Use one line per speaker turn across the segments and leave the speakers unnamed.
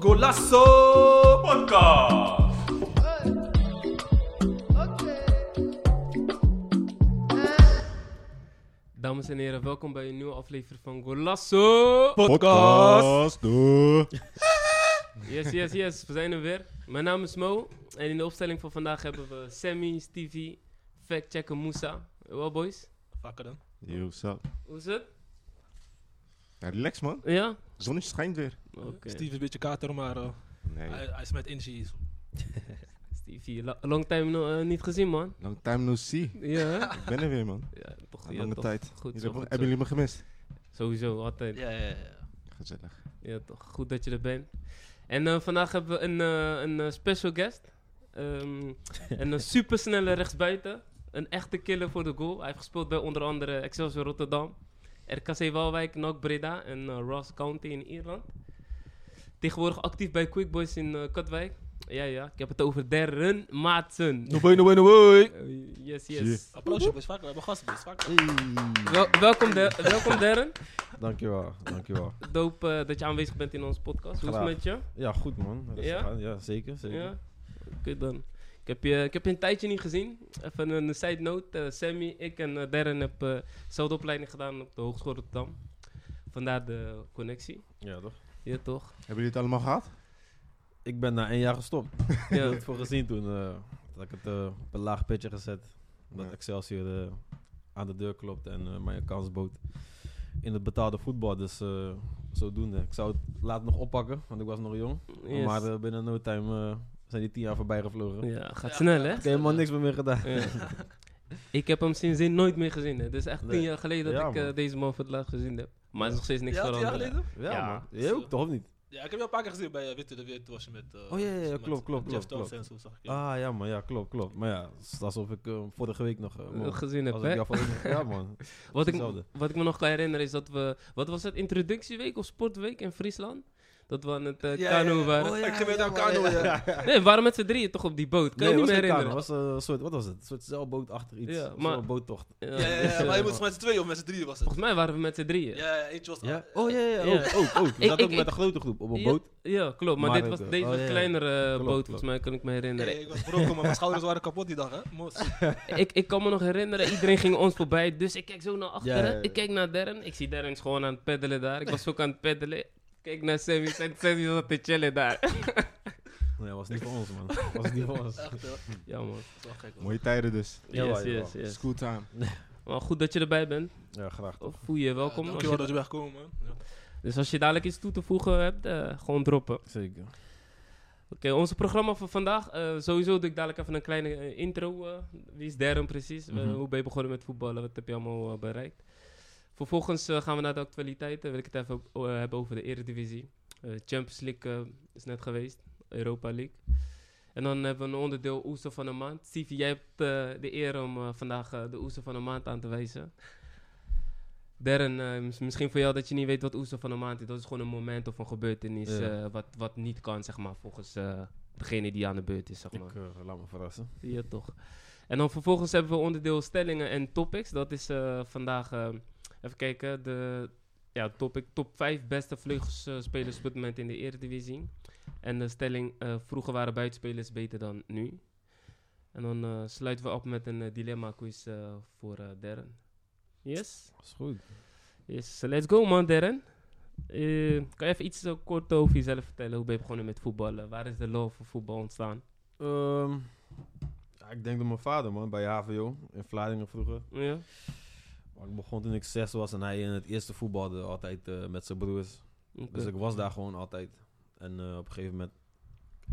Golasso Podcast.
Dames en heren, welkom bij een nieuwe aflevering van Golasso.
Podcast. Doe.
Yes, yes, yes, we zijn er weer. Mijn naam is Mo en in de opstelling van vandaag hebben we Sammy, Stevie, Fact Checker Moussa. Wel boys,
Vakken dan.
Yo, sup.
hoe is het?
Ja, relax man.
Ja?
Zonnetje schijnt weer.
Oké.
Steve is een beetje kater, maar eh, hij,
Nee.
hij is met energie.
Stevie, la- long time no- eh, niet gezien man.
Long time no see.
Ja, hè?
Ik ben er weer man.
ja toch.
Lange
toch.
tijd.
Goed
Jullie
zo,
hebben,
goed
hebben
zo.
jullie me gemist?
Sowieso, altijd.
Ja, ja, ja.
Gezellig.
Ja, toch. Goed dat je er bent. En eh, vandaag hebben we een, eh, een eh, special guest. Ehm, een eh, supersnelle rechtsbuiten. Een echte killer voor de goal. Hij heeft gespeeld bij onder andere Excelsior Rotterdam, RKC Waalwijk, NAC Breda en eh, Ross County in Ierland. Tegenwoordig actief bij Quick Boys in eh, Katwijk. Ja, ja. Ik heb het over Darren Maatsen.
No boy, no way, no way.
Eh, yes, yes.
Applausje, boys. Vakken, we hebben gasten, boys. Vakken.
Wel- welkom, Der- welkom Darren.
Dankjewel, dankjewel.
Dope eh, dat je aanwezig bent in onze podcast. Hoe is het
Graag.
met je?
Ja, goed man. Rustig
Ja?
aan. ja zeker, zeker.
Ja, oké dan. Ik heb, je, ik heb je een tijdje niet gezien. Even een side note. eh, Sammy, ik en eh, Darren hebben eh, dezelfde opleiding gedaan op de Hogeschool Rotterdam. Vandaar de connectie.
Ja, toch?
Ja, toch?
Hebben jullie het allemaal gehad?
Ik ben na één jaar gestopt. Ik had
Ja,
het voor gezien toen. eh dat ik het eh, op een laag pitje gezet. Omdat
Ja.
Excelsior eh, aan de deur klopt en eh, mij een kans bood in het betaalde voetbal. Dus eh, zodoende. Ik zou het later nog oppakken, want ik was nog jong.
yes.
Maar eh, binnen no time eh, zijn die tien jaar voorbij gevlogen. Ik
ja gaat snel, hè?
heb helemaal niks meer mee gedaan.
Ja. ik heb hem sindsdien nooit meer gezien. Hè. Het is echt
Nee.
tien jaar geleden dat
Ja,
ik eh,
man.
deze man voor het laatst gezien heb. Maar er is nog steeds niks
Ja, tien jaar
veranderd.
geleden?
Ja,
Ja.
man. Jij ook toch, of niet?
Ja, ik heb je al een paar keer gezien bij eh, Witte de Wit. Was je met... eh,
Oh, ja, ja, ja,
met-
klopt, klopt,
met Jeff
klopt,
Thomas
klopt.
en zo zag ik. ja.
Ah ja, man. Ja, klopt, klopt. Maar ja, het is alsof ik eh, vorige week nog... eh,
Eh,
mocht.
gezien heb,
Als ik
hè?
jou volgens- ja, man.
Wat ik,
Hetzelfde.
wat ik me nog kan herinneren is dat we... Wat was het? Introductieweek of sportweek in Friesland? Dat we aan het eh,
Ja, ja, ja.
kano waren.
Ik ging met jou kanoën, ja.
Nee, we waren met z'n drieën toch op die boot? Kan je
Nee,
niet
het
meer
was geen
herinneren?
kano, het was eh, een soort, wat was het? Een soort zeilbootachtig iets.
Ja,
Ja,
maar-
maar... Een boottocht.
Ja,
Ja, ja,
dus,
ja,
eh,
maar je moest met z'n tweeën of met z'n drieën was het.
Volgens mij waren we met z'n drieën.
Ja, ja, eentje was...
Ja?
eh,
Oh ja,
ja.
ja, ja. Ook, ook, ook. We
Ik-
zaten ook
ik-
met een grote groep op een
Ja,
boot.
Ja, klopt. Maar
Maar
dit was,
het-
deze
oh,
was
ja,
een
ja.
kleinere eh,
Klopt,
boot,
klopt.
volgens mij kan ik me
Nee,
herinneren.
ik was broken, maar mijn schouders waren kapot die dag, hè? Moos.
Ik, ik kan me nog herinneren, iedereen ging ons voorbij. Dus ik kijk zo naar achteren.
Ja, ja, ja.
Ik kijk naar Darren. Ik zie Darren is gewoon aan het peddelen daar. Ik was ook aan het peddelen. Ik Kijk naar Sammy. Sam- Sammy zat te chillen daar.
Nee, was niet voor ons, man. was niet voor ons.
Echt, hoor.
Ja, man.
Dat is wel gek, hoor.
Mooie tijden dus.
Yes,
Jawel,
yes,
jawel.
yes.
School time.
Maar goed dat je erbij bent.
Ja, graag.
Oh, Voel je welkom.
Ja,
Als
dankjewel
je-
dat je bent gekomen, man. Ja.
dus als je dadelijk iets toe te voegen hebt, eh, gewoon droppen.
Zeker.
Oké, ons programma voor vandaag. eh, sowieso doe ik dadelijk even een kleine eh, intro. eh, wie is Darren precies? Eh,
Mhm.
hoe ben je begonnen met voetballen? Wat heb je allemaal eh, bereikt? Vervolgens eh, gaan we naar de actualiteiten. Wil ik het even op- o- eh, hebben over de Eredivisie. Eh, Champions League eh, is net geweest. Europa League. En dan hebben we een onderdeel Oester van de Maand. Steve, jij hebt eh, de eer om eh, vandaag eh, de Oester van de Maand aan te wijzen. Darren, eh, mis- misschien voor jou dat je niet weet wat Oester van de Maand is. Dat is gewoon een moment of een gebeurtenis
Ja.
eh, wat, wat niet kan, zeg maar, volgens eh, degene die aan de beurt is, zeg maar.
Ik eh, laat me verrassen.
Ja, toch. En dan vervolgens hebben we onderdeel stellingen en topics. Dat is eh, vandaag, eh, even kijken, de ja, topic top 5 beste vleugelspelers op dit moment in de Eredivisie. En de stelling, eh, vroeger waren buitenspelers beter dan nu. En dan eh, sluiten we af met een eh, dilemma quiz voor eh, Darren. Yes?
Is goed.
Yes, let's go man Darren. Eh, kan je even iets eh, kort over jezelf vertellen? Hoe ben je begonnen met voetballen? Waar is de love voor voetbal ontstaan?
Ehm, ja, ik denk door mijn vader, man. Bij HVO. In Vlaardingen vroeger.
Ja?
Maar ik begon toen ik zes was en hij in het eerste voetbalde altijd eh, met zijn broers. Dus
Oké.
ik was daar gewoon altijd. En eh, op een gegeven moment.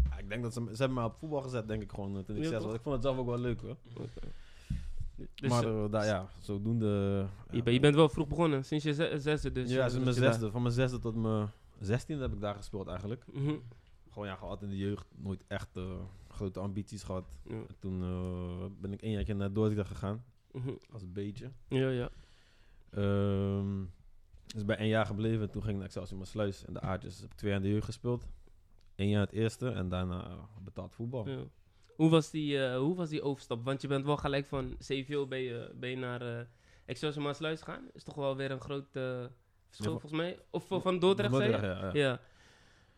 ja, ik denk dat ze, ze hebben mij op voetbal gezet, denk ik gewoon. eh, Toen ik
Ja,
zes
toch?
was. Ik vond het zelf ook wel leuk hoor.
Dus,
maar
eh,
eh, daar, ja, zodoende. eh,
je, bent- je bent wel vroeg begonnen, sinds je ze- zesde dus.
ja,
eh,
sinds
dat
mijn
je daar-
zesde, van mijn zesde tot mijn zestiende heb ik daar gespeeld eigenlijk.
Mhm.
Gewoon ja, gewoon altijd in de jeugd. Nooit echt eh, grote ambities gehad.
Ja.
En toen eh, ben ik één jaar naar Dordrecht gegaan.
Mhm.
Als een beetje.
ja, ja.
Ehm dus bij één jaar gebleven. Toen ging ik naar Excelsior Maasluis. En de Aardjes heb ik twee jaar in de jeugd gespeeld. Eén jaar het eerste en daarna eh, betaald voetbal.
ja. Hoe, was die, eh, hoe was die overstap? Want je bent wel gelijk van CVO ben je, ben je naar eh, Excelsior Maasluis gaan, is toch wel weer een groot eh, verschil
Ja, van-
volgens mij. Of eh, van Dordrecht, zei je?
ja, ja.
Ja.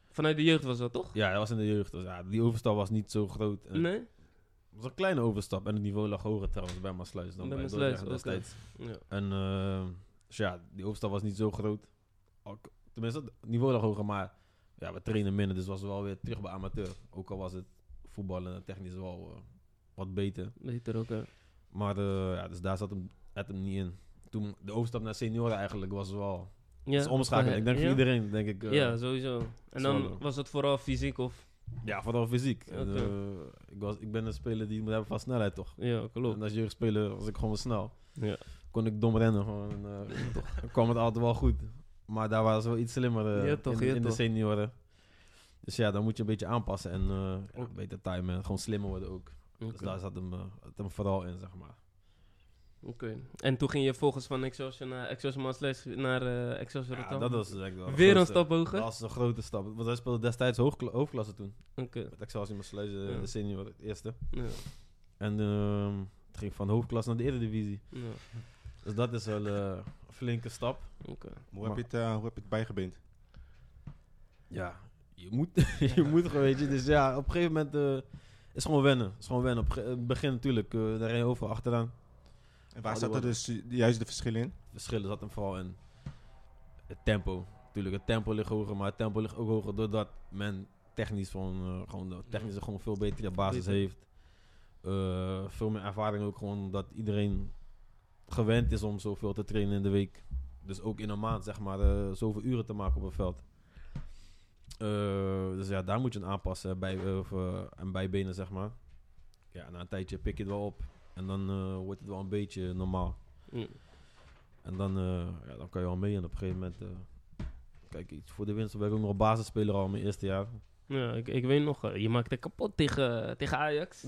Vanuit de jeugd was dat toch?
Ja, hij was in de jeugd. Dus ja, die overstap was niet zo groot. En
Nee?
Het was een kleine overstap. En het niveau lag hoger trouwens bij Maasluis dan
Bij
bij,
Maassluis,
Dordrecht
oké.
destijds.
Ja.
En eh, dus ja, die overstap was niet zo groot. Ook- Tenminste, het niveau lag hoger, maar ja, we trainen minder. Dus was wel weer terug bij amateur. Ook al was het voetballen en technisch wel eh, wat beter.
Beter ook, hè.
Maar eh, ja, dus daar zat hem, het hem niet in. Toen de overstap naar senioren eigenlijk was wel...
Ja,
is omschakelen. Ik denk
ja?
voor iedereen, denk ik. eh,
Ja, sowieso. En dan
Zwaarder.
was het vooral fysiek of...
Ja, vooral fysiek. En,
Oké.
eh, ik, was, ik ben een speler die moet hebben van snelheid, toch?
Ja, klopt.
En als jeugdspeler was ik gewoon snel.
Ja.
Kon ik dom rennen, gewoon. en, eh, toch kwam het altijd wel goed. Maar daar waren ze wel iets slimmer eh,
Ja, toch,
in, de-
ja,
in de
toch.
senioren. Dus ja, dan moet je een beetje aanpassen en eh, ja,
Ook.
beter timen. en Gewoon slimmer worden ook. Dus
Oké.
daar zat hem, eh, het hem vooral in, zeg maar.
Oké. En toen ging je volgens van Excelsior naar Excelsior Maasluis naar eh, Excelsior
Ja,
Rotterdam?
dat was denk ik wel de
Weer een
grootste-
stap hoger?
Dat was een grote stap. Want hij speelde destijds hoogkla- hoofdklasse toen.
Oké.
Met Excelsior Maasluis, eh,
Ja.
de senior, het eerste.
Ja.
En ehm, het ging van hoofdklasse naar de eredivisie.
Ja.
Dus dat is wel eh, een flinke stap.
Oké.
Hoe heb je het, eh, hoe heb je het bijgebeend?
Ja, je moet, je moet gewoon, weet je. Dus ja, op een gegeven moment eh, is gewoon wennen. Is gewoon wennen. Op ge- in het begin natuurlijk, eh, daar ren je overal achteraan.
En
Oh,
waar zaten
dat
dus ju- juist de verschillen in?
Verschillen zat hem vooral in het tempo. Natuurlijk, het tempo ligt hoger, maar het tempo ligt ook hoger doordat men technisch gewoon, eh, gewoon, technisch gewoon veel betere basis
Beter.
heeft. Eh, veel meer ervaring ook gewoon dat iedereen gewend is om zoveel te trainen in de week. Dus ook in een maand, zeg maar, eh, zoveel uren te maken op het veld. Eh, dus ja, daar moet je aan aanpassen bij, of, eh, en bijbenen, zeg maar. Ja, na een tijdje pik je het wel op. En dan eh, wordt het wel een beetje normaal.
Ja.
En dan, eh, ja, dan kan je al mee. En op een gegeven moment. eh, kijk, iets voor de winst ben ik ook nog basisspeler al mijn eerste jaar.
Ja, ik, ik weet nog, eh, je maakte kapot tegen, tegen Ajax.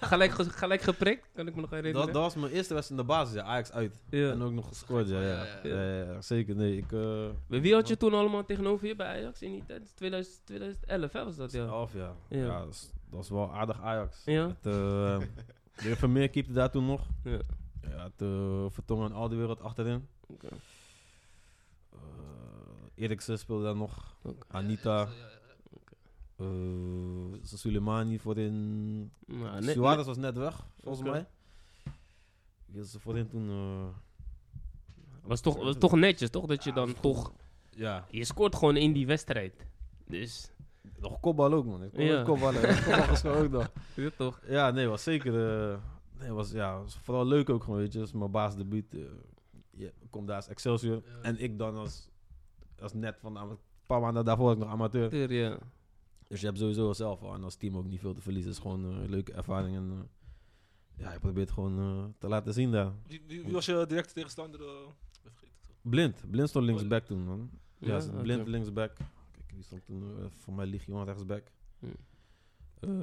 gelijk, ge- gelijk geprikt, kan ik me nog
Dat,
herinneren.
dat was mijn eerste wedstrijd in de basis, ja, Ajax uit.
Ja.
En ook nog gescoord, ja. ja.
Ja,
ja,
ja, ja.
ja, ja, zeker, nee. Ik, eh
Maar Wie had je toen allemaal tegenover je bij Ajax in die tijd? 2000, 2011 hè, was dat, ja.
elf jaar.
Ja.
Ja, dat, is, dat is wel aardig Ajax.
Ja.
Het, eh, Dirk Vermeer keepte daar toen nog.
Ja.
Ja, het eh, Vertongen en al die wereld achterin.
Oké.
Eh, Eriksen speelde daar nog.
Oké.
Anita.
Ja, ja, ja.
eh Suleimani voorin.
Nou,
Suarez
net-
was net weg, volgens
Oké.
mij. Wie was er voorin toen? eh,
was, toch, was toch netjes, toch? Dat je dan toch...
ja,
Je scoort gewoon in die wedstrijd. Dus...
nog kopbal ook, man. Ik kon
Ja.
ja. kopballen. Ik kon kopbal gescoord ook nog.
Ja, toch?
Ja, nee, was zeker... eh, nee, was, ja, was vooral leuk ook gewoon, weet je. Dat is mijn baasdebuut. eh je komt daar als Excelsior.
Ja.
En ik dan als, als net van... de ama- Een paar maanden daarvoor was ik nog amateur.
Ja.
Dus je hebt sowieso zelf al en als team ook niet veel te verliezen. Het is gewoon eh, een leuke ervaring. En, eh, ja, je probeert gewoon eh, te laten zien daar.
Wie, wie, wie was je directe tegenstander? eh? Ik vergeet het.
Blind. Blind stond linksback toen, man. Ja,
Ja,
ze-
oké.
blind linksback. Kijk, die stond toen eh, voor mij Legion rechtsback.
Hmm.
Eh, eh,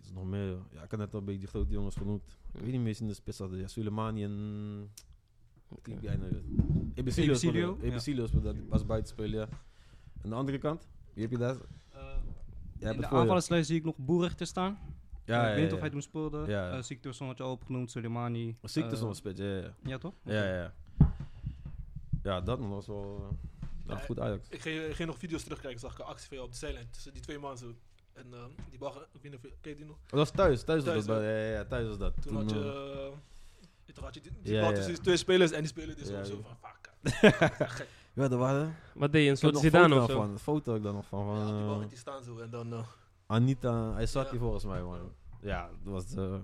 is er nog meer? Ja, ik had net al een beetje die grote jongens genoemd. Ik weet niet meer eens in de spits hadden. Ja, Suleimani en...
Oké.
Ja, nee, Ebesilio speelde-
Ebesilio? Ja.
Ebesilio speelde, die was buitenspeler, ja. Aan de andere kant? Wie heb je daar?
Eh,
Jij hebt
in
het
de
voor je.
aanvallerslijst zie ik nog Boerig te staan.
Ja,
ik
ja,
weet niet
ja,
of hij toen speelde. Eh
Ja, ja.
Siktorsson had je al opgenoemd, Soleimani.
ja. Ziekte
eh,
soms, spits, ja, ja.
Ja, toch?
Ja, ja, ja. Ja, dat man, was wel... eh, nou, goed Ajax.
Ik ging, ik ging nog video's terugkijken, zag ik een actie van jou op de zijlijn tussen die twee mannen. zo. En eh, die bal, ik weet niet of je, ken je die nog?
Oh, dat was thuis, thuis,
Thuis,
was dat. Ja, ja, ja, thuis was dat.
Toen, had je,
eh,
eh, toen had je die, die
ja,
bal
ja.
tussen die twee spelers en die speler die
Ja,
zo,
ja.
zo van fuck.
Ja, dat waren.
Wat deed je? Een
Ik
soort
heb nog
Zidane of
foto
zo?
daarvan. Een foto heb ik daar nog van. van
Ja, die bal
eh,
gaat die staan zo en dan... eh,
Anita, hij zat
Ja.
hier volgens mij, man. Ja, dat was, eh, ja, dat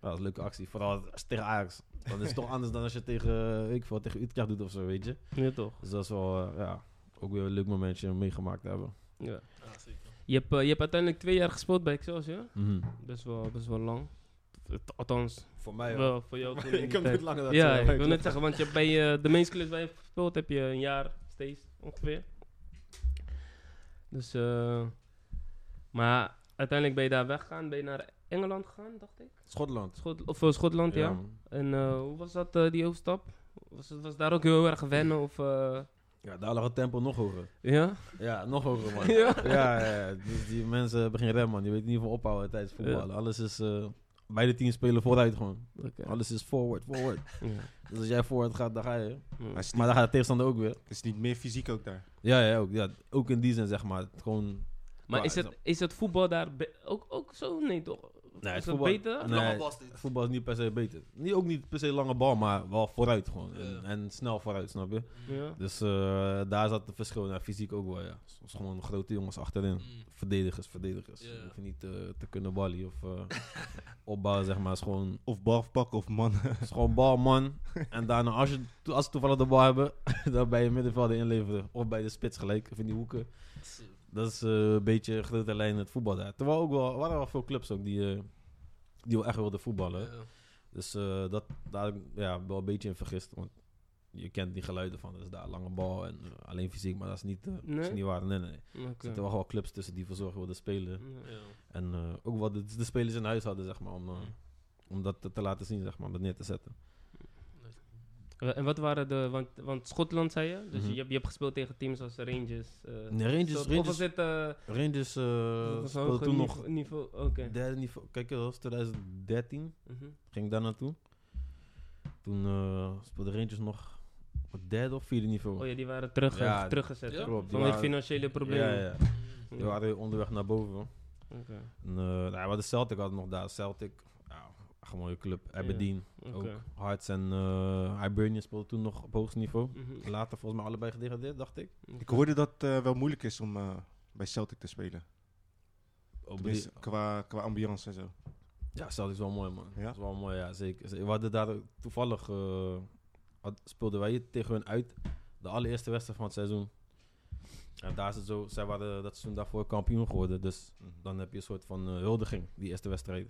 was een leuke actie. Vooral als het tegen Ajax. Dan is het toch anders dan als je tegen, eh, weet ik veel, tegen Utrecht doet of zo, weet je.
Ja, toch?
Dus dat is wel, eh, ja, ook weer een leuk momentje om meegemaakt te hebben.
Ja.
ja, zeker.
Je hebt, eh, je hebt uiteindelijk twee jaar gespeeld bij Excelsior.
Mhm.
Best wel, best wel lang. Althans,
Voor mij wel.
wel voor jou. toen in die
ik heb
tijd.
het langer dan
Ja,
twee
ik wil net
weken.
zeggen, want je hebt bij eh, de meeste clubs waar je hebt gespeeld heb je een jaar steeds ongeveer. Dus, eh, maar uiteindelijk ben je daar weggegaan, ben je naar Engeland gegaan, dacht ik.
Schotland.
Schot of eh, Schotland, ja.
man.
En eh, hoe was dat, eh, die overstap? Was, het- was daar ook heel erg wennen of... eh,
Ja, daar lag het tempo nog hoger.
ja?
Ja, nog hoger, man.
ja?
ja, ja, ja. Dus die mensen hebben geen rem, man. Die weten niet van ophouden tijdens voetbal. Alles is eh, beide teams spelen vooruit gewoon.
Oké.
Alles is forward, forward.
Ja.
dus als jij vooruit gaat, dan ga je.
Ja.
Maar is,
Maar dan gaat de tegenstander ook weer.
is niet meer fysiek ook daar?
Ja, ja, ook, ja, ook in die zin zeg maar. Het Gewoon,
Maar is
Maar-
het, is het voetbal daar be- ook, ook zo? Nee, toch?
Nee,
is
het
dat
voetbal-
beter?
Nee.
Lange was dit.
voetbal is niet per se beter. Niet, ook niet per se lange bal, maar wel vooruit gewoon.
Ja.
En, en snel vooruit, snap je?
Ja.
Dus eh, daar zat het verschil. Nou, fysiek ook wel, ja. Soms gewoon grote jongens achterin.
Mm.
Verdedigers, verdedigers.
Ja.
Je hoeft niet eh, te kunnen ballen of eh, opbouwen, zeg maar. Het is gewoon,
Of bal pakken of man.
het is gewoon bal, man. En daarna, als, je, to- als ze toevallig de bal hebben, dan bij je middenvelder inleveren. Of bij de spits gelijk, of in die hoeken. Dat is eh, een beetje een grote lijn het voetbal daar. Terwijl ook wel, er waren wel veel clubs ook die, eh, die wel echt wilden voetballen.
Ja.
Dus eh, dat, daar heb ik, ja, wel een beetje in vergist. Want je kent die geluiden van, dat is daar lange bal en eh, alleen fysiek. Maar dat is niet, eh, dat is
Nee?
niet waar. Nee, nee. Er
Oké.
zitten wel wel clubs tussen die verzorgen wilden spelen.
Ja.
Ja.
En eh, ook wat de, de spelers in huis hadden, zeg maar. Om, eh,
Mm.
om dat te, te laten zien, zeg maar. Om dat neer te zetten.
Eh, En wat waren de... Want, want Schotland, zei je? Dus
Mhm.
je, hebt, je hebt gespeeld tegen teams als de Rangers. eh,
Nee, Rangers-
soort- Of
Rangers-
was dit... eh,
Rangers eh
dat was een
speelde
hoger
toen nog
niveau- niveau? Oké.
derde niveau. Kijk, dat was 2013.
Mhm.
Ging ik daar naartoe. Toen eh speelde Rangers nog op het derde of vierde niveau.
Oh ja, die waren terug, eh,
Ja,
teruggezet.
ja.
hè?
Klopt. die
Vanwege
waren-
financiële problemen.
Ja, ja.
Mm.
Die waren onderweg naar boven.
Oké,
En, eh, nou, maar de Celtic hadden nog daar. Celtic, ja, echt een mooie club. Aberdeen
oké.
ook. Hearts en eh, Hibernian speelden toen nog op hoogste niveau.
Mhm.
Later volgens mij allebei gedegradeerd, dacht ik.
Ik hoorde dat het wel moeilijk is om eh, bij Celtic te spelen.
Op die-
Tenminste, qua, qua ambiance en zo.
ja, Celtic is wel mooi, man.
Ja?
is wel mooi, ja, zeker. Ze- We hadden daar ook toevallig... eh, had- speelden wij tegen hun uit. De allereerste wedstrijd van het seizoen. En daar is het zo... Zij waren dat seizoen daarvoor kampioen geworden. Dus
Mhm.
dan heb je een soort van eh, huldiging, die eerste wedstrijd.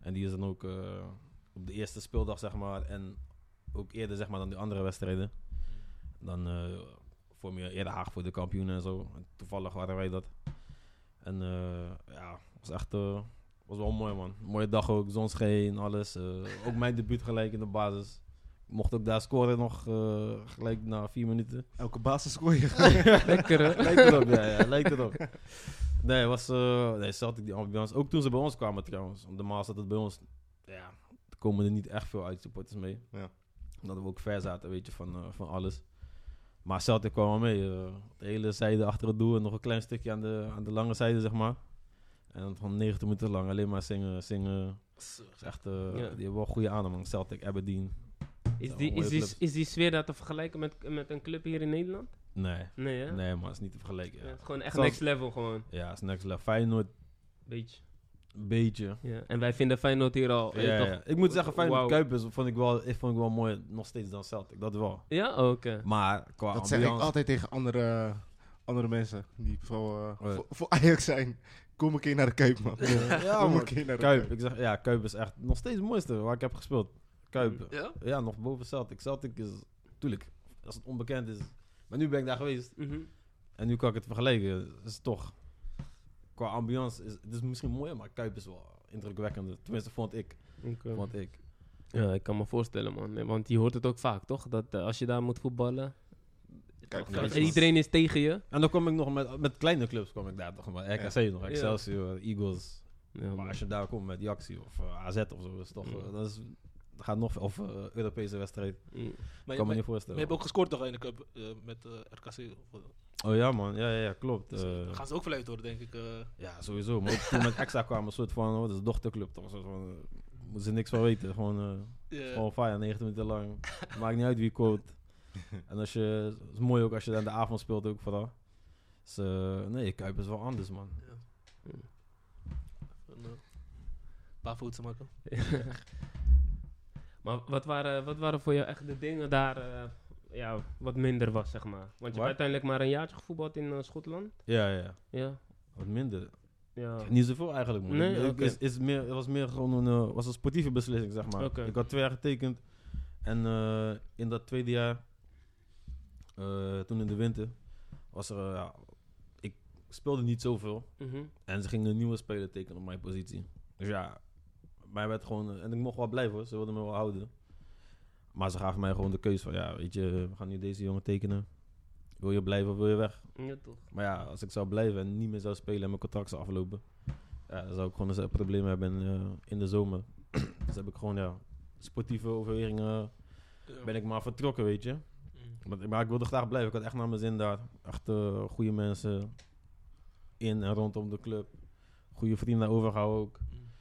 En die is dan ook eh, op de eerste speeldag, zeg maar, en ook eerder, zeg maar, dan die andere wedstrijden. Dan eh vorm je eerder haag voor de kampioenen en zo. En toevallig waren wij dat. En eh, ja, was echt, eh, was wel mooi, man. Mooie dag ook, zon scheen, alles. Eh, ook mijn debuut gelijk in de basis. Ik mocht ook daar scoren nog, eh, gelijk na vier minuten.
Elke basis scoor je.
Lekker, hè?
Lijkt erop, ja, ja, lijkt erop. Nee, was, eh nee, Celtic die ambiance. Ook toen ze bij ons kwamen trouwens. Want Normaal zat het bij ons, ja, er komen er niet echt veel uit supporters mee.
Ja.
Omdat we ook ver zaten, weet je, van, eh, van alles. Maar Celtic kwam wel mee. eh, de hele zijde achter het doel en nog een klein stukje aan de, aan de lange zijde, zeg maar. En dan van 90 minuten lang alleen maar zingen, zingen.
Zo.
Dat is echt, eh,
Ja.
die hebben wel goede adem, man. Celtic, Aberdeen.
Is
Ja,
die, is,
mooie
die,
clubs.
is die sfeer daar te vergelijken met, met een club hier in Nederland?
Nee,
Nee, hè?
nee, man, is niet te vergelijken.
Ja,
Ja,
het is gewoon echt
Zoals-
next level, gewoon.
ja is next level. Feyenoord,
Beetje.
een beetje.
Ja. En wij vinden Feyenoord hier al... eh,
Ja,
toch-
ja. Ik moet zeggen, Feyenoord
Wauw.
Kuipers vond ik, wel, vond ik wel mooier nog steeds dan Celtic. Dat wel.
Ja? Oh, oké.
Maar qua
Dat zeg ik
ambiance...
altijd tegen andere, andere mensen die vooral eh,
Wat?
voor, voor Ajax zijn. Kom een keer naar de Kuip, man.
Ja,
Kom een
man.
keer naar de
Kuip.
Kuip.
Ik zeg, ja, Kuip is echt nog steeds het mooiste waar ik heb gespeeld. Kuip.
Ja?
Ja, nog boven Celtic. Celtic is... Tuurlijk, als het onbekend is. Maar nu ben ik daar geweest.
Mhm.
En nu kan ik het vergelijken. Het is toch... Qua ambiance is het is misschien mooier, maar Kuip is wel indrukwekkender. Tenminste, vond ik. eh,
Oké.
Vond ik.
Ja, ik kan me voorstellen, man. Nee, Want je hoort het ook vaak, toch? Dat eh, als je daar moet voetballen...
Kijk,
toch,
dat
eh,
is-
iedereen is tegen je.
En dan kom ik nog met, met kleine clubs. kwam ik daar toch maar. RKC nog,
Ja.
Excelsior, Eagles.
Ja,
Maar
man.
als je daar komt met die actie of eh, AZ of zo, is toch,
Ja.
eh, dat is, dat gaat nog veel- of eh, Europese wedstrijd.
Mm.
Mm. Maar
kan
je,
me
maar,
niet
maar
voorstellen.
je hebt ook gescoord toch in de cup eh, met eh, RKC? Of, eh,
Oh ja man, ja, ja, ja klopt.
dus,
Eh,
gaan ze ook verleid worden, denk ik. eh.
ja sowieso. Maar ook toen met Exa kwam een soort van, oh, dat is dochterclub toch, een soort van, eh, moeten ze niks van weten. Gewoon, eh
Ja.
gewoon fire, 90 minuten lang. Maakt niet uit wie quote. En als je, het is mooi ook als je dan de avond speelt ook vooral. Dus, eh, nee, Kuip is wel anders man.
Een eh, paar fouten maken.
maar wat waren, wat waren voor jou echt de dingen daar... eh, ja, wat minder was, zeg maar? Want je hebt
Waar?
uiteindelijk maar een jaartje gevoetbald in eh, Schotland.
Ja, ja, ja.
Ja.
Wat minder.
Ja.
Niet zoveel eigenlijk, man.
Ah. Nee,
Ik- ik-
oké.
is, is meer, het was meer gewoon een, eh, was een sportieve beslissing, zeg maar.
Oké.
Ik had twee jaar getekend. En eh, in dat tweede jaar, eh, toen in de winter, was er... eh, ja, ik speelde niet zoveel.
Mhm.
En ze gingen een nieuwe speler tekenen op mijn positie. Dus ja, mij werd gewoon... eh, en ik mocht wel blijven, hoor. ze wilden me wel houden. Maar ze gaven mij gewoon de keuze van... Ja, weet je, we gaan nu deze jongen tekenen. Wil je blijven of wil je weg?
Ja, toch.
Maar ja, als ik zou blijven en niet meer zou spelen en mijn contract zou aflopen, ja, dan zou ik gewoon eens een probleem hebben in, eh, in de zomer. dus heb ik gewoon, ja, sportieve overwegingen
Ja.
ben ik maar vertrokken, weet je.
Mm.
Maar, maar ik wilde graag blijven. Ik had echt naar mijn zin daar. Echt eh, goede mensen in en rondom de club. Goede vrienden overgehouden ook.
Mm.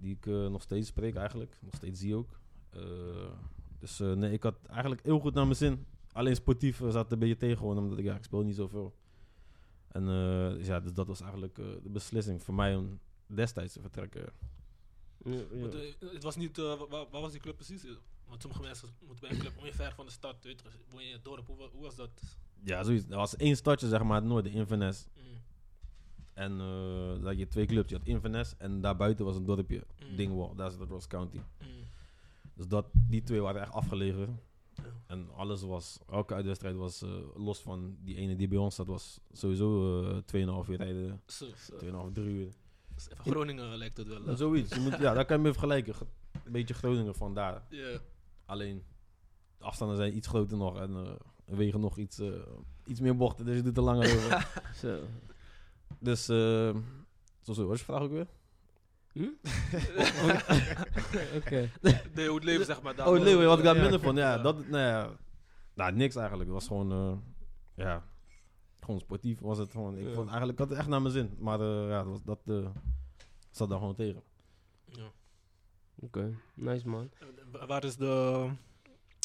Die ik eh, nog steeds spreek eigenlijk. Nog steeds zie ook. Eh, dus eh, nee, ik had eigenlijk heel goed naar mijn zin. Alleen sportief eh, zat het een beetje tegen. gewoon Omdat ik, ja, ik speel niet zoveel. En eh, dus ja, dus dat was eigenlijk eh, de beslissing voor mij om destijds te vertrekken.
Ja, ja.
Want, eh, het was niet, eh, wa- wa- waar, was die club precies? Eh, Want sommige mensen moeten bij een club om je ver van de stad, weet je, Dus woon je in het dorp, hoe, wa- hoe was dat?
Ja, zoiets. Er was één stadje, zeg maar, het noorden, Inverness.
Mm.
En eh dan had je twee clubs. Je had Inverness en daarbuiten was een dorpje,
Mm.
Dingwall. Daar zit Ross County.
Mm.
Dus dat, die twee waren echt afgelegen.
Ja.
En alles was, elke uitwedstrijd was, eh, los van die ene die bij ons zat, was sowieso eh 2,5 uur rijden,
Zo, zo.
2,5, 3 uur.
Dus even Groningen lijkt het wel. eh.
Zoiets. Je moet, ja, daar kan je mee vergelijken. Ge- Een beetje Groningen vandaar.
Ja.
Alleen, de afstanden zijn iets groter nog en eh, wegen nog iets, eh, iets meer bochten, dus je doet er langer over.
Zo.
Dus, eh zo, zo, wat is je vraag ook weer?
Oké.
Nee, hoe het leven zeg maar daar.
oh, Leeuwen, wat ik daar
Ja.
minder van. Ja, dat, nou ja, nou, niks eigenlijk. Het was gewoon, eh, ja, gewoon sportief was het gewoon. Ik
Ja.
vond eigenlijk, ik had het echt naar mijn zin. Maar eh, ja, dat, was, dat eh, zat daar gewoon tegen.
Ja.
Oké. Nice man.
En wa- Waar is de.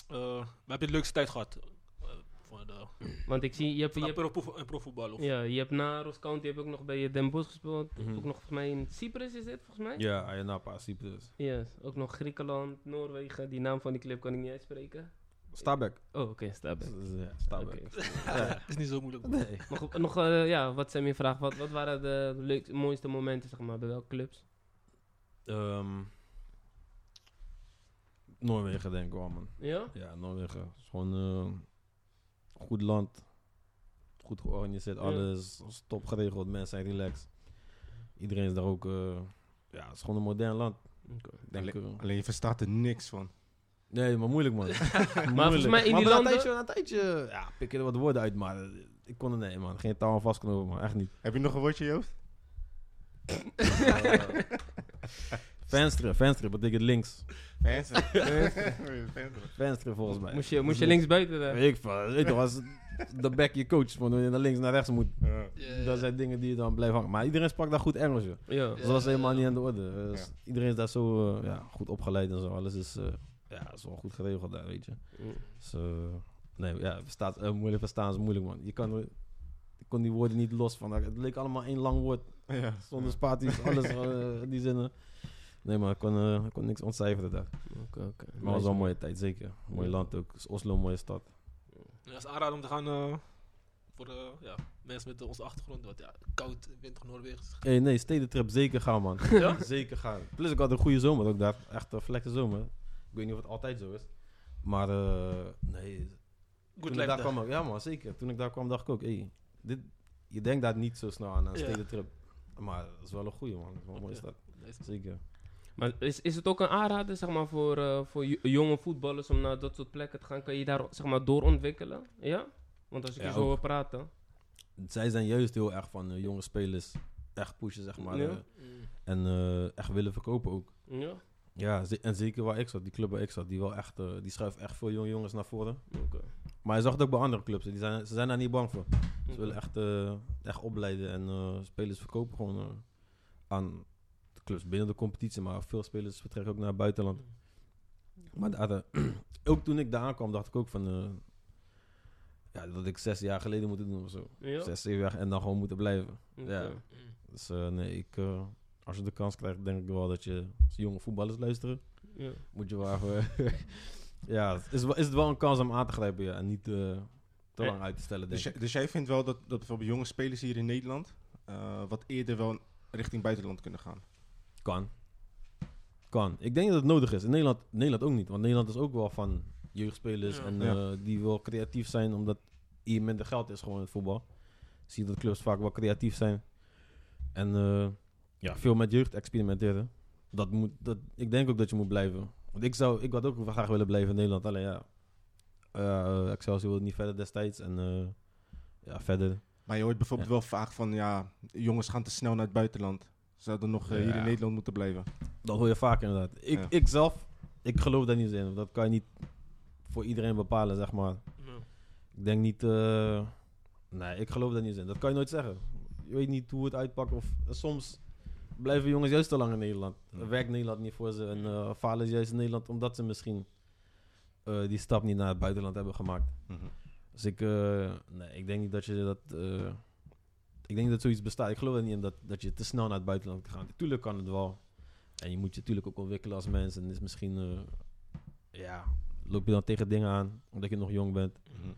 eh, waar heb je de leukste tijd gehad? Eh, Van de.
Want ik zie, je hebt, je
Van
hebt,
pro, pro, profvoetbal of.
ja, je hebt na Ross County heb ik nog bij eh, Den Bosch gespeeld.
Mhm.
Ook nog volgens mij in Cyprus is dit volgens mij.
Ja, nou, Ayanapa, Cyprus.
Yes, ook nog Griekenland, Noorwegen. Die naam van die club kan ik niet uitspreken.
Stabek.
Oh, oké, staat bij.
Dus, eh, Ja, Stabek.
Oké.
is niet zo moeilijk.
Nee.
Nog, nog eh, ja, wat zijn mijn vragen? Wat, wat waren de leukste, mooiste momenten, zeg maar, bij welke clubs?
Ehm, Noorwegen denk ik wel, man.
Ja?
Ja, Noorwegen. is gewoon eh, goed land. Goed georganiseerd,
Ja.
alles is top geregeld, mensen zijn relaxed. Iedereen is daar ook. eh, ja, het is gewoon een modern land. Denk ik.
Alleen je verstaat er niks van.
Nee, maar moeilijk man. maar
volgens mij in die
na een
landen-
tijdje, na een tijdje, ja, pik je er wat woorden uit, maar eh, ik kon er nee man, geen taal aan vastknopen man, echt niet.
Heb je nog een woordje in je hoofd?
Eh, venster, venster betekent links.
Fancy. Fancy.
Venster volgens mij.
Moest je, moest je links buiten eh? daar?
Weet ik veel, weet je wel, als de back je coach, van hoe je naar links naar rechts moet.
Ja.
Eh.
Ja,
Dat
ja.
zijn dingen die je dan blijft hangen. Maar iedereen sprak daar goed Engels, joh.
Ja.
Dus dat was
Ja.
helemaal niet aan de orde. Eh, dus
Ja.
Iedereen is daar zo eh, ja, goed opgeleid en zo. Alles is, eh, ja, is wel goed geregeld daar, weet je. Dus, eh, nee, ja, verstaat, eh, moeilijk verstaan is moeilijk, man. Je kan, er- ik kon die woorden niet los van. elkaar. Het leek allemaal één lang woord.
Ja.
Zonder spaties, alles, eh, die zinnen. Nee, maar ik kon, eh, ik kon niks ontcijferen daar.
Oké, oké.
Maar het was wel een mooie tijd, zeker. Mooi
Ja.
land ook. Is Oslo een mooie stad.
Ja, dat is aanraden om te gaan. eh, voor eh, ja, mensen met eh, onze achtergrond. Want ja, koud, winter Noorwegen. is-
Hey, Eh, nee, stedentrip, zeker gaan, man.
Ja?
Zeker gaan. Plus, ik had een goede zomer ook daar. Echt een vlekke zomer. Ik weet niet of het altijd zo is. Maar eh, nee,
Good
toen ik
life.
daar
daar.
kwam, ook- ja man, zeker. Toen ik daar kwam, dacht ik ook, hey, dit, je denkt daar niet zo snel aan, aan een
Ja.
stedentrip. Maar dat is wel een goeie man, dat is wel een mooie
Ja.
stad.
Nice.
Zeker.
Maar is, is het ook een aanrader, zeg maar, voor, eh, voor jo- jonge voetballers om naar dat soort plekken te gaan? Kan je daar, zeg maar, doorontwikkelen? Ja? Want als ik
Ja,
je zo
ook.
hoor praten...
Zij zijn juist heel erg van eh, jonge spelers echt pushen, zeg maar.
Ja.
eh,
Mm.
en eh, echt willen verkopen ook.
Ja?
Ja, ze- en zeker waar ik zat, die club waar ik zat, die, wel echt, eh, die schuift echt veel jonge jongens naar voren.
Oké.
Maar je zag het ook bij andere clubs, die zijn, ze zijn daar niet bang voor. Ze
Oké.
willen echt, eh, echt opleiden en eh, spelers verkopen gewoon eh, aan de clubs binnen de competitie. Maar veel spelers vertrekken ook naar het buitenland.
Mhm.
Maar daar, eh, ook toen ik daar aankwam, dacht ik ook van... eh, ja, dat had ik zes jaar geleden moeten doen of zo.
Ja?
Zes, zeven jaar en dan gewoon moeten blijven.
Oké.
ja.
Mm.
Dus eh, nee, ik, eh, als je de kans krijgt, denk ik wel dat je als jonge voetballers luisteren.
Ja.
Moet je wel even... ja, het is, wel- is het wel een kans om aan te grijpen ja, en niet eh, te
Eh,
lang uit te stellen, denk
Dus,
ik.
jij- dus jij vindt wel dat, dat bijvoorbeeld jonge spelers hier in Nederland eh, wat eerder wel richting buitenland kunnen gaan?
Kan. Kan. Ik denk dat het nodig is. In Nederland, Nederland ook niet. Want Nederland is ook wel van jeugdspelers
Ja.
en
Ja.
eh, die wel creatief zijn. Omdat hier minder geld is gewoon in het voetbal. Zie je dat clubs vaak wel creatief zijn. En eh, ja, veel met jeugd experimenteren. Dat moet, dat, ik denk ook dat je moet blijven. Want ik zou, ik had ook wel graag willen blijven in Nederland. Alleen ja, eh Excelsior wilde niet verder destijds. En eh, ja, verder.
Maar je hoort bijvoorbeeld wel vaak van, ja, jongens gaan te snel naar het buitenland. zouden nog eh, hier
Ja.
in Nederland moeten blijven.
Dat hoor je vaak inderdaad. Ik,
Ja.
ik zelf, ik geloof daar niet in. Dat kan je niet voor iedereen bepalen, zeg maar.
Ja.
Ik denk niet... eh, nee, ik geloof daar niet in. Dat kan je nooit zeggen. Je weet niet hoe het uitpakt. Of, eh, soms blijven jongens juist te lang in Nederland.
Ja.
Werkt Nederland niet voor ze. En eh, falen ze juist in Nederland omdat ze misschien eh, die stap niet naar het buitenland hebben gemaakt.
Mhm.
Dus ik, eh, nee, ik denk niet dat je dat. eh, ik denk niet dat zoiets bestaat. Ik geloof er niet in dat, dat je te snel naar het buitenland gaat. Tuurlijk kan het wel. En je moet je natuurlijk ook ontwikkelen als mens. En is misschien. eh, ja, loop je dan tegen dingen aan. Omdat je nog jong bent.
Mhm.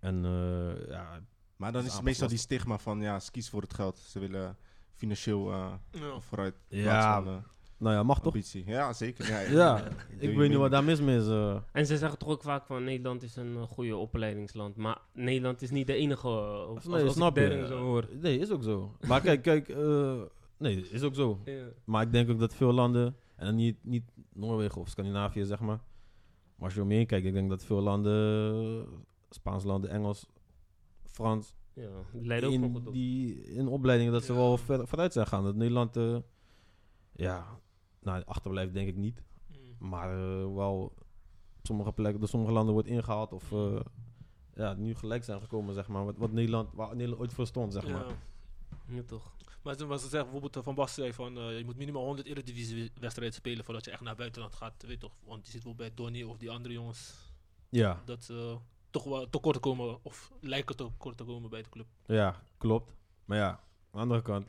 En eh, ja,
Maar dan
Dat
is
is
het
aanpas
meestal die stigma van, ja, ze kiezen voor het geld. Ze willen financieel eh,
Ja.
vooruit. in plaats
Oh. ja,
van, eh,
nou ja, mag toch.
ambitie. Ja, zeker. Ja,
Ja,
doe
Ik
je
weet niet
mening.
wat daar mis mee is. eh.
En ze zeggen toch ook vaak van Nederland is een eh, goede opleidingsland. Maar Nederland is niet de enige. eh, Als,
nee,
als, als
snap
ik derde
je.
zo hoor.
Nee, is ook zo. Maar kijk, kijk. eh, nee, is ook zo. Maar ik denk ook dat veel landen, en dan niet, niet Noorwegen of Scandinavië zeg maar, maar als je omheen kijkt, ik denk dat veel landen, Spaanse landen, Engels, Frans,
Ja, het leidt ook gewoon
in,
goed op.
die, in opleidingen dat ze
Ja.
wel ver, vooruit zijn gaan. Dat Nederland, eh, ja, nou achterblijft denk ik niet,
Mm.
maar eh, wel op sommige plekken, door sommige landen wordt ingehaald of eh, ja, nu gelijk zijn gekomen zeg maar, wat, wat Nederland, waar Nederland ooit voor stond zeg maar.
Ja.
Ja, toch.
Maar ze, maar ze zeggen bijvoorbeeld eh, Van Bas zei van eh, je moet minimaal 100 Eredivisie-wedstrijden spelen voordat je echt naar buitenland gaat. Weet toch? Want je ziet wel bij Donny of die andere jongens
Ja,
dat ze eh, toch wel tekort komen of lijken tekort te komen bij de club.
Ja, klopt. Maar ja, aan de andere kant.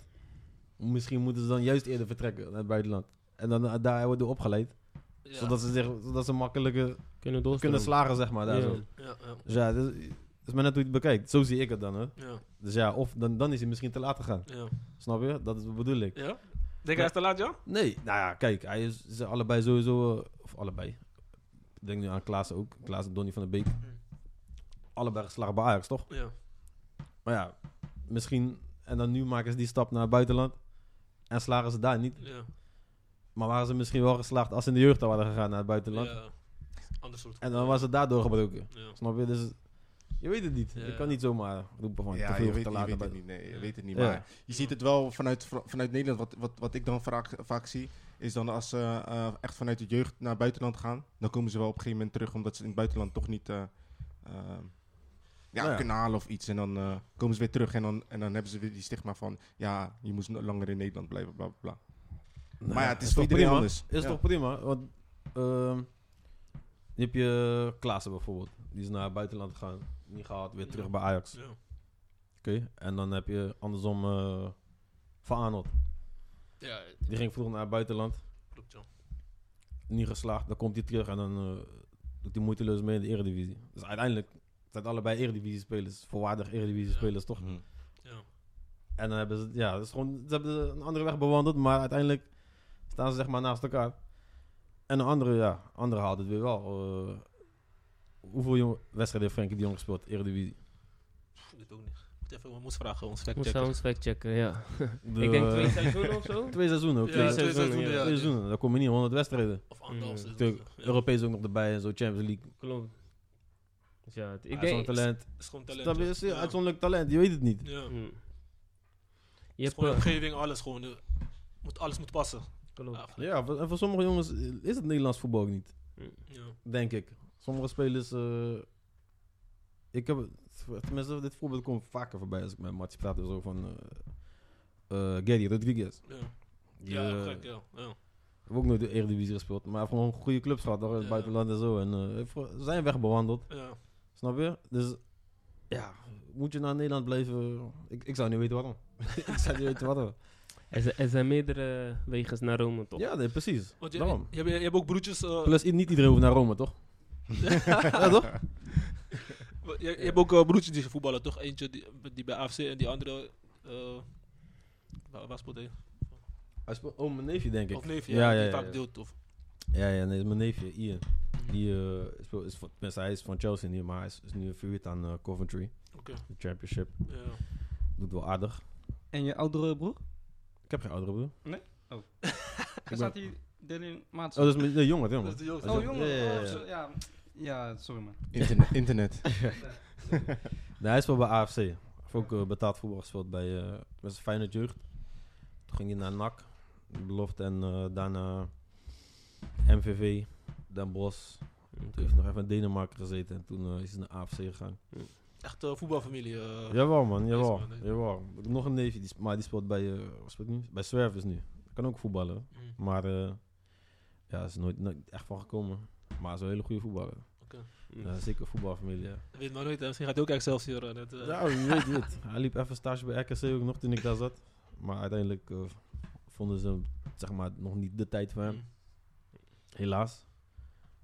Misschien moeten ze dan juist eerder vertrekken naar het buitenland. En dan eh, daar worden opgeleid.
Ja.
Zodat, ze zich, zodat ze makkelijker
Kunnen doorstromen.
kunnen slagen, zeg maar. Daar
Ja.
zo.
Ja, ja,
Dus ja, dat is, dat is maar net hoe je het bekijkt. Zo zie ik het dan, hè.
ja,
Dus ja, of dan, dan is hij misschien te laat gegaan.
ja.
Snap je? Dat is wat bedoel ik.
Ja? Denk jij is te laat, ja?
Nee, nou ja, kijk. Hij is, ze allebei sowieso... eh, Of allebei. Ik denk nu aan Klaas ook. Klaas en Donny van der Beek. Allebei geslagen bij Ajax, toch?
Ja.
Maar ja, misschien... En dan nu maken ze die stap naar het buitenland. En slagen ze daar niet.
Ja.
Maar waren ze misschien wel geslaagd als ze in de jeugd al waren gegaan naar het buitenland.
ja. Ander soort.
En dan was het daardoor gebroken.
Ja.
Snap je? Dus je weet het niet.
Ja.
Je kan niet zomaar roepen van te
Ja,
veel
je
of
weet,
te
je
laat.
weet
naar
het
buiten.
niet. Nee, je
Ja.
weet het niet.
Ja.
Maar je ziet het wel vanuit, vanuit Nederland. Wat, wat, wat ik dan vaak, vaak zie, is dan als ze eh, echt vanuit de jeugd naar het buitenland gaan, dan komen ze wel op een gegeven moment terug, omdat ze in het buitenland toch niet eh, ehm, ja,
Nou ja.
kunnen halen of iets. En dan eh, komen ze weer terug en dan, en dan hebben ze weer die stigma van, ja, je moest nog langer in Nederland blijven, bla bla bla.
Nou
maar ja, het is dus. voor
toch
iedereen
prima?
anders.
Is
Ja.
toch prima? Want ehm je hebt je Klaassen bijvoorbeeld. Die is naar het buitenland gegaan. Niet gehaald, weer terug bij Ajax.
Ja.
Oké. En dan heb je andersom eh, Van Arnold.
Ja,
Die ging vroeg naar het buitenland.
klopt, ja.
Niet geslaagd. Dan komt hij terug en dan eh, doet hij moeiteloos mee in de Eredivisie. Dus uiteindelijk zijn het allebei Eredivisie-spelers. Volwaardig Eredivisie-spelers, toch?
Mhm.
Ja.
En dan hebben ze, ja, dat is gewoon, ze hebben een andere weg bewandeld, maar uiteindelijk staan ze zeg maar naast elkaar. En de andere, ja, andere haalt het weer wel. Eh, hoeveel jong- wedstrijden heeft Frenkie de Jong gespeeld, Eredivisie?
Pff, dit ook niet. Moet even, we moeten vragen, ons fact
Moet ze
checken.
ons factchecken, ja.
De-
Ik denk twee seizoenen of zo.
twee seizoenen. ook.
Ja,
twee,
twee
seizoenen,
seizoenen, ja.
twee seizoenen. Daar kom je niet 100 wedstrijden.
Of anderhalf
Mm,
seizoen.
Natuurlijk,
Ja.
Europees ook nog erbij en zo, Champions League.
Klopt. Dus ja, het- ik
Hij is
denk...
zo'n talent.
Is gewoon talent.
Dat
ja.
is
Ja.
ja, uitzonderlijk talent, je weet het niet.
Ja.
Mm. Je
Je
hebt...
gewoon
eh,
omgeving, alles gewoon. eh, Moet, alles moet passen.
klopt.
eigenlijk.
Ja, voor- en voor sommige jongens is het Nederlands voetbal ook niet.
Ja.
Denk ik. Sommige spelers. eh, ik heb. het- Tenminste, dit voorbeeld komt vaker voorbij als ik met Martje praat. en Zo van. eh eh Gary Rodriguez.
Ja,
Die,
ja,
eh,
gek, ja. ja.
heeft ook nooit de Eredivisie gespeeld. Maar heeft gewoon goede clubs gehad. Door het
Ja.
buitenland en zo. En eh, heeft gewoon zijn weg bewandeld.
ja.
Snap je? Dus. Ja, moet je naar Nederland blijven? Ik, ik zou niet weten waarom. ik zou niet weten waarom.
Er, zijn- er zijn meerdere wegens naar Rome, toch?
Ja, nee, precies.
Want je,
Daarom.
je, hebt- je hebt ook broertjes. eh,
Plus, i- niet iedereen hoeft naar Rome, toch? ja, toch?
je, je hebt ook eh, broertjes die voetballen, toch? Eentje die, die bij AFC en die andere. eh waar, waar speelt hij?
Hij speelt- Oh, mijn neefje, denk ik.
Of neef, ja,
Ja,
eh, die
ja, ja,
vaak
ja.
deelt. Of,
Ja, ja, nee, mijn neefje, Ian.
Mhm.
Die eh, is, wel- is, van- tenminste, hij is van Chelsea nu, maar hij is, is nu verhuurd aan eh, Coventry.
Oké.
De championship.
ja.
Doet wel aardig.
En je oudere broer?
Ik heb geen oudere broer.
Oh.
Daar staat hij Dylan Maats.
Oh, dat is mijn nee, jongen, jongen.
Dat is de jongste.
dat
oh,
is-
jongen.
ja, ja, ja,
Oh,
ja.
zo- ja. ja, sorry man.
Internet. internet.
Nee, hij is wel bij AFC. Hij heeft ook eh, betaald voetbal gespeeld bij eh, tenminste, Feyenoord Jeugd. Toen ging hij naar NAC, belofte. En eh, daarna MVV, Den Bosch. Toen heeft hij nog even in Denemarken gezeten. En toen eh, is hij naar AFC gegaan.
Echt eh, voetbalfamilie. eh.
Jawel man,
Yes,
jawel.
man, eh.
jawel. Ik heb nog een neefje, die, sp- maar die speelt bij, eh, wat speelt hij nu? bij Zwervers nu. Kan ook voetballen.
Mm.
Maar eh ja, is er nooit, nooit echt van gekomen. Maar is een hele goede voetballer. Ja, zeker voetbalfamilie. Ja,
Weet maar nooit, hè. misschien gaat hij ook Excelsior. eh, net, eh.
ja wie weet wie weet. Hij liep even stage bij RKC ook nog toen ik daar zat. Maar uiteindelijk eh, vonden ze hem, zeg maar, nog niet de tijd voor hem.
Mm.
Helaas.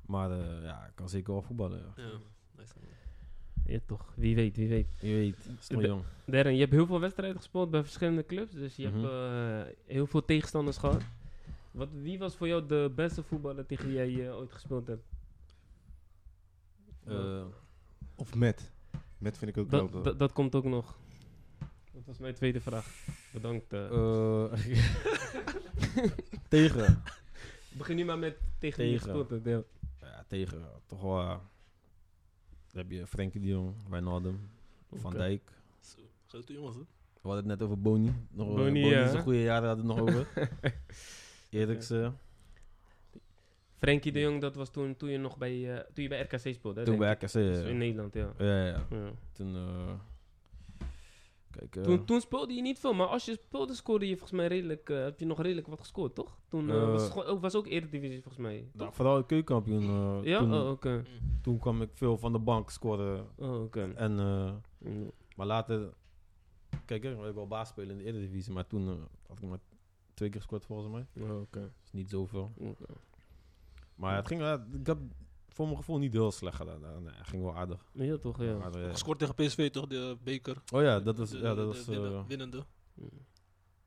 Maar eh, ja, hij kan zeker wel voetballen. Ja.
Ja, nice.
Ja, toch. Wie weet, wie weet.
Je weet, is nog
De-
jong.
Darren, je hebt heel veel wedstrijden gespeeld bij verschillende clubs. Dus je
Mhm.
hebt eh, heel veel tegenstanders gehad. Wat, wie was voor jou de beste voetballer tegen wie jij eh, ooit gespeeld hebt?
Eh,
Of met. Met vind ik ook
Dat,
wel...
dat, dat komt ook nog. Dat was mijn tweede vraag. Bedankt. eh.
eh, tegen.
Begin nu maar met tegen wie je
Tegen.
gespeeld hebt. Ja.
Ja, tegen eh, toch wel. eh, dan heb je Frenkie de Jong, Wijnaldum, Van
Oké.
Dijk.
Zo, Grote jongens, hè.
We hadden het net over Boni. Nog, eh,
Boni,
Boni
ja.
is een goede jaren hadden we het nog over. eh, Eriksen.
Frenkie de Jong, dat was toen, toen, je, nog bij, eh, toen je bij RKC speelde. hè, denk
Toen bij
ik?
RKC.
Dat is In
Ja,
Nederland, ja.
ja, ja.
ja.
Toen... eh, kijk, eh,
Toen, toen speelde je niet veel, maar als je speelde, scoorde je volgens mij redelijk, eh, heb je nog redelijk wat gescoord, toch? Toen eh,
Eh,
was, het gewoon- ook, was ook Eredivisie volgens mij.
nou, vooral de keukenkampioen. eh,
ja?
toen,
Oh, oké.
toen kwam ik veel van de bank scoren.
Oh, oké.
En, eh,
Mm.
maar later... Kijk, ik wil wel baas spelen in de Eredivisie. Maar toen eh, had ik maar twee keer gescoord volgens mij.
Oh, oké.
Dus niet zoveel.
Oké.
Maar het ging... eh, ik heb voor mijn gevoel niet heel slecht gedaan. Eh, nee, het ging wel aardig.
Ja, toch, ja.
Maar, eh,
Gescoord tegen PSV, toch? De beker.
oh ja, dat was...
De-
Ja,
de-
dat
de
was
winna-
eh,
winnende.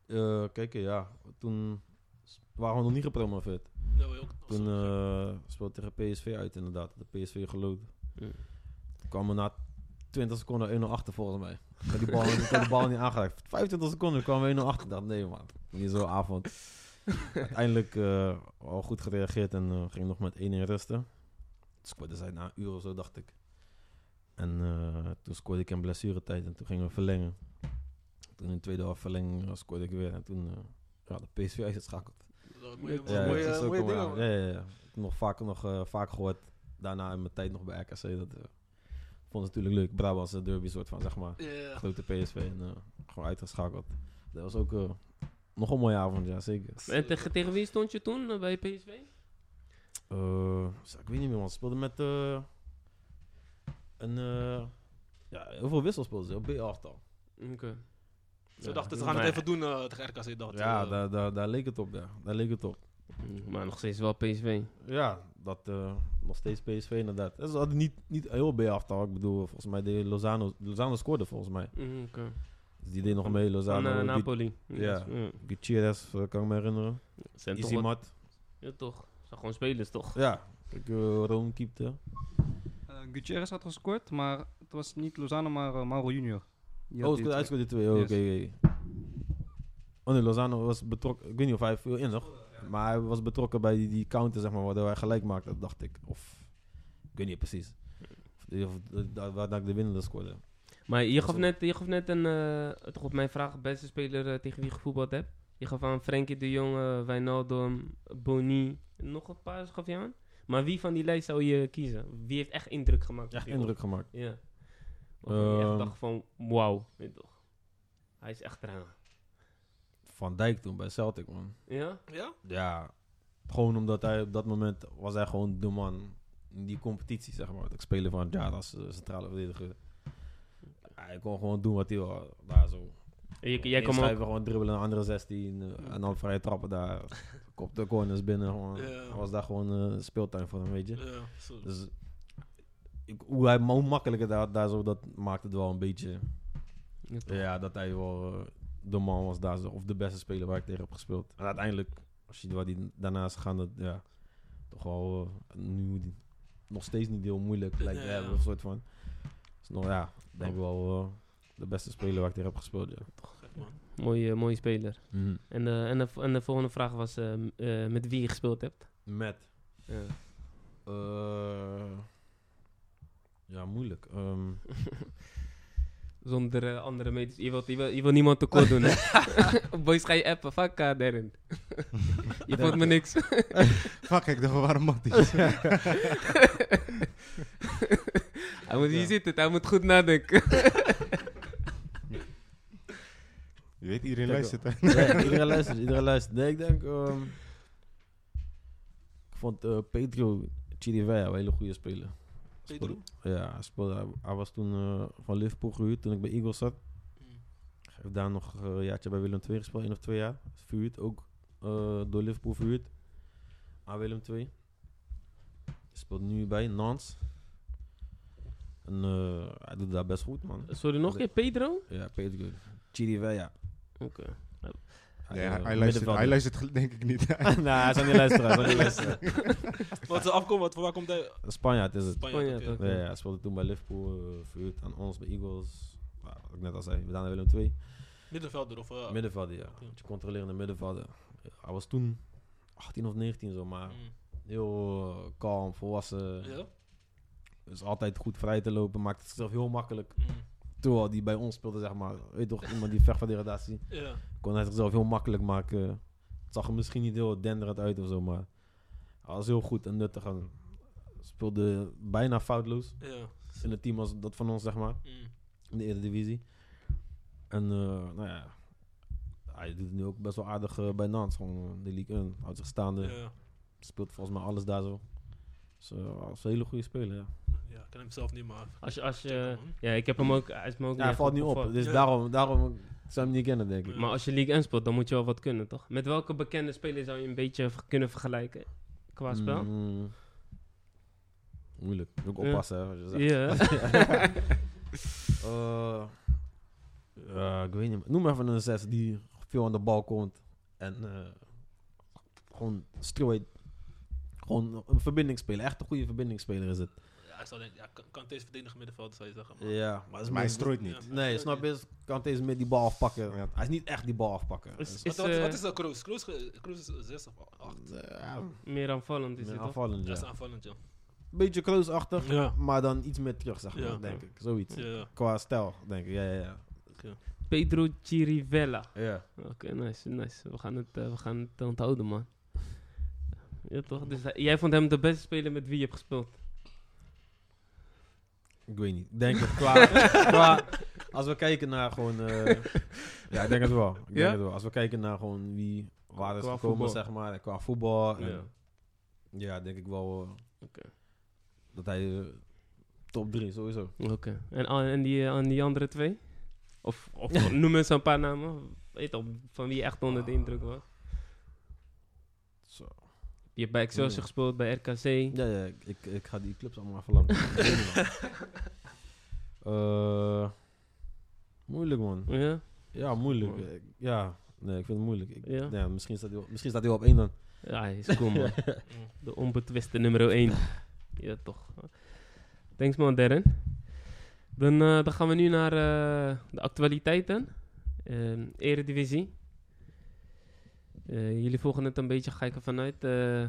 eh kijk, ja, toen s- waren we nog niet gepromoveerd.
Ja, we ook.
Toen eh speelde tegen PSV uit, inderdaad. De PSV geloot.
Ja.
Kwam er na 20 seconden 1-0 achter, volgens mij. Ik had die bal, ik had de bal niet aangeraakt. 25 seconden kwam we 1-0 achter. Ik dacht, nee man, niet zo'n avond. Uiteindelijk eh, al goed gereageerd en eh, ging nog met 1-1 rusten. Toen scoorde zij na een uur of zo, dacht ik. En eh, toen scoorde ik in blessuretijd en toen gingen we verlengen. Toen in de tweede helft verlenging eh, scoorde ik weer. En toen eh, ja, de PSV uitgeschakeld.
Mooie,
Ja,
mooie,
dat is ook
mooie
wel-
dingen,
ja,
man.
ja, ja. Ik heb nog vaak, nog, eh, vaak gehoord. Daarna in mijn tijd nog bij RKC. Dat eh, vond het natuurlijk leuk. Brabantse derby soort van, zeg maar.
Ja.
Grote PSV en eh, gewoon uitgeschakeld. Dat was ook eh, nog een mooie avond, ja zeker.
En tegen, tegen wie stond je toen eh, bij PSV?
Eh, zo, ik weet niet meer, man. Ze speelden met eh, een... eh, ja, heel veel wissels speelden ze. Op B-aftal.
Oké.
Ze
Ja.
dachten, ze gaan
Maar-
het even doen eh, tegen RKC. Dacht,
Ja,
eh,
daar, daar, daar leek het op, ja. Daar leek het op.
Mm, Maar nog steeds wel PSV.
Ja, dat eh, nog steeds PSV inderdaad. En Ze hadden niet, niet heel B-aftal. Ik bedoel, volgens mij deed Lozano... Lozano scoorde volgens mij.
Mm, Oké.
Dus die deed nog mee,
Van
Lozano.
eh,
Gu-
Napoli.
ja. Gutierrez, eh, kan ik me herinneren.
Zijn toch wat-
Isimat.
Ja, toch. Ze zijn gewoon spelers, toch?
Ja, ik Rome keepte.
Eh, Gutierrez had gescoord, maar het was niet Lozano, maar eh, Mauro Junior. Die had
Oh,
die
hij
twee.
scoorde twee. Oh,
Yes.
oké, oké. Oh nee, Lozano was betrokken. Ik weet niet of hij viel in nog. Maar hij was betrokken bij die, die counter, zeg maar, waardoor hij gelijk maakte, dat dacht ik. Of, ik weet niet precies. Of, of, dat- waar dat ik de winnende scoorde.
Maar je gaf
Sorry.
net, je gaf net een, eh, toch op mijn vraag, beste speler eh, tegen wie je gevoetbald hebt. Je gaf aan Frenkie de Jong, eh, Wijnaldum, Boni, nog een paar gaf je aan. Maar wie van die lijst zou je kiezen? Wie heeft echt indruk gemaakt?
Echt
op je?
indruk gemaakt.
Ja. Waarvan je echt
Ehm.
dacht van, wauw, weet je toch. Hij is echt eraan.
Van Dijk toen bij Celtic, man.
Ja?
ja?
Ja, gewoon omdat hij op dat moment was hij gewoon de man in die competitie, zeg maar. Ik speler van het jaar als eh, centrale verdediger. Hij kon gewoon doen wat hij wil daar zo.
En je, jij kwam
Inschrijven,
ook...
gewoon dribbelen naar andere 16 eh, en dan vrije trappen daar. Kop de corners binnen. Gewoon.
Ja.
Hij Was daar gewoon eh, speeltuin voor hem, weet je.
Ja, zo.
Dus ik, hoe, hij, hoe makkelijker daar, daar zo, dat maakte het wel een beetje.
Ja, toch.
Ja, dat hij wel eh, de man was daar, zo, of de beste speler waar ik tegen heb gespeeld. En uiteindelijk, als je wat die daarnaast gaan, dat ja, toch wel eh, nu die- nog steeds niet heel moeilijk lijkt te
Ja.
hebben, een soort van. Dus nog ja, ik denk wel eh, de beste speler waar ik tegen heb gespeeld. Ja.
Gek, man.
Mooie, mooie speler. En, eh, en, de, en de volgende vraag was eh, m- eh, met wie je gespeeld hebt.
Met,
Ja.
eh, ja, moeilijk. Ehm,
Zonder eh, andere meters. Je wilt, je, wilt, je wilt niemand tekort doen, hè? Boys, ga je appen. Fuck elkaar, Darren. je vond me niks.
Fuck, ik dacht, waarom mag die?
Hij moet hier zitten. Hij moet goed nadenken.
Je weet, iedereen luistert. hè.
Nee, iedereen luistert, iedereen luistert. Nee, ik denk... ehm, ik vond eh, Pedro Chirivella een hele goede speler.
Pedro?
Ja, hij, speelde, hij- hij was toen eh, van Liverpool gehuurd toen ik bij Eagles zat. Hij heeft daar nog eh, een jaartje bij Willem II gespeeld, één of twee jaar. Is Verhuurd, ook eh, door Liverpool verhuurd aan Willem II. Hij speelt nu bij Nantes. En eh, hij doet daar best goed, man.
Sorry, nog een keer, Pedro?
Ja, Pedro. Chirivella.
Oké.
Nee, hij- eh, hij luistert- Hij luistert gel- denk ik niet.
eh, Nee, hij zou niet luisteren. Hij zou niet luisteren.
Wat de afkomst, wat, waar komt hij?
Spanjaard is het.
Spanjaard.
Spanjaard,
oké.
oké.
Ja, ja, hij speelde toen bij Liverpool, eh, verhuurd aan ons bij Eagles. Nou, wat ik net al zei, we daan naar Willem II.
Middenvelder of... eh,
Middenvelder, ja.
Ja.
Je controlerende middenvelder. Ja, Hij was toen 18 of 19 zo, maar
mm.
heel eh, kalm, volwassen.
Ja?
Is altijd goed vrij te lopen, maakt het zichzelf heel makkelijk.
Mm.
Terwijl die bij ons speelde, zeg maar. Weet toch, iemand die vecht van degradatie.
Ja.
Kon hij zichzelf heel makkelijk maken. Het zag er misschien niet heel denderend uit of zo, maar hij was heel goed en nuttig. En speelde bijna foutloos
Ja.
in het team als dat van ons, zeg maar.
Mm.
in de Eredivisie. En eh, nou ja, hij doet het nu ook best wel aardig eh, bij Nantes. Gewoon eh, de League 1, houdt zich staande.
Ja.
Speelt volgens mij alles daar zo. Dus eh, hij is een hele goede speler, ja.
Ja, ik ken hem zelf niet, maar...
Als je, als
Check
je,
hem, man.
ja, ik heb hem ook. Hij is me ook
Ja, hij
echt
valt niet op,
opgevallen.
dus
Ja.
daarom, daarom zou je hem niet kennen, denk ik.
Ja.
Maar als je League 1 speelt, dan moet je wel wat kunnen, toch? Met welke bekende speler zou je een beetje v- kunnen vergelijken qua spel?
Mm. moeilijk. Moet ook
Ja.
oppassen, hè, wat je
Ja.
zegt. Eh, ja, ik weet niet. Noem maar even een zes die veel aan de bal komt. En eh, gewoon strooit. Gewoon een verbindingsspeler. Echt een goede verbindingsspeler is het.
Ja, ik zou denken, ja, kan, kan deze verdedigen middenvelder, zou je zeggen. Maar,
Ja, maar,
Maar hij strooit
Ja.
niet.
Nee, snap je? Kan deze met die bal afpakken.
Ja.
Hij is niet echt die bal afpakken.
Is-
Dus,
Wat,
is,
wat,
eh,
wat is dat, Kroos? Kroos, ge- Kroos is 6 of 8.
eh, ja,
Meer aanvallend is
meer
het, toch?
aanvallend,
Dat is
ja.
aanvallend, ja.
Beetje close-achtig,
Ja.
maar dan iets meer terug, zeg maar,
Ja.
denk ik. Zoiets.
Ja,
Qua stijl, denk ik. Ja, ja, ja.
Pedro Chirivella.
ja.
Oké, nice, nice. We gaan het, eh, we gaan het onthouden, man. Ja, toch? Dus hij- jij vond hem de beste speler met wie je hebt gespeeld.
Ik weet niet. Ik denk het qua, qua- Als we kijken naar gewoon. eh, ja, ik denk het wel. Ik denk
Ja?
het wel. Als we kijken naar gewoon wie waar is
Qua
gekomen,
voetbal.
zeg maar. en Qua voetbal. en-
Ja.
Oh, Ja, denk ik wel. eh,
Oké.
Dat hij eh, top 3 sowieso.
Oké. En, aan- en, die, eh, aan die andere twee? Of, of noem eens een paar namen. Weet toch, van wie je echt onder de indruk was.
Zo.
Je hebt bij Excelsior
Ja.
gespeeld, bij RKC.
Ja, ja ik, ik, ik ga die clubs allemaal even langs. Ik weet niet, man. Eh, moeilijk man.
Ja?
Ja, moeilijk.
Mooi.
Ik- Ja, nee, ik vind het moeilijk. Ik,
Ja?
ja. misschien, staat hij, wel- misschien staat hij wel op één dan.
Ja, hij is cool, man. De onbetwiste nummer 1. Ja, toch. Thanks, man, Darren. Dan, eh, dan gaan we nu naar eh, de actualiteiten. Ehm, Eredivisie. Eh, jullie volgen het een beetje, ga ik ervan uit. Eh,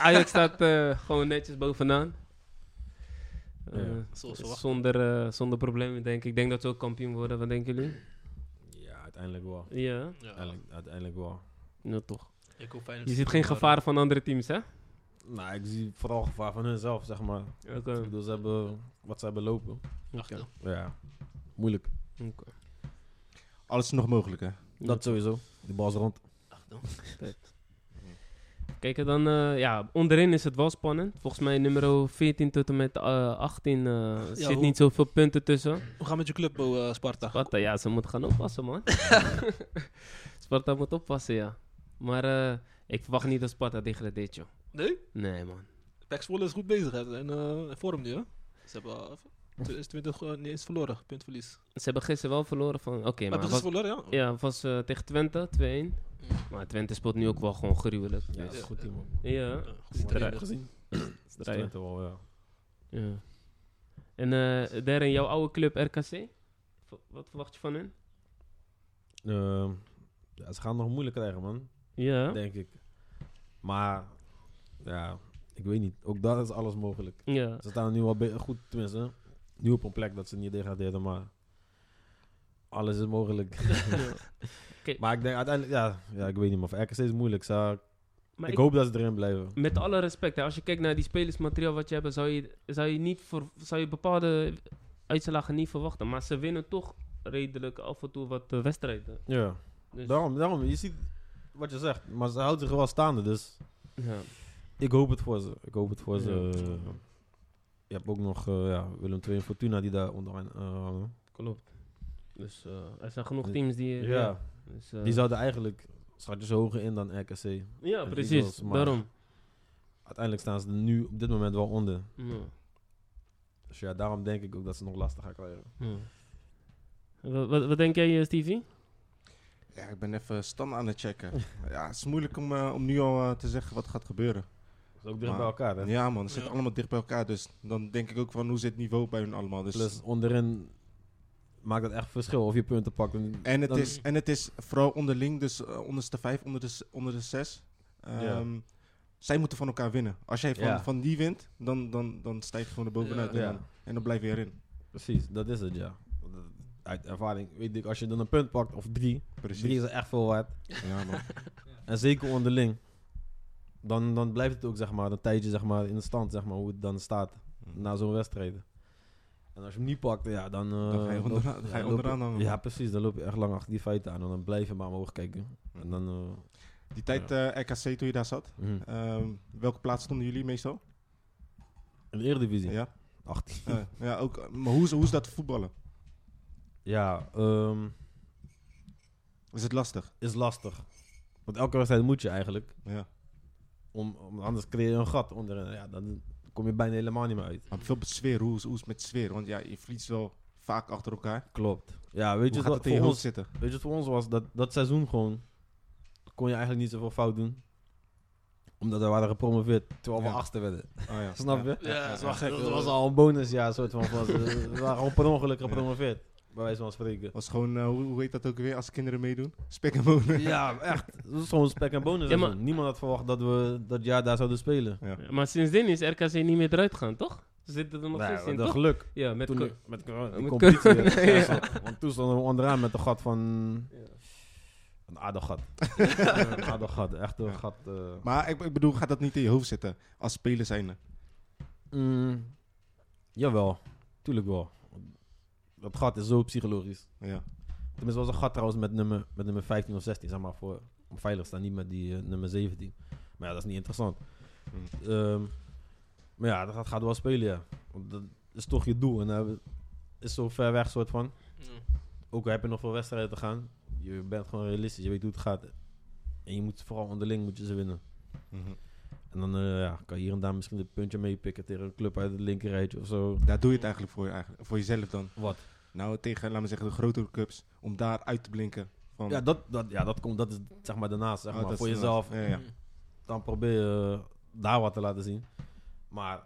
Ajax staat eh, gewoon netjes bovenaan. Eh,
Ja.
Zoals verwacht.
zonder, eh, zonder problemen, denk ik. Ik denk dat ze ook kampioen worden. Wat denken jullie?
Ja, uiteindelijk wel.
Ja,
Ja.
Uiteindelijk, uiteindelijk wel.
nou toch.
Ik hoop
Je ziet geen gevaar van andere teams, hè?
Nou, ik zie vooral gevaar van hunzelf, zeg maar.
Oké.
Ik bedoel, ze hebben wat ze hebben lopen.
Achter.
Ja, moeilijk.
Oké.
Alles is nog mogelijk, hè?
Dat sowieso. De bal is rond.
Achter.
Kijk, en dan, eh, ja, onderin is het wel spannend. Volgens mij nummer 14 tot en met eh, 18 eh, zit
hoe-
niet zoveel punten tussen.
We gaan met je club, Bo, eh, Sparta.
Sparta, ja, ze moet gaan oppassen, man. Sparta moet oppassen, ja. Maar eh, ik verwacht niet dat Sparta degradeert, joh.
Nee?
Nee, man.
Pek Zwolle is goed bezig, hè. En eh, in vorm nu, hè. Ze hebben eh, 2020 eh, niet eens verloren, puntverlies.
Ze hebben gisteren wel verloren van... Oké,
Maar
maar
dat
het
is
was,
verloren, ja.
ja, het was eh, tegen Twente, 2-1. Maar Twente speelt nu ook wel gewoon gruwelijk.
Ja, dat
Dus,
is
Ja.
goed team. man.
ja.
Eh, goed
Strijd.
trainer.
gezien. Dat is
Strijd.
Twente wel, ja.
ja. En eh Darren, jouw oude club RKC? V- wat verwacht je van hun?
Ehm, ja, Ze gaan het nog moeilijk krijgen, man.
Ja.
Denk ik. Maar, ja, ik weet niet. Ook daar is alles mogelijk.
Ja.
Ze staan nu wel be- goed, tenminste. Nu op een plek dat ze niet degraderen, maar alles is mogelijk.
Oké.
Maar ik denk uiteindelijk, ja, ja ik weet niet, maar voor RKC is het moeilijk. Ze-
Maar
ik
ik-
hoop dat ze erin blijven.
Met alle respect, hè, als je kijkt naar die spelersmateriaal wat je hebt, zou je, zou je, niet voor, zou je bepaalde uitslagen niet verwachten. Maar ze winnen toch redelijk af en toe wat eh, wedstrijden.
Ja,
Dus,
daarom, daarom, je ziet wat je zegt, maar ze houdt zich wel staande, dus
ja.
ik hoop het voor ze. Ik hoop het voor
Ja.
ze. eh, Je hebt ook nog eh, ja, Willem II en Fortuna die daar onderaan eh, hangen.
Klopt. Dus eh, er zijn genoeg teams die... eh,
ja,
dus, eh,
die zouden eigenlijk schatjes hoger in dan RKC.
ja,
de
precies.
Eagles, maar-
daarom.
Uiteindelijk staan ze er nu op dit moment wel onder.
Ja.
Dus ja, daarom denk ik ook dat ze nog lastig gaan krijgen.
ja. Wat, wat, wat denk jij, eh, Stevie?
Ja, ik ben even stand aan het checken. ja, het is moeilijk om, eh, om nu al eh, te zeggen wat gaat gebeuren.
Dat is ook dicht
Maar-
bij elkaar, hè?
Ja man, het zit
Ja.
allemaal dicht bij elkaar. Dus dan denk ik ook van hoe zit het niveau bij hun allemaal. Dus
Plus onderin maakt het echt verschil of je punten pakt. En,
En het,
dan-
is, en het is vooral onderling, dus eh, onderste vijf, onder de, s- onder de zes.
Ja.
Ehm, Zij moeten van elkaar winnen. Als jij van,
Ja.
van die wint, dan, dan, dan stijg je gewoon er bovenuit.
Ja.
En, dan, en dan blijf je erin.
Precies, dat is het, ja. Uit ervaring weet ik, als je dan een punt pakt of drie, drie
Precies.
is er echt veel waard.
Ja, man.
En zeker onderling. Dan, dan blijft het ook, zeg maar, een tijdje zeg maar, in de stand, zeg maar, hoe het dan staat na zo'n wedstrijd. En als je hem niet pakt, ja, dan... eh,
Dan ga je
loop-
onderaan- dan ga je
loop
onderaan hangen.
Ja, precies. Dan loop je echt lang achter die feiten aan. En dan blijf je maar omhoog kijken. En dan... eh,
Die tijd eh, RKC toen je daar zat,
mhm.
ehm, welke plaats stonden jullie meestal?
In de Eredivisie.
Ja,
18.
Eh, ja ook, eh, maar hoe is, hoe is dat te voetballen?
Ja, ehm,
Is het lastig?
is lastig. Want elke wedstrijd moet je eigenlijk.
Ja.
Om, om, anders creëer je een gat onderin. Ja, dan kom je bijna helemaal niet meer uit.
Maar veel met sfeer, hoe is, hoe is het met sfeer? Want ja, je vliegt wel vaak achter elkaar.
Klopt. Ja, weet
Hoe
je,
gaat
wat
het in je
voor
hoofd
ons,
zitten?
weet je wat voor ons was? Dat, dat seizoen gewoon kon je eigenlijk niet zoveel fout doen. Omdat we waren gepromoveerd terwijl we
Ja.
achtste werden.
Oh, ja.
Snap je?
Ja, dat is wel gek.
Dat
hoor.
was al een bonusjaar soort van. van ze we waren gewoon per ongeluk gepromoveerd. Bij wijze van spreken.
Was gewoon, eh, hoe, hoe heet dat ook weer als kinderen meedoen? Spek en bonen.
Ja, echt. Dat was gewoon spek en bonus.
Ja, maar-
seizoen. Niemand had verwacht dat we dat jaar daar zouden spelen.
Ja, Maar sindsdien is RKC niet meer eruit gegaan, toch? Ze zitten er nog
Nou,
steeds in,
dat
toch?
geluk.
Ja, met...
toen
co-
de- met corona, die
met
competitie
corona,
werd
ja.
gecanceld. Want toen stonden we onderaan met een gat van... Een aardig een aardig gat. Echt een gat. eh.
Maar ik, ik bedoel, gaat dat niet in je hoofd zitten als speler zijnde?
Mm, jawel. Tuurlijk wel. Dat gat is zo psychologisch.
Ja.
Tenminste, was een gat trouwens met nummer, met nummer 15 of 16, zeg maar, voor, om veilig te staan. Niet met die eh, nummer 17. Maar ja, dat is niet interessant.
Mm.
Ehm, maar ja, dat gaat, gaat wel spelen, ja. Want dat is toch je doel. En dat is zo ver weg, soort van.
Mm.
ook al heb je nog veel wedstrijden te gaan, je bent gewoon realistisch, je weet hoe het gaat. En je moet vooral onderling moet je ze winnen. Mhm. En dan eh, ja, kan je hier en daar misschien een puntje meepikken tegen een club uit het linkerrijtje of zo.
Daar doe je het eigenlijk voor, je eigenlijk, voor jezelf dan.
Wat?
Nou, tegen, laten we zeggen, de grotere clubs. Om daar uit te blinken. Van,
Ja, dat, dat, ja, dat, komt, dat is zeg maar daarnaast, zeg
oh,
maar,
dat
voor
is-
jezelf.
Ja, ja.
Mm.
Dan probeer je eh, daar wat te laten zien. Maar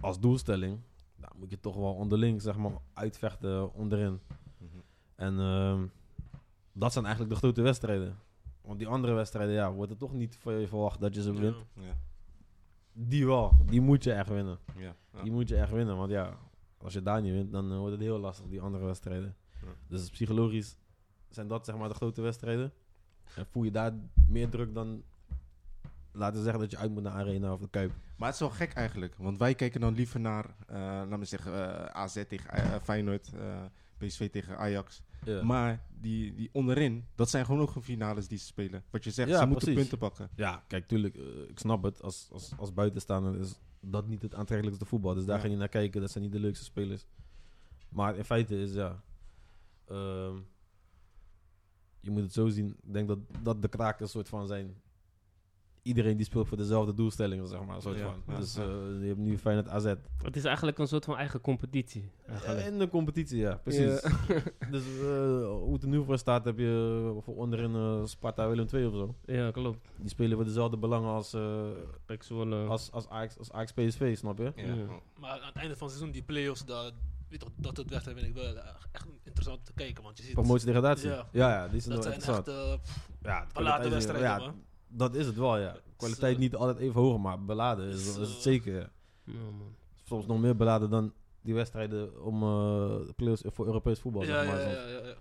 als doelstelling nou, moet je toch wel onderling zeg maar, uitvechten onderin.
Mhm.
En ehm, dat zijn eigenlijk de grote wedstrijden. Want die andere wedstrijden, ja, wordt er toch niet van je verwacht dat je ze wint.
Ja.
Die wel. Die moet je echt winnen.
Mhm. Ja. Ja.
Die moet je echt winnen. Want ja, als je daar niet wint, dan eh, wordt het heel lastig, die andere wedstrijden.
Ja.
Dus psychologisch zijn dat zeg maar de grote wedstrijden. En voel je daar meer druk dan laten we zeggen dat je uit moet naar Arena of de Kuip.
Maar het is wel gek eigenlijk. Want wij kijken dan liever naar, eh, laten we zeggen, eh, AZ tegen eh, Feyenoord. eh, PSV tegen Ajax.
Ja,
Maar die, die onderin, dat zijn gewoon ook gewoon finales die ze spelen. Wat je zegt,
Ja,
ze moeten
precies.
punten pakken.
ja kijk, tuurlijk, eh, ik snap het. Als, als, als buitenstaander is dat niet het aantrekkelijkste voetbal. Dus daar
Ja.
ga je niet naar kijken. Dat zijn niet de leukste spelers. Maar in feite is ja. ehm, je moet het zo zien. Ik denk dat dat de krakers soort van zijn. Iedereen die speelt voor dezelfde doelstellingen, zeg maar. Soort
Ja,
van.
ja,
dus
ja.
eh, je hebt nu Feyenoord AZ.
Het is eigenlijk een soort van eigen competitie. eigenlijk.
En de competitie, ja. Precies. dus eh, hoe het er nu voor staat, heb je voor onderin eh, Sparta Willem II of zo.
Ja, klopt.
Die spelen voor dezelfde belangen als, eh,
Pek Zwolle.
als, als, AX, als AX PSV, snap je?
Ja.
Maar aan het einde van het seizoen, die play-offs, dat, weet toch, dat het wedstrijd vind ik wel eh, echt interessant te kijken. Want je ziet,
Promotie-degradatie.
Ja.
Ja. ja, die zijn
dat
wel
zijn
interessant.
echt eh,
ja,
beladen
het kwaliteit is-
wedstrijden,
Ja,
man.
dat is het wel, ja. Kwaliteit
eh,
niet altijd even hoog, maar beladen is,
is,
is het
eh,
zeker. ja.
Ja, man.
Soms nog meer beladen dan die wedstrijden om eh play-offs voor Europees voetbal.
Ja,
zeg
ja,
maar.
ja,
Soms-
ja, ja.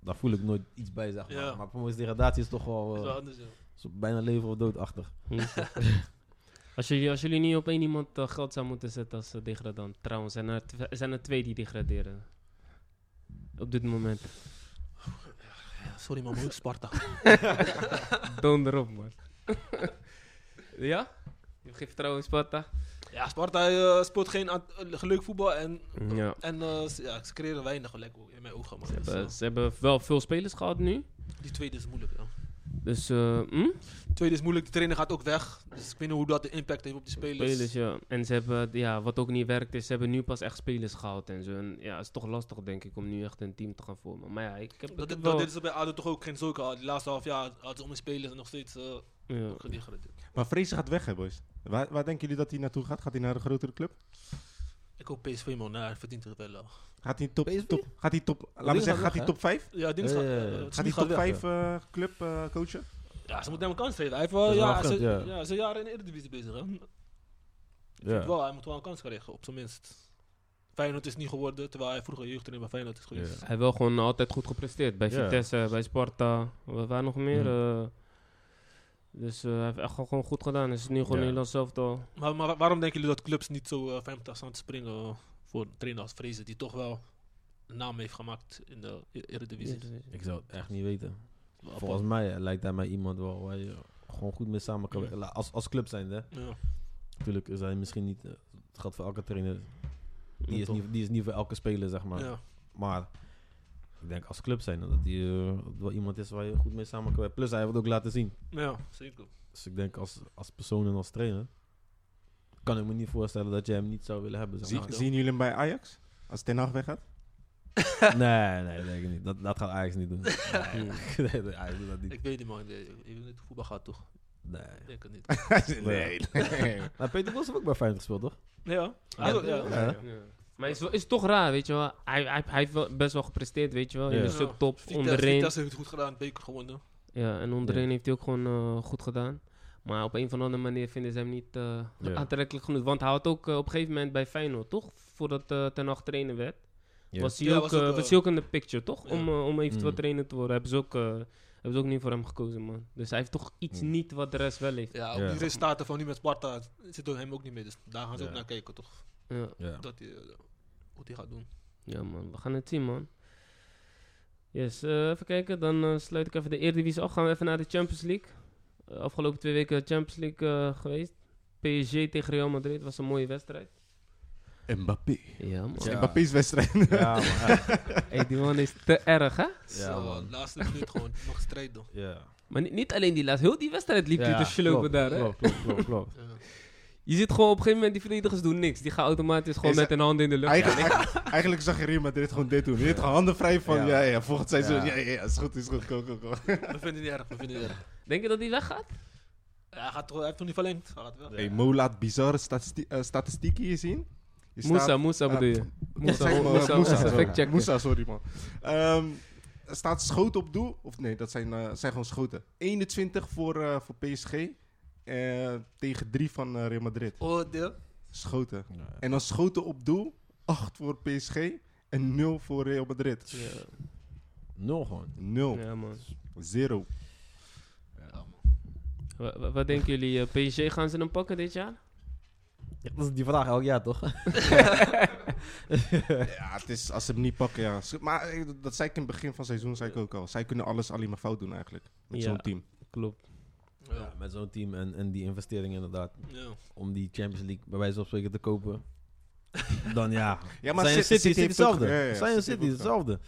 Daar voel ik nooit iets bij, zeg maar.
Ja.
Maar promotie-degradatie is toch wel,
Is
eh,
wel anders, ja.
zo bijna leven of dood achter.
als, jullie, als jullie niet op één iemand eh, geld zou moeten zetten als eh, degradant, trouwens, zijn er, tw- zijn er twee die degraderen. Op dit moment.
Ja, Sorry, man, moeilijk Sparta.
Doon erop, man. ja? Je geeft trouwens Sparta.
Ja, Sparta eh, speelt geen at- eh, leuk voetbal en,
Ja.
en eh, ze- ja, ze creëren weinig gelijk ook in mijn ogen. Man.
Ze
Dus,
hebben, ze hebben wel veel spelers gehad nu.
eh, die tweede is moeilijk. Ja.
Dus, eh hm?
Tweede is moeilijk, de trainer gaat ook weg. Dus ik weet niet hoe dat de impact heeft op die spelers.
Spelers, ja. En ze hebben, ja, wat ook niet werkt, is ze hebben nu pas echt spelers gehaald en zo. En ja, het is toch lastig, denk ik, om nu echt een team te gaan vormen. Maar ja, ik heb,
Dat,
ik heb
dat,
wel...
dat deden ze bij ADO toch ook geen zulke. De laatste half jaar hadden ze om de spelers nog steeds eh
ja.
gedegradeerd.
Maar Vreese gaat weg, hè, boys. Waar, waar denken jullie dat hij naartoe gaat? Gaat hij naar een grotere club?
Ik hoop PSV, man. Ja, hij verdient het wel. eh.
Gaat hij top,
PSV?
top, gaat hij top, laten
gaat
we zeggen, gaat
weg,
hij
hè?
top 5?
Ja, Dings
Ja,
gaat,
ja, ja.
eh,
Gaat
Smit
Gaat hij
weg.
top 5 club eh, coachen?
Ja, ze moeten hem een kans geven. Hij heeft
Dat
wel,
is wel
ja,
afgezet,
ze, ja.
ja.
zijn jaren in de Eredivisie bezig. Hè? Ik
Ja.
vind Wel, hij moet wel een kans krijgen, op zijn minst. Feyenoord is niet geworden, terwijl hij vroeger jeugdtrainer bij Feyenoord is geweest.
Hij heeft wel gewoon altijd goed gepresteerd. Bij
Ja.
Vitesse, bij Sparta, wa- waar nog meer.
Hmm.
eh. dus eh, hij heeft echt gewoon goed gedaan. Hij is nu gewoon
Ja.
Nederlands zelf al.
Maar, maar wa- waarom denken jullie dat clubs niet zo uh, vreemd staan te springen eh, voor een trainer als Vrezen, die toch wel een naam heeft gemaakt in de E- Eredivisie?
Ik zou het echt niet weten.
Wel
Volgens mij eh, lijkt hij mij iemand wel waar je gewoon goed mee samen kan
Ja.
werken. La- Als, als club zijnde.
apart.
Natuurlijk is hij misschien niet... eh, het gaat voor elke trainer. Die is,
toch?
niet, die is niet voor elke speler, zeg
Ja,
maar.
ja.
Maar ik denk als club zijn dat hij eh, wel iemand is waar je goed mee samen kan werken. Plus hij heeft het ook laten zien.
ja, zeker.
Dus ik denk als, als persoon en als trainer kan ik me niet voorstellen dat jij hem niet zou willen hebben. Zeg
Zie-
maar.
doe.
zien jullie hem bij Ajax? Als Ten Hag weggaat?
nee, nee, denk ik niet. Dat, dat gaat Ajax niet doen. Nee, nee, nee, Ajax doet dat niet.
Ik weet niet, man. Ik ik weet niet hoe voetbal gaat, toch?
Nee.
Ik denk het niet.
nee. nee.
Maar Peter Bos heeft ook bij Feyenoord gespeeld, toch?
Ja, hij ook, ja.
Ja.
Maar het is, wel- is toch raar, weet je wel. Hij, hij, hij heeft wel best wel gepresteerd, weet je wel. In
Ja.
de
Ja.
subtop,
Vitesse-
onderin.
Vitesse heeft het goed gedaan, beker gewonnen.
Ja, en onderin heeft hij ook gewoon eh, goed gedaan. Maar op een of andere manier vinden ze hem niet eh,
Ja.
aantrekkelijk genoeg. Want hij had ook eh, op een gegeven moment bij Feyenoord, toch? Voordat eh Ten Hag trainer werd.
Ja.
Was, hij
Ja,
ook,
was
eh,
ook, eh,
was hij ook in de picture, toch?
ja.
Om, eh, om eventueel
Mm.
trainer te worden. Hebben ze, ook, eh, hebben ze ook niet voor hem gekozen, man. Dus hij heeft toch iets
Mm.
niet wat de rest wel heeft.
Ja, op
Ja.
die resultaten van nu met Sparta zit door hem ook niet mee. Dus daar gaan ze ook
Ja.
naar kijken, toch?
Ja.
Ja.
Dat hij, eh, hoe hij gaat doen.
ja, man. We gaan het zien, man. Yes, eh, even kijken. Dan eh, sluit ik even de Eredivisie af. Gaan we even naar de Champions League. Eh, afgelopen twee weken Champions League eh, geweest. PSG tegen Real Madrid was een mooie wedstrijd.
Mbappé.
Ja, man.
Ja.
Mbappé's wedstrijd.
Ja, man. echt.
Hey, die man is te erg, hè?
Ja,
Ja, man.
laatste minuut gewoon. Mag strijd doen.
Ja.
Maar niet, niet alleen die laatste. Heel die wedstrijd liep hij
Ja,
te slopen
klopt,
daar, hè?
Klopt, klopt, klopt, klopt.
Ja.
Je ziet gewoon op een gegeven moment die verdedigers doen niks. Die gaan automatisch gewoon
Is-
met hun handen in de lucht.
Eigenlijk, eigenlijk, eigenlijk zag je Real Madrid gewoon dit doen. Dit gewoon handen vrij van,
Ja.
ja, ja, volgend seizoen.
Ja.
Ja. ja, ja, is goed, is goed, go, go, go.
We vinden het niet erg, we vinden het niet erg.
Denk je dat die weggaat?
Ja, hij, gaat toch, hij heeft nog niet verlengd. Hij gaat wel.
Hey, Mo laat bizarre statistie- eh, statistieken hier zien. Je
Moussa,
staat-
Moussa
eh,
bedoel je? Moussa,
Zeg maar,
Moussa,
Moussa,
Moussa,
sorry.
fact checken.
Moussa, sorry man. Ehm, er staat schoten op doel, of nee, dat zijn, eh, zijn gewoon schoten. 21 voor, eh, voor PSG eh, tegen 3 van eh, Real Madrid.
Oh, de.
Schoten.
Ja, ja.
En dan schoten op doel, 8 voor PSG en 0 voor Real Madrid.
Ja,
Nul gewoon.
0,
ja, man.
0.
Wa- wa- Wat denken jullie? eh, PSG gaan ze hem pakken dit jaar?
Ja, dat is die vraag elk jaar, toch?
Ja, het is als ze hem niet pakken, ja. Sch- Maar eh, dat- dat zei ik in het begin van het seizoen, zei ik ook al. Zij kunnen alles alleen maar fout doen eigenlijk, met
Ja.
zo'n team.
Klopt.
Ja,
Ja.
met zo'n team en, en die investering inderdaad.
Ja.
Om die Champions League bij wijze van spreken te kopen. Dan ja.
Ja,
Zijn
Cit-
City, is
heeft ook-
hetzelfde.
ja, ja, ja,
Zijn
heeft
City
ook
is hetzelfde.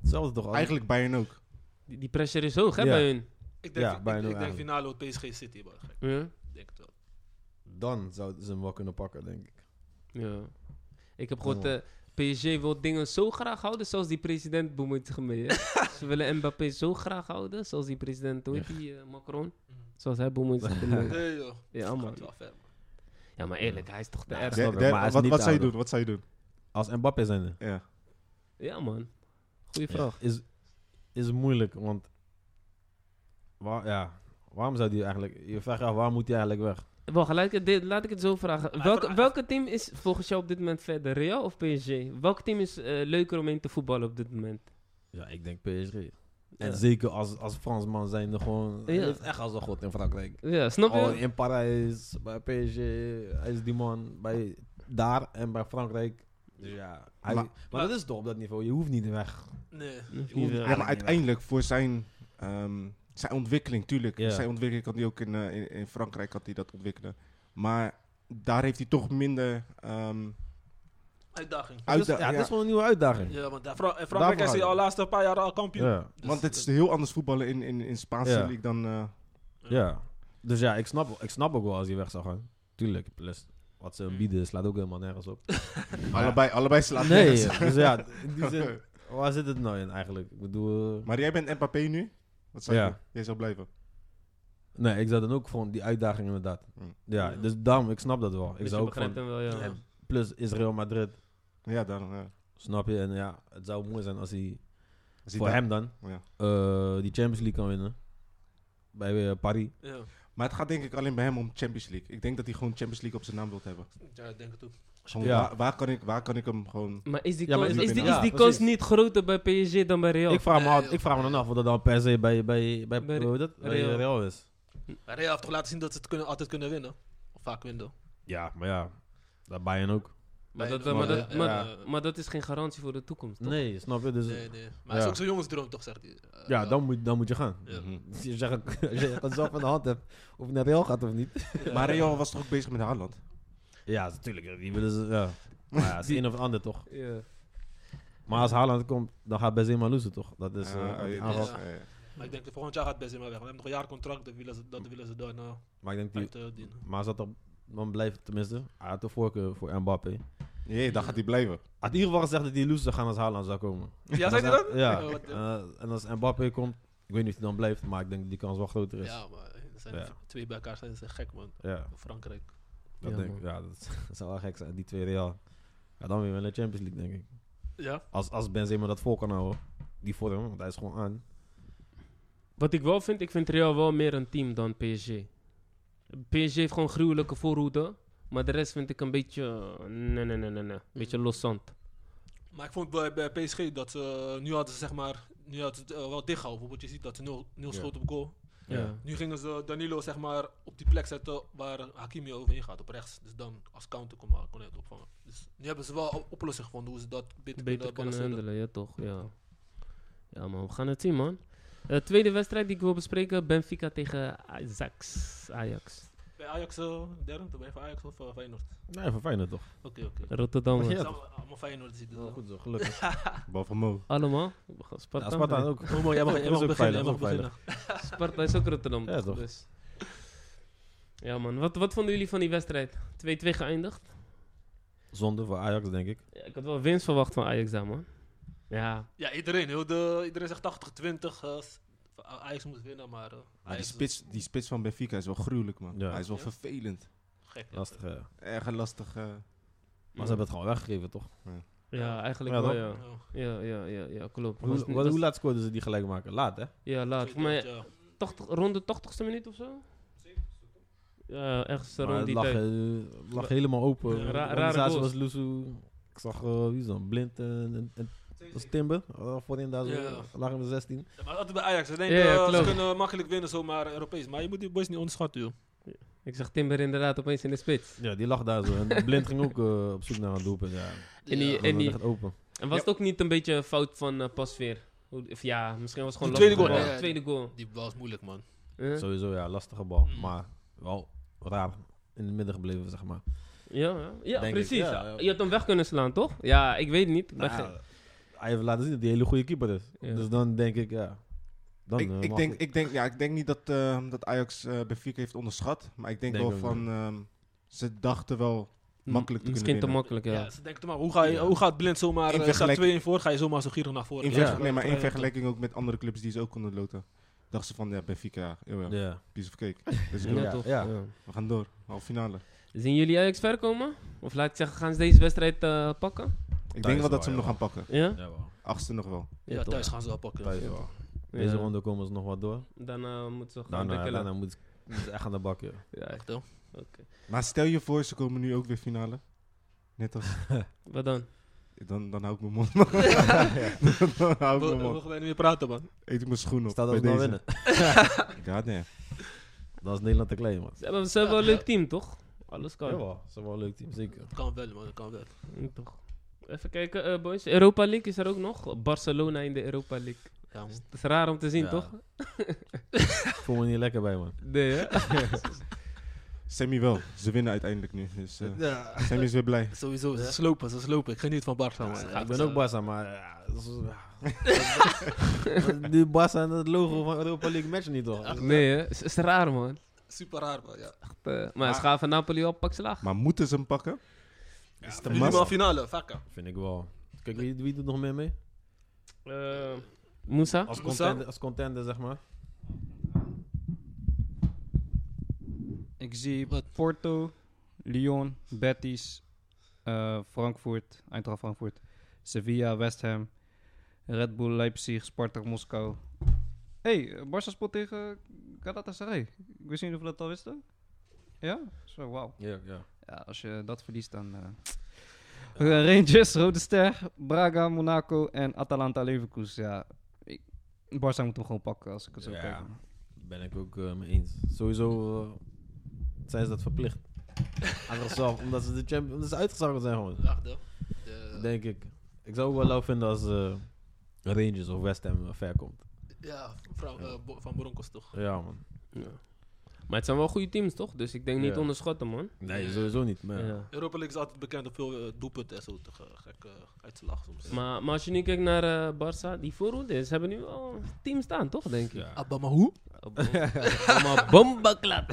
Hetzelfde toch?
gedaan.
als-
Eigenlijk Bayern ook.
Die, die pressure is hoog, hè,
Ja.
bij hun?
Ik denk,
Ja,
ik,
bijna
ik, denk
eigenlijk.
finale wordt PSG City, maar gek.
Ja.
Ik denk dat.
Dan zouden ze hem wel kunnen pakken, denk ik.
ja. Ik heb
Oh.
gehoord, eh, PSG wil dingen zo graag houden, zoals die president bemoeit zich mee. hè. ze willen Mbappé zo graag houden, zoals die president, hoe heet die, eh, Macron? Zoals hij bemoeit zich ermee.
Nee, joh.
Ja,
Het
man.
gaat wel ver, man.
Ja, maar eerlijk, hij is toch de
Ja,
ergste.
snap
De-
ik,
de-
maar hij is
wat,
niet
wat zou je
ouder.
doen? Wat zou je doen?
Als Mbappé zijn.
Ja.
Ja, man. Goeie vraag.
Ja. Is, is moeilijk, want... Waar, ja, waarom zou die eigenlijk... Je vraagt je af, waar moet hij eigenlijk weg?
Wacht, laat ik, het dit- laat ik het zo vragen.
Maar
Welke,
voor-
welke team is volgens jou op dit moment verder? Real of PSG? Welk team is eh, leuker om heen te voetballen op dit moment?
Ja, ik denk PSG. En
Ja.
zeker als, als Fransman zijn er gewoon...
Ja.
Hij heeft echt als een god in Frankrijk.
Ja, snap je?
Al Oh, in Parijs, bij PSG, hij is die man. Bij, daar en bij Frankrijk. Dus ja, hij-
Maar-
maar, dat is toch op dat niveau. Je hoeft niet weg.
Nee.
Of
hoeft-
niet, ja.
Ja, maar uiteindelijk voor zijn, ehm, zijn ontwikkeling, tuurlijk.
Ja.
Zijn ontwikkeling had hij ook in, eh, in, in Frankrijk had hij dat ontwikkelen. Maar daar heeft hij toch minder ehm
Dus
Uitdaging.
Het is-
uitdaging.
Ah, ja, het is gewoon een nieuwe uitdaging.
Ja, want daar- Fra- eh, Frankrijk is
Daarvoor-
hij al de laatste paar jaar al kampioen.
Ja.
Dus-
want het is heel anders voetballen in, in, in Spaanse
Ja.
league dan... eh,
Ja. Dus ja, ik snap, ik snap ook wel als hij weg zou gaan. Tuurlijk, plus wat ze hem bieden slaat ook helemaal nergens op.
allebei, allebei slaat
nee,
nergens.
dus ja, in Oh die zin, waar zit het nou in eigenlijk? Ik bedoel... eh,
Maar jij bent Mbappé nu? Wat zou je
Ja.
doen? Jij zou blijven.
Nee, ik zou dan ook van die uitdaging inderdaad.
Hmm.
Ja,
Ja.
dus daarom, ik snap dat wel. Ik
Dus
zou
je
ook
begrijpt
gewoon-
hem wel, ja.
Ja.
plus Israël Madrid,
Ja, eh, daarom. ja.
snap je? En ja, het zou mooi zijn als hij,
Als hij
voor
daar-
hem dan,
Ja.
eh, die Champions League kan winnen. Bij eh, Paris.
Ja.
Maar het gaat denk ik alleen bij hem om Champions League. Ik denk dat hij gewoon Champions League op zijn naam wilt hebben.
ja, ik denk het ook.
Gewoon,
Ja.
waar, waar kan ik, waar kan ik hem gewoon...
Maar is die,
Ja, maar
kans,
is
is
die-
die,
ja,
is die
precies.
kans niet groter bij PSG dan bij Real?
Ik vraag, me,
Nee,
al- ik vraag me dan af of dat dan per se bij, bij, bij,
Bij-
hoe heet dat? bij
Real.
Real. is.
Maar Real heeft toch laten zien dat ze het kunnen, altijd kunnen winnen. Of vaak winnen.
Ja, maar ja, dat Bayern ook.
maar, dat,
Nee,
maar,
maar,
dat,
eh,
maar,
ja.
maar dat is geen garantie voor de toekomst, toch?
Nee, snap je? Dus,
Nee, nee. Maar het is
Ja.
ook zo'n jongensdroom toch, zegt hij. Eh,
Ja, dan moet, dan moet je gaan.
Ja.
Mhm.
Als je zegt, als je het zelf in de hand hebt, of het naar Real gaat of niet.
Ja.
Maar Real was toch ook bezig met Haaland?
Ja, natuurlijk. Die willen ze, ja. Maar ja, het is een of het ander toch.
Ja.
Maar als Haaland komt, dan gaat Benzema loezen, toch? Dat is... eh,
Ah,
die
ja,
aanval.
dus, eh,
Maar ik denk dat volgend jaar gaat Benzema weg. We hebben nog een jaar contract, dat willen ze, dat willen ze dan eh,
Maar ik denk die...
uit eh, dienen.
Maar zat er, dan blijft tenminste... Hij had de voorkeur voor Mbappé. Hij
Nee, daar gaat hij blijven.
had in ieder geval gezegd dat die loezen gaan als Haaland zou komen.
Ja, zei hij
dat?
dat?
Ja.
Oh, wat, eh.
Eh, en als Mbappé komt, ik weet niet of hij dan blijft, maar ik denk dat die kans wel groter is. Ja,
Ja, maar er zijn
dus. Ja.
twee bij elkaar zijn ze gek, man. Frankrijk.
dat
Ja,
denk ik.
man.
Ja, dat, dat zou wel gek zijn, die twee Real. Ja, dan weer wel in de Champions League, denk ik.
Ja,
Als, als Benzema dat vol kan houden, die vorm, want hij is gewoon aan.
Wat ik wel vind, ik vind Real wel meer een team dan PSG. PSG heeft gewoon gruwelijke voorhoede. Maar de rest vind ik een beetje... eh, Nee, nee, nee, nee, nee. Een beetje loszand.
maar ik vond bij, bij PSG dat ze, eh, nu hadden ze zeg maar, nu hadden ze het eh, wel dichtgehouden. Bijvoorbeeld je ziet dat ze nul, nul
Ja.
schoten op goal.
Ja.
Ja.
Nu gingen ze Danilo zeg maar op die plek zetten waar Hakimi overheen gaat, op rechts. Dus dan als counter kon, kon hij het opvangen. Dus nu hebben ze wel een oplossing gevonden hoe ze dat beter,
Beter kunnen
balanceren.
handelen, ja toch? Ja. Ja man, we gaan het zien man. Eh, tweede wedstrijd die ik wil bespreken, Benfica tegen Ajax. Ajax.
Bij Ajax, eh, derde, bij Ajax of eh, Feyenoord?
Nee, voor Feyenoord toch?
Oké, oké.
Rotterdam.
Ja,
Het
man.
is
toch?
allemaal- Allemaal Feyenoord dus zitten.
Ja, goed zo, gelukkig.
Behalve Mo.
Allemaal? Sparta,
Ja, Nou, Sparta ook.
Oh, maar jij mag,
Dat
jij
is
mag beginnen.
ook
Jij
veilig,
mag
ook veilig.
beginnen.
Sparta is ook Rotterdam.
Ja, toch?
Dus. Ja man, wat, wat vonden jullie van die wedstrijd? 2-2 geëindigd?
Zonde voor Ajax, denk ik.
Ja, ik had wel winst verwacht van Ajax daar man. Ja,
Ja, iedereen. Heel de, iedereen zegt 80, 20. eh, s- Ajax moet winnen, maar eh,
Maar die
Ajax is
spits, die spits van Benfica is wel gruwelijk, man.
Ja.
Hij is wel
Ja?
vervelend.
gek.
Lastig, eh.
Erg een lastig. eh,
Maar ze hebben het gewoon weggegeven, toch?
ja eigenlijk
Ja,
wel
toch?
ja.
Ja.
Ja, ja, ja, ja, klopt.
Hoe,
Was-
hoe-
was-
hoe laat scoorden ze die gelijk maken? Laat, hè?
ja, laat. Ah, Voor mij
Ja.
80, rond de 80ste minuut of zo? Ja, ergens
Maar
rond
het
die
lag,
tijd.
eh, lag helemaal open.
Ja,
De
ra- rare
organisatie
goals.
was Lusu. Ik zag, eh, wie is dan? Blind en, en, en dat was Timber. Eh, voorin daar zo,
Ja.
lag in de 16.
Ja, maar altijd bij Ajax. Ze denken,
Ja, ja,
eh, ze
klopt.
kunnen makkelijk winnen zomaar Europees. Maar je moet die boys niet onderschatten, joh.
Ik zag Timber inderdaad opeens in de spits.
Ja, die lag daar zo. En Blind ging ook eh, op zoek naar een doelpunt. Ja,
En die,
Ja.
en
en die,
echt open.
en was het ook niet een beetje een fout van eh, Pasveer? Hoe- Of ja, misschien was het gewoon
De tweede
lastig.
goal,
Ja,
ja, ja.
tweede goal.
Die bal is moeilijk, man.
Huh?
Sowieso, ja, lastige bal.
Hmm.
Mm.
Maar wel raar in het midden gebleven, zeg maar.
Ja, ja. ja
Denk
precies.
ik, ja, ja.
Je had hem weg kunnen slaan, toch? Ja, ik weet niet. Ik ben
Nou,
geen-
hij heeft laten zien dat hij een hele goede keeper is.
Ja.
Dus dan denk ik, ja. Dan, eh,
ik, ik,
mag
denk,
het.
ik, denk, ja, ik denk niet dat, eh, dat Ajax eh, Benfica heeft onderschat. Maar ik denk,
Denk
wel
ook
van. ehm, ze dachten wel.
Mm,
makkelijk te
Misschien te
kunnen
makkelijk, ja.
Ja. ze denken, maar hoe, ga je,
Ja.
hoe gaat Blind zomaar... eh,
In
staat
vergelijk-
2-1 voor, ga je zomaar zo gierig naar voren.
In
Ja.
verge- nee, maar in
Ja.
vergelijking ook met andere clubs die ze ook konden loten. Dachten ze van, ja, Benfica, joh, ja,
Ja.
piece of cake. Let's
Ja,
go.
Ja,
toch?
ja.
Ja.
We gaan door, halve finale.
Zien jullie Ajax ver komen? Of laat ik zeggen, gaan ze deze wedstrijd eh, pakken?
Ik
Thuis
denk wel
wel,
dat ze hem
ja.
nog gaan pakken.
Ja?
Jawel.
Achtste nog wel.
Ja,
toch?
thuis gaan ze wel pakken.
Thuis
Ja.
wel.
Ja.
Deze ronde komen ze nog wat door.
Daarna moeten ze gaan
Daarna,
bekkelen.
daarna moet, moet ze echt aan de bak, ja.
Ja,
Echt, hoor.
Maar stel je voor, ze komen nu ook weer finale. Net als...
Wat dan?
Dan, dan hou ik mijn mond. dan hou ik
We
mijn mond.
mogen wij niet meer praten, man.
Eet ik mijn schoen op.
Staat dat
bij
we dan
deze.
winnen.
God damn.
Dat is Nederland te klein, man.
Ze hebben, ze hebben wel een leuk team, toch? Alles kan.
Jawel, ze hebben wel een leuk team, zeker.
Dat kan wel, man. Dat kan wel.
Ja, toch. Even kijken, eh, boys. Europa League is er ook nog. Barcelona in de Europa League.
Ja, man.
Dat is raar om te zien,
Ja.
toch?
Ik voel me niet lekker bij, man.
Nee, hè?
Sammy wel. Ze winnen uiteindelijk nu. Dus eh,
Ja,
Sammy is weer blij.
sowieso. Ze slopen, ze slopen. Ik geniet van Barca, man.
ik ben ook Barca, maar... ja, dat is- Die Barca en het logo van Europa League matchen niet, toch?
nee, hè? Is, is raar, man.
Super raar, man. Ja.
Echt, eh, maar ze gaan van Napoli op pak slag.
Maar moeten ze hem pakken?
Ja,
de
nu
massa.
wel finale, vakken.
Vind ik wel. Kijk, wie, wie doet nog meer mee?
Eh, Moussa?
Als
Moussa?
contender, als contender, zeg maar.
Ik zie Porto, Lyon, Betis, eh, Frankfurt, Eintracht Frankfurt, Sevilla, West Ham, Red Bull Leipzig, Spartak Moskou. hey, eh, Barca spot tegen Galatasaray. Ik wist niet of jullie dat al wisten. Ja? Zo, wauw.
Ja, ja.
Ja, als je dat verliest, dan... eh, eh, Rangers, Rode Ster, Braga, Monaco en Atalanta Leverkusen. Ja, ik, Barca moet hem gewoon pakken als ik het zo
Ja.
kijk.
Ben ik ook eh, mee eens. Sowieso eh, zijn ze dat verplicht. Aan zichzelf, omdat ze, de champion, omdat ze uitgezakeld zijn gewoon.
Ach, de, de-
Denk ik. Ik zou ook wel lauw vinden als eh, Rangers of West Ham eh, ver komt.
ja, vrouw, eh, Bo- van Broncos toch.
Ja, man.
Ja. Maar het zijn wel goede teams, toch? Dus ik denk niet
Ja.
onderschatten, man.
Nee, sowieso niet. Maar, ja.
Ja.
Europa League is altijd bekend op veel eh, doelpunten en zo. Toch, eh, gekke uitslag soms.
Maar, maar als je nu kijkt naar eh, Barça, die voorronde, ze hebben nu al een team staan, toch? Denk ik.
Abba, maar hoe?
Allemaal bombaklap.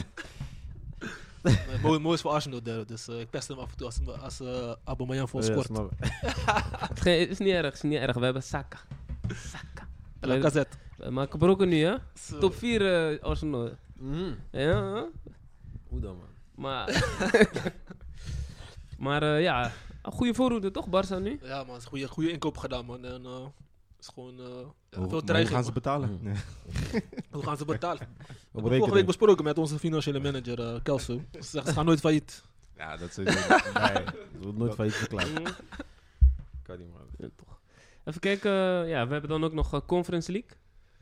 Maar mooi, mooi is voor Arsenal derde, dus eh, ik pest hem af en toe als, als eh Aubameyang voor scoort.
snap ik.
Het ge- is niet erg, is niet erg. We hebben Saka. Saka.
En dan Lacazette.
We maken brokken nu, hè?
Zo.
Top 4 eh, Arsenal.
Mhm.
Ja, hè?
Hoe dan, man?
maar... maar eh, ja, een goede voorhoede toch, Barça nu?
Ja man, is goede, goede inkoop gedaan man. En eh, is gewoon eh, ja,
Hoe,
veel
maar hoe
dreiging.
gaan ze
man.
betalen?
Hm.
Nee.
Hoe gaan ze betalen?
Op
Vorige week
rekening.
besproken met onze financiële manager eh, Kelso. Ze zegt, ze gaan nooit failliet.
Ja, dat is...
Nee, dat wordt nooit van iets verklaard.
Mm,
Kan niet, man.
ja, toch. Even kijken, eh, ja, we hebben dan ook nog eh, Conference League.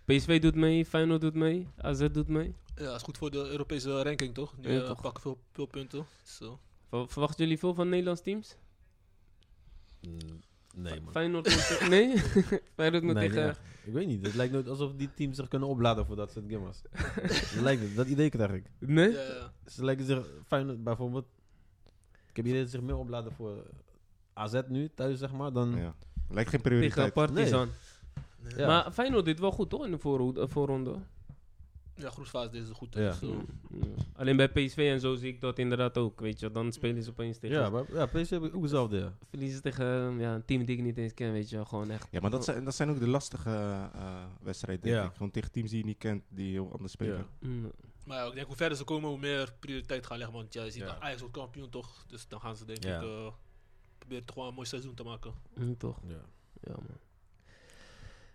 PSV doet mee, Feyenoord doet mee, AZ doet mee.
Ja, is goed voor de Europese ranking toch? Nu
Ja,
eh,
toch.
pakken veel, veel punten. Zo.
Ver- Verwachten jullie veel van Nederlands teams?
Mm, Nee, man.
Feyenoord moet... nee? Feyenoord moet
Nee,
tegen...
niet echt. Ik weet niet. Het lijkt nooit alsof die teams zich kunnen opladen voordat ze het game was. Dat lijkt het. Dat idee krijg ik.
Nee?
Ja, ja.
Ze lijken zich fijn bijvoorbeeld. Ik heb idee dat ze zich meer opladen voor AZ nu thuis, zeg maar, dan.
Ja. Lijkt
Tegen
geen prioriteit.
Partizan.
Nee.
Ja.
Maar Feyenoord deed wel goed, toch, in de voorhoede- eh, voorronde?
Ja, groepsfase deze is goed.
Ja.
Dus, eh,
Ja. Alleen bij PSV en zo zie ik dat inderdaad ook, weet je. Dan spelen ze opeens tegen...
Ja, maar ja, PSV heb ik ook hetzelfde. Ja.
Verliezen tegen mm, ja, een team die ik niet eens ken, weet je wel. Gewoon echt...
Ja, maar dat zijn, dat zijn ook de lastige eh, wedstrijden, denk
Ja.
ik. Gewoon tegen teams die je niet kent, die heel anders spelen.
Ja.
Mm.
Maar ja, ik denk hoe verder ze komen, hoe meer prioriteit gaan leggen. Want ja, je ziet
Ja.
dat Ajax wordt kampioen toch. Dus dan gaan ze denk
Ja.
ik eh, proberen toch wel een mooi seizoen te maken.
Mm, toch?
Ja.
Ja, man.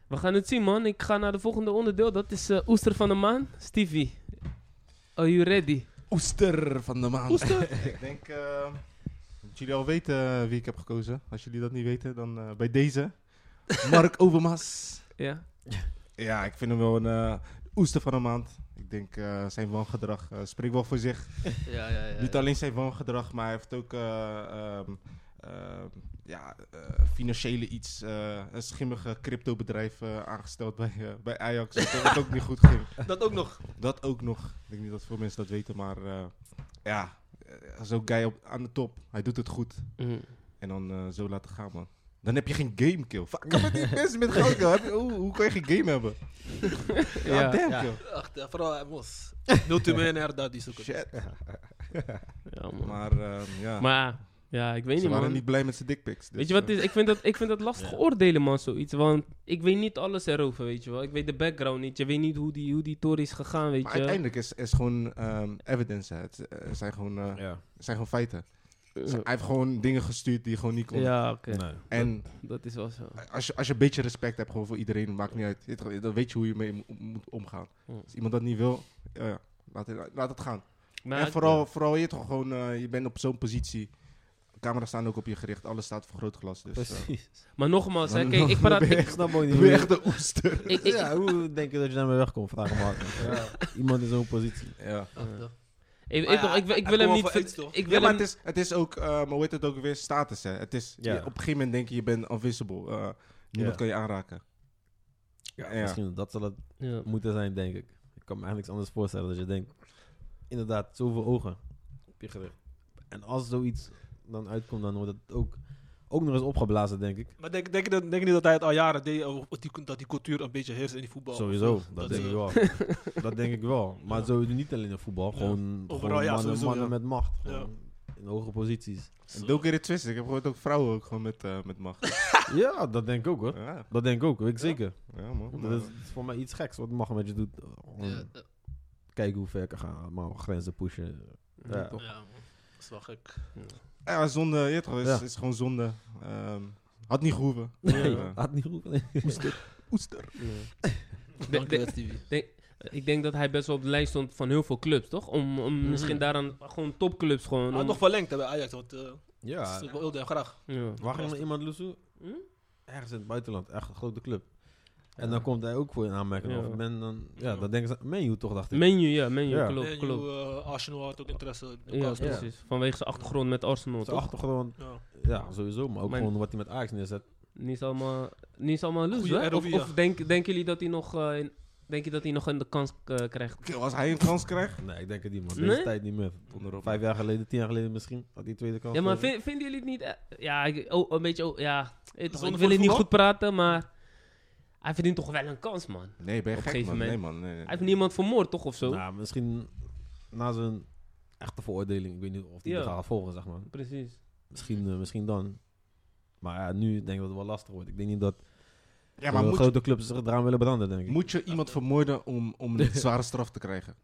We gaan het zien, man. Ik ga naar de volgende onderdeel. Dat is eh, Oester van de Maan. Stevie, are you ready?
Oester van de maand. Oester? ik denk eh, dat jullie al weten eh, wie ik heb gekozen. Als jullie dat niet weten, dan eh, bij deze. Mark Overmas.
Ja?
Ja, ik vind hem wel een eh, oester van de maand. Ik denk eh, zijn wangedrag eh, spreekt wel voor zich.
Ja, ja, ja.
Niet alleen zijn wangedrag, maar hij heeft ook eh, ehm, ehm, ja, eh, financiële iets, eh, een schimmige cryptobedrijf eh, aangesteld bij, eh, bij Ajax. Dat het ook niet goed ging.
Dat ook nog.
Dat ook nog. Ik denk niet dat veel mensen dat weten, maar eh, ja, eh, zo'n guy op, aan de top. Hij doet het goed.
Mm.
En dan eh, zo laten gaan, man. Dan heb je geen game kill. Fuck, kan met die mensen met goud kill? Heb je- Hoe, hoe kan je geen game hebben? Ja,
Ja.
damn
Ja.
kill.
Echt, eh, vooral hij Mos. Multimiljonair daar, die zoeken.
Shit.
Ja, man. Maar,
Maar ehm, ja,
ja, ik weet
ze
niet,
waren
man.
niet blij met zijn dickpics. dus,
weet je wat het
eh,
is? Ik vind dat, ik vind dat lastig oordelen, man, zoiets. Want ik weet niet alles erover, weet je wel. Ik weet de background niet. Je weet niet hoe die, hoe die tour is gegaan, weet
Maar
je.
uiteindelijk is, is gewoon ehm, evidence. hè. Het eh, zijn, gewoon, eh,
Ja.
zijn gewoon feiten. Hij heeft gewoon dingen gestuurd die gewoon niet konden.
Ja, oké.
Nee.
En
Dat is wel zo.
als je, als je een beetje respect hebt gewoon voor iedereen, maakt niet uit. Je weet- Dan weet je hoe je mee mo- moet omgaan.
Ja.
Als iemand dat niet wil, eh, laat, het, laat het gaan.
Maar
en vooral, vooral je, toch gewoon, eh, je bent op zo'n positie. Camera's staan ook op je gericht. Alles staat voor groot glas. Dus, eh,
Precies.
Maar nogmaals, hè,
Dan-
kijk, ik
dan
praat...
ben je
Ik,
Ik snap ook niet
Dan ben je
hoe...
echt een oester.
ik, ik-
ja, hoe denk je dat je daarmee wegkomt? Vraag hem maar. Iemand in zo'n positie.
ja.
Wat de-
ik-
Maar
ik-
ja,
ik- ik- ik
hij
wil hem
kon
niet...
wel voor iets,
ver-
toch?
Ik
ja,
wil
maar
hem...
het is, het is ook, eh, maar hoe heet het ook weer, status hè. Het is,
Ja.
je- op een gegeven moment denk je, je bent invisible. Eh, niemand
Ja.
kan je aanraken.
Ja,
Ja.
Misschien dat zal het
Ja.
moeten zijn, denk ik. Ik kan me eigenlijk niks anders voorstellen dat je denkt. Inderdaad, zoveel ogen op je gericht. En als zoiets dan uitkomt, dan wordt het ook, ook nog eens opgeblazen, denk ik.
Maar denk, denk, je dat- denk je niet dat hij het al jaren deed, eh, of dat die, dat die cultuur een beetje heerst in die voetbal?
Sowieso,
Of
dat, denk
ze-
ik wel. dat denk ik wel. Maar
Ja.
sowieso niet alleen in voetbal,
Ja.
gewoon,
Overal,
gewoon
ja,
mannen,
sowieso,
mannen
ja.
met macht.
Ja.
Gewoon In hoge posities.
Zo.
En doe keer het twist. Ik heb gehoord ook vrouwen ook gewoon met, eh, met macht.
ja, dat denk ik ook hoor.
ja,
Dat denk ik ook, weet ik zeker.
ja, man.
Dat is, dat is voor mij iets geks wat mag met je doet. Gewoon
Ja, eh,
Kijken hoe ver ik kan gaan, maar grenzen pushen. Ja.
toch.
ja, man. dat is wel gek.
Ja, zonde. Je weet toch, is,
Ja.
is gewoon zonde. Ehm, had niet gehoeven.
Nee,
Ja.
had niet goed.
Oester.
Dank
de-
je, Stevie.
Ik denk dat hij best wel op de lijst stond van heel veel clubs, toch? Om, om
Mhm.
misschien daaraan gewoon topclubs gewoon...
Hij had
om-
nog verlengd hè, bij Ajax, want eh
Ja,
ze wilden hem graag.
Ja.
Wacht nog iemand, Lusso?
Hm?
Ergens in het buitenland, echt een grote club. En dan komt hij ook voor in aanmerking.
Ja.
Of men dan, ja,
Ja.
dan denken ze, menu toch, dacht ik.
Menu, ja, menu,
Ja.
klopt,
Menu,
klopt.
eh, Arsenal had ook interesse.
Ja,
eh, Newcastle.
precies. Vanwege zijn achtergrond met Arsenal,
Zijn
toch?
achtergrond,
dus, Ja.
ja, sowieso. Maar ook
Mijn-
gewoon wat hij met Ajax neerzet.
Niet allemaal, niet allemaal loes,
Goeie
hè? Of,
ROV, ja.
of denk, denken jullie dat hij nog, eh, in, denk je dat hij nog een de kans eh, krijgt?
Oké, Als hij een kans krijgt.
Nee, ik denk het niet, man.
Nee?
Deze tijd niet meer. Vijf jaar geleden, tien jaar geleden misschien, had hij tweede kans.
Ja, maar
gekregen.
vin- vinden jullie het niet... eh, ja, ik, oh, een beetje... Oh, ja, eh, toch,
Zonde
ik
voor
wil het niet
voetbal?
goed praten, maar... Hij verdient toch wel een kans, man.
Nee, ben je
Op
gek,
een
man.
gegeven
Nee, man. Nee, nee.
Hij heeft niemand vermoord, toch, of zo?
Nou, misschien na zijn echte veroordeling. Ik weet niet of hij
Ja.
er gaat volgen, zeg maar.
Precies.
Misschien, eh, misschien dan. Maar ja, nu denk ik dat het wel lastig wordt. Ik denk niet dat
Ja, maar
eh,
moet,
grote clubs zich eraan willen branden, denk ik.
moet je iemand vermoorden om, om een zware straf te krijgen?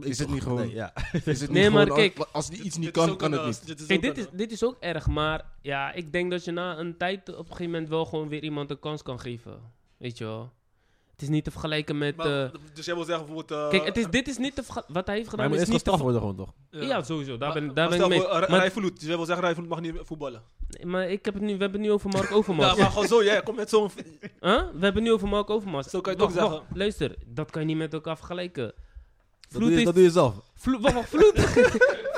Is het niet gewoon...
Nee, ja.
Is het
Nee,
niet
maar
gewoon,
kijk,
als- Als die iets niet
Dit is
kan,
ook
kan
een,
het
eh,
niet.
Dit
Kijk,
ook
dit
een,
is, dit is ook erg, maar... Ja, ik denk dat je na een tijd op een gegeven moment wel gewoon weer iemand een kans kan geven. Weet je wel? Het is niet te vergelijken met...
Maar,
eh,
dus jij wil zeggen bijvoorbeeld... eh,
kijk, het is, dit is niet te verga- Wat hij heeft
Maar hij
gedaan
moet
is
eerst
niet te
gestraft worden gewoon, toch?
ver- Ja, sowieso. Daar
Maar-
ben, daar
maar
ben ik mee.
stel voor, eh,
Maar-
Rijvloed, dus jij wil zeggen Rijvloed mag niet voetballen.
Nee, Maar ik heb het nu, we hebben het nu over Mark Overmars.
Ja, maar gewoon zo, jij komt met zo'n...
Huh? We hebben het nu over Mark Overmars.
Zo kan je het
Wacht,
ook
wacht, Luister, dat kan je niet met elkaar vergelijken.
Dat
Vloed heeft...
doe, je, dat doe je zelf.
Vloed, wacht, wacht, vloed.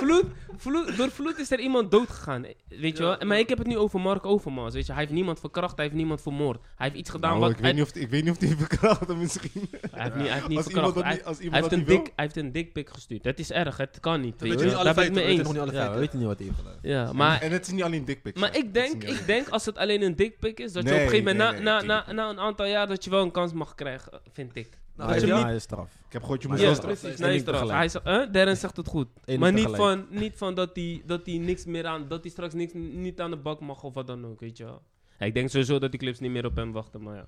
vloed, vloed. Door vloed is er iemand doodgegaan. eh, Weet je
Ja,
wel? Maar
ja.
ik heb het nu over Mark Overmars. Weet je? Hij heeft niemand verkracht, hij heeft niemand vermoord. Hij heeft iets gedaan
Nou,
wat...
ik, weet
hij,
niet of, ik weet niet of die verkrachten misschien.
hij heeft niet, hij heeft niet
als iemand
verkracht.
dat
Hij,
niet, als
hij
iemand
heeft
dat
een
niet wil.
dik, hij heeft een dikpik gestuurd. Het is erg, het kan niet.
We
Weet
weten
je?
niet
wel?
alle
Daar ben ik
feiten,
mee
we weten
eens.
nog niet alle
Ja, we
feiten.
weten niet wat hij heeft gedaan.
Ja, maar
en het is niet alleen dik pics.
Maar ik denk, ik denk als het alleen een dikpik is, dat je
Nee,
op een gegeven moment
nee,
na,
nee,
na, na, na een aantal jaar dat je wel een kans mag krijgen, vind ik.
Nou,
hij
hij
is
heeft
ja,
niet-
hij is straf.
Ik heb gehoord, je
Maar
moet
ja,
wel
Ja, dus-
straf.
precies.
en
Nee,
niet
is eraf.
tegelijk.
Hij zegt, hè, Darren zegt het goed.
Eén
maar niet
tegelijk.
van, niet van dat hij dat die niks meer aan, dat hij straks niks, niet aan de bak mag of wat dan ook, weet je wel. Ja, ik denk sowieso dat die clubs niet meer op hem wachten, maar ja.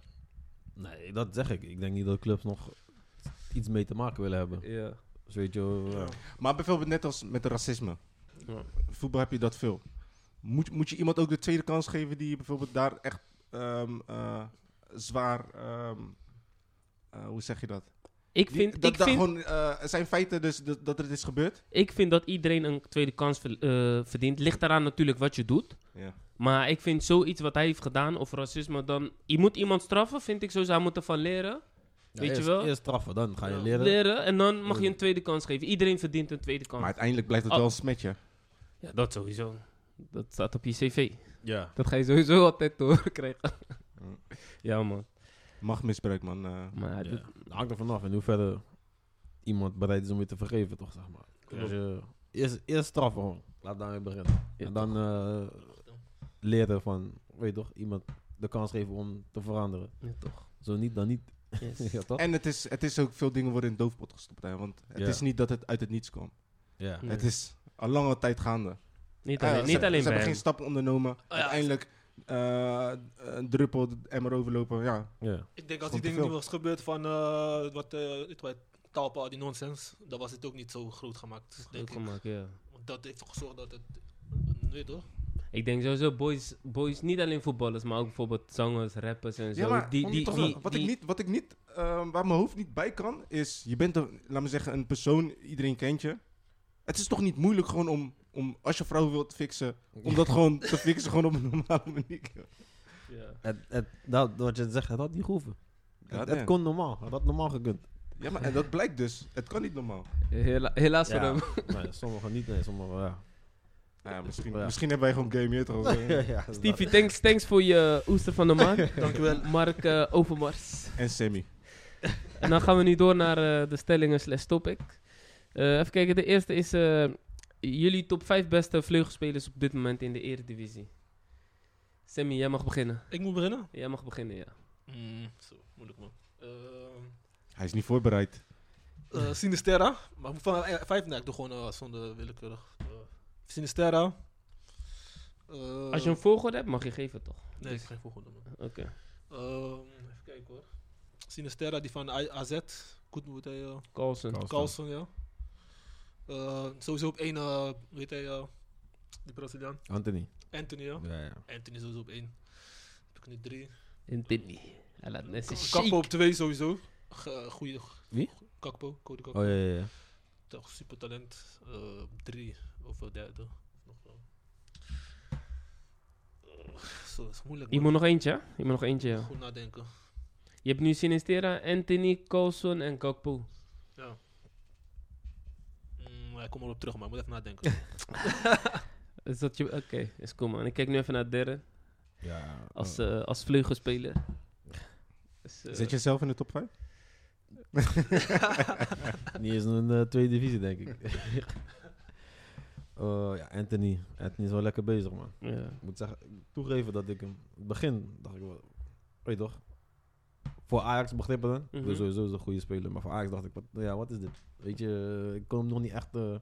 Nee, dat zeg ik. Ik denk niet dat clubs nog iets mee te maken willen hebben.
ja.
Dus weet je, wel, ja.
Maar bijvoorbeeld net als met racisme.
Ja.
Voetbal heb je dat veel. Moet, moet je iemand ook de tweede kans geven die bijvoorbeeld daar echt ehm, eh, zwaar... ehm, eh, hoe zeg je dat?
Ik,
Die-
vind,
dat,
ik,
dat
vind,
gewoon, eh, er zijn feiten dus dat, dat het is gebeurd.
ik vind dat iedereen een tweede kans ver- eh, verdient. Ligt eraan natuurlijk wat je doet.
Ja.
Maar ik vind zoiets wat hij heeft gedaan, of racisme, dan... Je moet iemand straffen, vind ik sowieso. Hij moet ervan leren.
Ja,
Weet je
eerst,
wel?
Eerst straffen, dan ga je
Ja.
leren.
leren en dan mag je een tweede kans geven. Iedereen verdient een tweede
Maar
kans.
uiteindelijk blijft het
Oh.
wel een smetje.
Ja, dat sowieso. Dat staat op je cv.
Ja.
Dat ga je sowieso altijd te horen krijgen.
Mm.
Ja, man.
Machtmisbruik, man. eh.
Maar hij
Ja.
doet-
Dat hangt er vanaf in hoeverre iemand bereid is om je te vergeven, toch, zeg maar.
Klopt.
Als je, eerst, eerst straffen gewoon. Laat daarmee beginnen.
Ja,
en dan eh, leren van, weet je toch, iemand de kans geven om te veranderen.
ja, toch.
Zo niet, dan niet.
Yes.
ja, toch?
En het is, het is ook veel dingen worden in de doofpot gestopt. Hè, want het
Ja.
is niet dat het uit het niets kwam.
Ja.
Nee.
Het is al lange tijd gaande.
Niet alleen,
Eh,
niet alleen
ze, ze
bij
hebben
hem. Oh
geen stappen ondernomen.
ja.
Uiteindelijk eh, een druppel en maar overlopen. Ja.
ja.
Ik denk als
Is
die
gewoon te
dingen nu
veel.
was gebeurd van eh, wat eh, dit wat Talpa, al die nonsens, dan was het ook niet zo groot gemaakt. Denk
Leuk
ik.
gemaakt, ja.
Want dat heeft toch gezorgd dat het. Nee toch?
Ik denk sowieso boys, boys, niet alleen voetballers, maar ook bijvoorbeeld zangers, rappers en zo.
Ja, maar
die,
om
die,
toch-
die,
wat,
die-
ik niet, wat ik niet, ehm, eh, waar mijn hoofd niet bij kan, is je bent, een, laat me zeggen, een persoon, iedereen kent je. Het is toch niet moeilijk gewoon om, om als je vrouw wilt fixen, om dat gewoon te fixen gewoon op een normale manier. joh.
Het, het, dat, wat je zegt, het had niet gehoeven.
Ja,
het, het
damn.
kon normaal. Het had normaal gekund.
Ja, maar en dat blijkt dus. Het kan niet normaal.
Hela- helaas voor
Ja.
hem.
Nee, sommigen niet, nee, sommigen ja.
Nou ja, misschien,
Ja.
misschien hebben wij gewoon game hier trouwens.
ja,
eh,
ja, dat-
Stevie, thanks, thanks voor je eh, oester van de maand.
Dankjewel.
Mark eh, Overmars.
En Sammy.
En dan gaan we nu door naar eh, de stellingen slash topic. Eh, even kijken, de eerste is eh, jullie top 5 beste vleugelspelers op dit moment in de eredivisie. Sammy, jij mag beginnen.
Ik moet beginnen?
Jij mag beginnen, ja.
Mm, zo, moeilijk man. Ehm
Hij is niet voorbereid.
eh, Sinisterra. Maar van eh, vijf, nee, ik doe gewoon eh, zonder willekeurig. eh, Sinisterra. Eh,
Als je een volgorde hebt, mag je geven, toch?
Nee, ik heb geen volgorde man.
Oké.
Ehm, even kijken hoor. Sinisterra, die van I- AZ. Goed moet hij... eh,
Carlsen.
Carlson, ja. Eh, sowieso op één, eh, hoe heet hij, eh, die Braziliaan?
Anthony.
Anthony, ja.
Ja, ja.
Anthony sowieso op één. Heb ik nu drie.
En Timmy. Hij laat mensen
Kakpo
shaken.
op twee sowieso. Ge- eh, Goeie.
Wie?
Kakpo, Cody Kakpo.
Oh ja, ja, ja.
Toch super talent. drie of eh, derde. Nog wel. Eh, Zo, dat is moeilijk.
Je
man.
moet nog eentje, hè? Je moet nog eentje, ja.
Goed nadenken.
Je hebt nu Sinistera, Anthony, Carlsen en Kakpo.
Ja. Mm, ik kom erop terug, maar ik moet even nadenken.
Is dat je... Oké, is cool, man. Ik kijk nu even naar het derde.
ja
Als, eh, als vleugelspeler. Dus, eh,
Zet jezelf in de top 5?
eh, niet eens een eh, tweede divisie, denk ik. Eh, ja, Anthony. Anthony is wel lekker bezig, man.
ja.
Ik moet zeggen, ik moet toegeven dat ik hem... In het begin dacht ik wel... Weet je toch? Voor Ajax begrippen dan.
Mhm.
Dus sowieso is een goede speler. Maar voor Ajax dacht ik, wat, ja, wat is dit? Weet je, eh, ik kon hem nog niet echt... eh,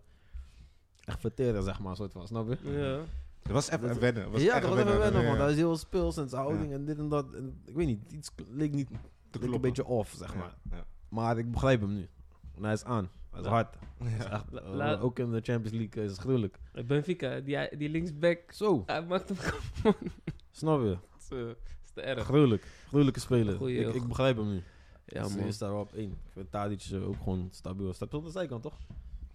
echt verteren, zeg maar, soort van. Snap je?
Ja.
Dat was even
Dat-
wennen. eh, Was
ja,
echt
dat was even wennen, man.
ja.
Dat is heel speels en zijn houding en dit en dat. En, ik weet niet, iets leek niet...
Te
leek
kloppen.
een beetje off, zeg maar.
Ja, ja.
Maar ik begrijp hem nu. En hij is aan. Hij is hard. Hij is echt,
La-
eh,
laat-
ook in de Champions League is het gruwelijk.
Eh, Benfica, die, die linksback.
Zo,
Hij maakt hem gewoon...
snap je?
zo. is te erg.
Gruwelijk. Gruwelijke speler.
Goeie,
ik, ik begrijp hem nu.
Ja,
dus
man.
Hij staat wel op één. Ik vind Tadic eh, ook gewoon stabiel. Staat op de zijkant, toch?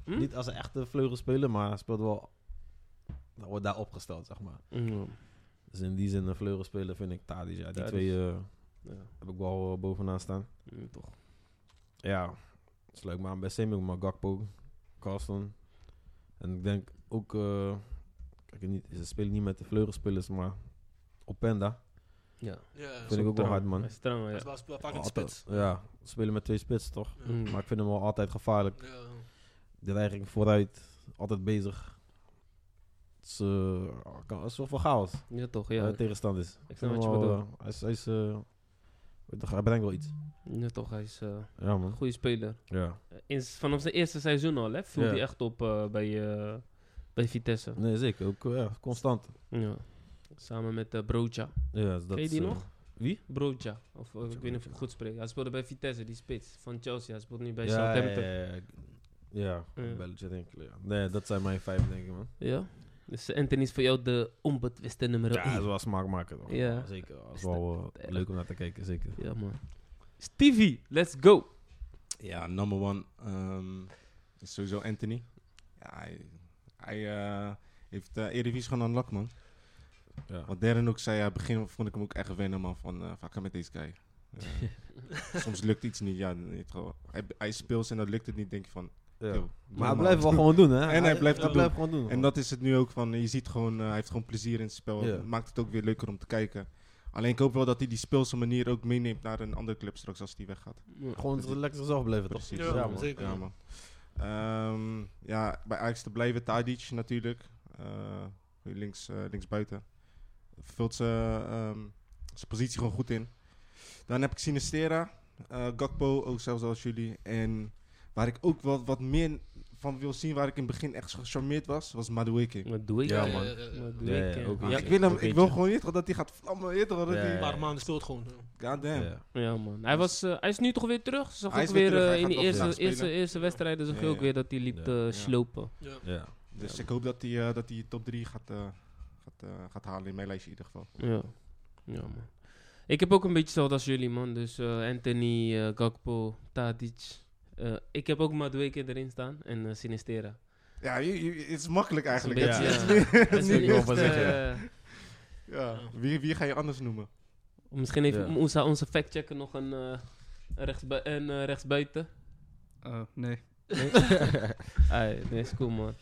Hm?
Niet als een echte vleugelspeler, maar hij speelt wel... Hij wordt daar opgesteld, zeg maar.
Ja.
Dus in die zin een vleugelspeler vind ik Tadic. Ja, die
Tadic.
twee eh,
Ja.
heb ik wel eh, bovenaan staan.
Ja, toch.
Ja, sluit me aan bij Sammy, maar Gakpo, Carlson. En ik denk ook, eh, kijk, niet, ze spelen niet met de vleugelspelers, maar Openda
Oh, Ja.
Ja,
vind ik ook wel
Trouw.
hard,
Hij
man.
is trouw, ja.
dat was wel vaak in de
Altijd-
spits.
Ja, ze spelen met twee spitsen, toch?
Ja.
Mm.
Maar ik vind hem wel altijd gevaarlijk.
Ja.
De neiging vooruit, altijd bezig. Het is, eh, kan, het is wel veel chaos
Ja, toch.
ja.
Ja,
tegenstanders.
ik
Ik
snap wat
vind
je
hem wel,
bedoelt.
eh, hij is, hij is, eh, weet toch, hij brengt wel iets.
Ja, toch. Hij is eh,
Ja,
een
man.
goede speler. Eh,
Ja.
In, vanaf zijn eerste seizoen al, hè. Viel
Ja.
hij echt op eh, bij, eh, bij Vitesse.
Nee, zeker. Ook eh, ja, constant.
Ja. Samen met eh Broja.
Ja, dus dat
Ken je
is,
die
eh,
nog?
Wie?
Broja. Of eh, ik weet niet of ik het goed spreek. Hij speelde bij Vitesse, die spits. Van Chelsea. Hij speelt nu bij Southampton.
Ja, ja, ja.
Ja.
belletje denk ik. ja. Nee, dat zijn mijn vijf, denk ik, man.
Ja. Dus eh, Anthony is voor jou de onbetwiste nummer
Ja, dat
1.
is wel smaakmaker, toch?
Ja.
Zeker. Dat is wel eh, leuk om naar te kijken, zeker.
Ja, man. Stevie, let's go.
Ja, number one ehm, is sowieso Anthony. Ja, hij hij eh, heeft eh Eredivisie gewoon aan lak, man.
Ja.
Wat Darren ook zei, aan het begin vond ik hem ook echt wennen, man. Van, eh, vaak met deze guy. Ja. Soms lukt iets niet, ja. dan heeft gewoon- Hij, hij speelt en dan lukt het niet, denk je van...
Ja.
yo,
Maar hij
man.
blijft wel gewoon doen, hè?
hij blijft het
blijft gewoon doen.
En dat is het nu ook van, je ziet gewoon, eh, hij heeft gewoon plezier in het spel.
Ja.
Het Maakt het ook weer leuker om te kijken. Alleen ik hoop wel dat hij die speelse manier ook meeneemt naar een andere club straks als hij weggaat.
Gewoon lekker zelf blijven, toch?
Precies.
Ja,
Ja, man.
zeker.
Ja, man. Ehm, ja, bij Ajax te blijven, Tadic natuurlijk. Eh, links, eh, linksbuiten. Vult zijn ehm, zijn positie gewoon goed in. Dan heb ik Sinistera, eh, Gakpo, ook zelfs als jullie. En waar ik ook wat, wat meer van wil zien, waar ik in het begin echt gecharmeerd was, was Madueke.
Wat doe ik?
Ja,
eh?
man.
Wat doe
Ja,
ik?
ja,
eh?
ook
ja,
Ja,
eentje.
ik, wil hem,
Ook
ik wil
eentje.
gewoon niet dat hij gaat vlammen. Weet je, wel, dat
Ja,
hij-
Een
ja,
paar maanden speelt gewoon. ja.
God damn.
Ja.
Ja, man. Hij, was, eh, hij is nu toch weer terug? Zag
Hij
ik
is weer
weer
terug,
eh,
hij
in
gaat
die
wel
eerste,
vandaag
eerste,
spelen.
eerste wedstrijden zag
Ja,
je ook
ja.
weer dat hij liep
Ja.
te
Ja.
slopen.
Ja.
Ja.
Dus
Ja.
ik hoop dat hij eh, dat hij top 3 gaat, eh, gaat, eh, gaat halen in mijn lijstje in ieder geval.
Ja. ja, man. Ik heb ook een beetje hetzelfde als jullie, man. Dus eh, Anthony, eh, Gakpo, Tadic. Eh, ik heb ook Madueke erin staan en eh, Sinistera.
Ja, je- je- het is makkelijk eigenlijk.
beetje,
Het is
ja.
niet-
eh, Dat is
Nee,
niet
ik wil
echt,
wel zeggen.
eh,
ja. Wie, wie ga je anders noemen?
Misschien even
Ja.
onze, onze factchecker nog een, eh, een, rechtsbui- een eh, rechtsbuiten.
Eh, nee.
Nee? Ai, nee, is cool man.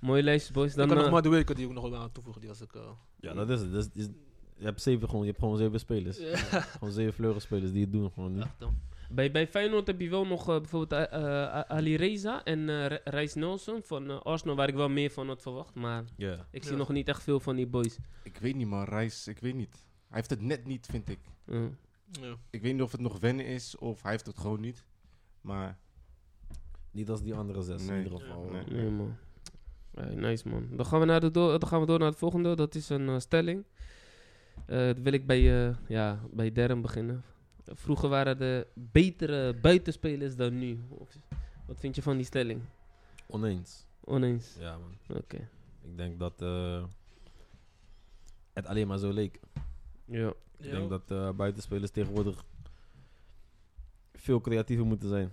Mooie lijst, boys.
Dan
Dan,
kan nog
eh,
Madueke die ook nog wel aan toevoegen. Die was ik... eh,
Ja, dat is het. Dat is- is- je, hebt zeven, gewoon, je hebt gewoon zeven spelers. Gewoon zeven vleugelspelers die het doen. Gewoon nu.
echt, dan.
bij, bij Feyenoord heb je wel nog eh, bijvoorbeeld eh, eh, Ali Reza en eh, Re- Reis Nelson van eh, Arsenal, waar ik wel meer van had verwacht. Maar
Ja.
ik zie
Ja.
nog niet echt veel van die boys.
Ik weet niet, man. Reis, ik weet niet. Hij heeft het net niet, vind ik.
Eh,
Ja.
Ik weet niet of het nog wennen is of hij heeft het gewoon niet. Maar
Niet als die andere zes
Nee.
in ieder geval.
Ja, nee.
nee, man. Eh, nice man. Dan gaan, we naar de do- dan gaan we door naar het volgende. Dat is een eh, stelling. Eh, dat wil ik bij, eh, ja, bij Derm beginnen. Vroeger waren de betere buitenspelers dan nu. Of- Wat vind je van die stelling?
Oneens.
Oneens.
Ja, man.
Oké.
Ik denk dat eh, het alleen maar zo leek.
Ja.
Ik denk dat eh, buitenspelers tegenwoordig veel creatiever moeten zijn.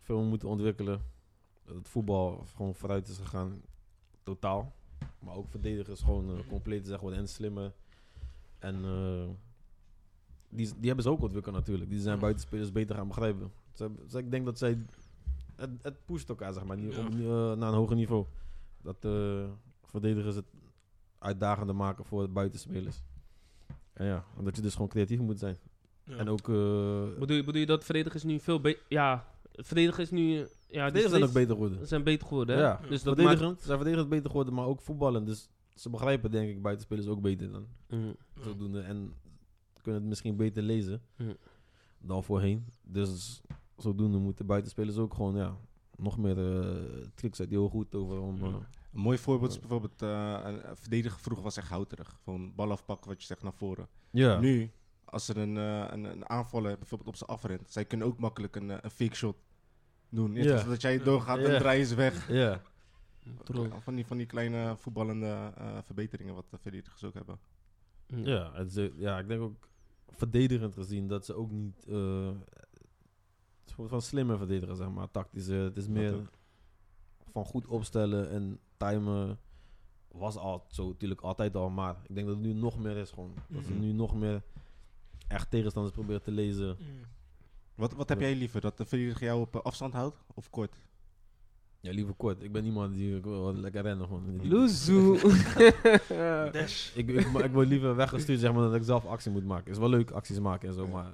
Veel moeten ontwikkelen. Dat het voetbal gewoon vooruit is gegaan. Totaal. Maar ook verdedigers gewoon eh, compleet zeg maar, en slimmer. En eh, die, die hebben ze ook ontwikkeld natuurlijk. Die zijn buitenspelers beter gaan begrijpen. Ze hebben- dus ik denk dat zij... Het, het pusht elkaar zeg maar, nie-
Ja.
op- nie- eh, naar een hoger niveau. Dat eh, verdedigers het uitdagender maken voor buitenspelers. En ja, omdat je dus gewoon creatief moet zijn.
Ja.
En ook... eh
Bedoel, je- bedoel je dat verdedigers nu veel beter... Ja, verdedigers nu... eh, Ja, die
verdedigers zijn ook beter geworden.
zijn beter geworden, hè?
Ja,
Dus dat maakt...
verdedigend. Ze zijn verdedigend beter geworden, maar ook voetballen. Dus ze begrijpen denk ik buitenspelers ook beter dan.
Mm.
Zodoende. En kunnen het misschien beter lezen
Ja.
dan voorheen. Dus zodoende moeten buitenspelers ook gewoon, ja... Nog meer eh, tricks uit die heel goed over om... eh,
Een mooi voorbeeld is bijvoorbeeld, eh, een een verdediger vroeger was echt houterig. Gewoon bal afpakken wat je zegt naar voren.
ja.
Nu, als er een, eh, een, een aanvaller bijvoorbeeld op ze afrent, zij kunnen ook makkelijk een, eh, een fake shot doen.
Ja.
Ja. Dat jij doorgaat
Ja.
en draaien ze weg.
Ja.
True.
Van die, van die kleine voetballende eh, verbeteringen wat de verdedigers ook hebben.
mm.
Ja, het is- eh, ja, ik denk ook verdedigend gezien dat ze ook niet. eh, een soort van slimme verdedigen, zeg maar. Tactische. Het is
Dat
meer
ook.
van goed opstellen en timen. Was al zo, natuurlijk altijd al. Maar ik denk dat het nu nog meer is. Gewoon. Dat ze
Mhm.
nu nog meer echt tegenstanders proberen te lezen.
Mm.
Wat, wat heb
Ja.
jij liever? Dat de verdediger jou op eh, afstand houdt of kort?
Ja, liever kort. Ik ben iemand die ik wil wel lekker rennen. Gewoon.
Loezoe.
Dash.
Ik, ik, maar ik word liever weggestuurd, zeg maar, dat ik zelf actie moet maken. is wel leuk acties maken en zo, maar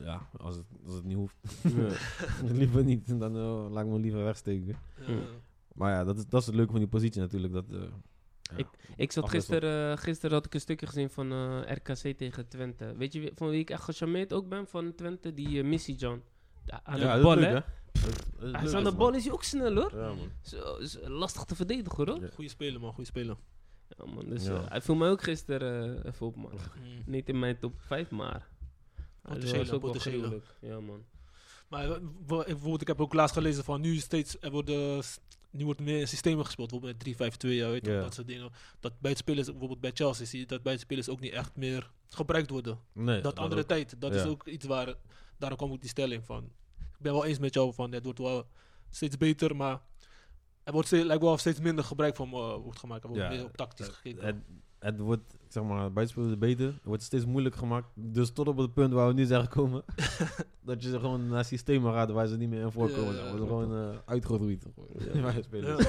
ja, als het, als het niet hoeft, liever niet. Dan eh, laat ik me liever wegsteken.
Mm.
Ja.
Maar ja, dat is, dat is het leuke van die positie natuurlijk. Dat, eh,
Ah,
ja.
Ik zat
Afwissel.
gisteren, eh, gisteren had ik een stukje gezien van eh, RKC tegen Twente. Weet je wie- van wie ik echt gecharmeerd ook ben van Twente? Die eh, Missy John. Ja, Aan
Ja, dat
de
is
bal,
leuk,
hè?
Dat is- dat
Hij
leuk,
is aan de
man.
bal, is hij ook snel, hoor.
Ja, man.
Zo, is eh, lastig te verdedigen, hoor.
Ja.
Goeie speler, man. Goeie speler.
Ja, man, dus,
Ja.
eh, hij viel mij ook gisteren eh, even op, man.
Mm.
Niet in mijn top 5, maar... Hij
Potentiële,
was ook wel
potentiële.
gruwelijk. Ja, man.
Maar eh, w- ik- bijvoorbeeld, ik heb ook laatst gelezen van nu steeds, er worden, s- nu wordt meer in systemen gespeeld, bijvoorbeeld met 3-5-2, ja, weet je,
Ja.
dat soort dingen. Dat bij het spelers, bijvoorbeeld bij Chelsea, zie je dat bij het spelers ook niet echt meer gebruikt worden.
Nee,
dat andere
Eh, ook.
tijd, dat is
ja.
ook iets waar, daarom kwam ook die stelling van. Ik ben wel eens met jou van, het wordt wel steeds beter, maar er wordt steeds, lijkt wel steeds minder gebruik van eh, wordt gemaakt. Er wordt
Ja,
meer op tactisch
het,
gekeken.
het, het wordt, zeg maar, buitenspelers beter. Het wordt steeds moeilijker gemaakt. Dus tot op het punt waar we nu zijn gekomen. dat je ze gewoon naar systemen gaat waar ze niet meer in voorkomen.
Ja, ja,
dat wordt gewoon eh, uitgeroeid. Buitenspelers.
Ja.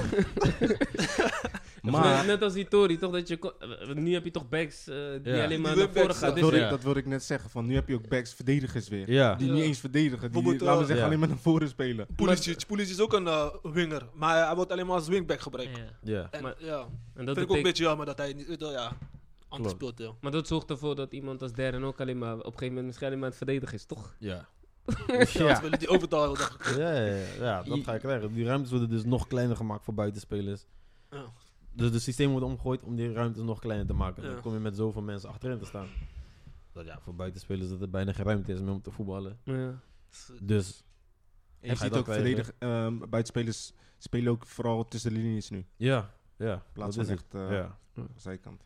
Net,
Maar,
net als die Tory, toch? Dat je, ko- eh, nu heb je toch backs eh, die
Ja.
alleen maar
Die
naar voren
backs,
gaan.
dat
Dus,
wilde,
ja.
ik, dat wilde ik net zeggen, van nu heb je ook backs verdedigers weer.
Ja.
Die
Ja.
niet eens verdedigen. Die,
Bijvoorbeeld,
laten we
eh,
zeggen,
ja.
alleen maar naar voren spelen.
Pulisic, Pulisic is ook een eh, winger, maar hij wordt alleen maar als wingback gebruikt.
ja.
Ja.
En,
Maar-
ja.
En dat
vind ik ook een
betekent-
beetje jammer dat hij niet, weet je wel, ja, anders
Klopt.
speelt. Ja.
Maar dat zorgt ervoor dat iemand als Darren ook alleen maar op een gegeven moment misschien alleen maar aan het verdedigen is, toch?
Ja.
Ja.
ja.
Als we die overtal hadden, dacht ik,
Ja, ja, ja, ja, dat ga je krijgen. Die ruimtes worden dus nog kleiner gemaakt voor buitenspelers.
Ja.
Dus het systeem wordt omgegooid om die ruimtes nog kleiner te maken.
Ja.
Dan kom je met zoveel mensen achterin te staan. Dat ja, voor buitenspelers dat er bijna geen ruimte is meer om te voetballen.
Ja.
Dus
En je
Ga je
ziet
dat
ook
krijgen?
verdedig, ehm buitenspelers spelen ook vooral tussen de linies nu. In
ja, ja.
plaats
dat
van
is het.
echt eh
Ja.
op de zijkant.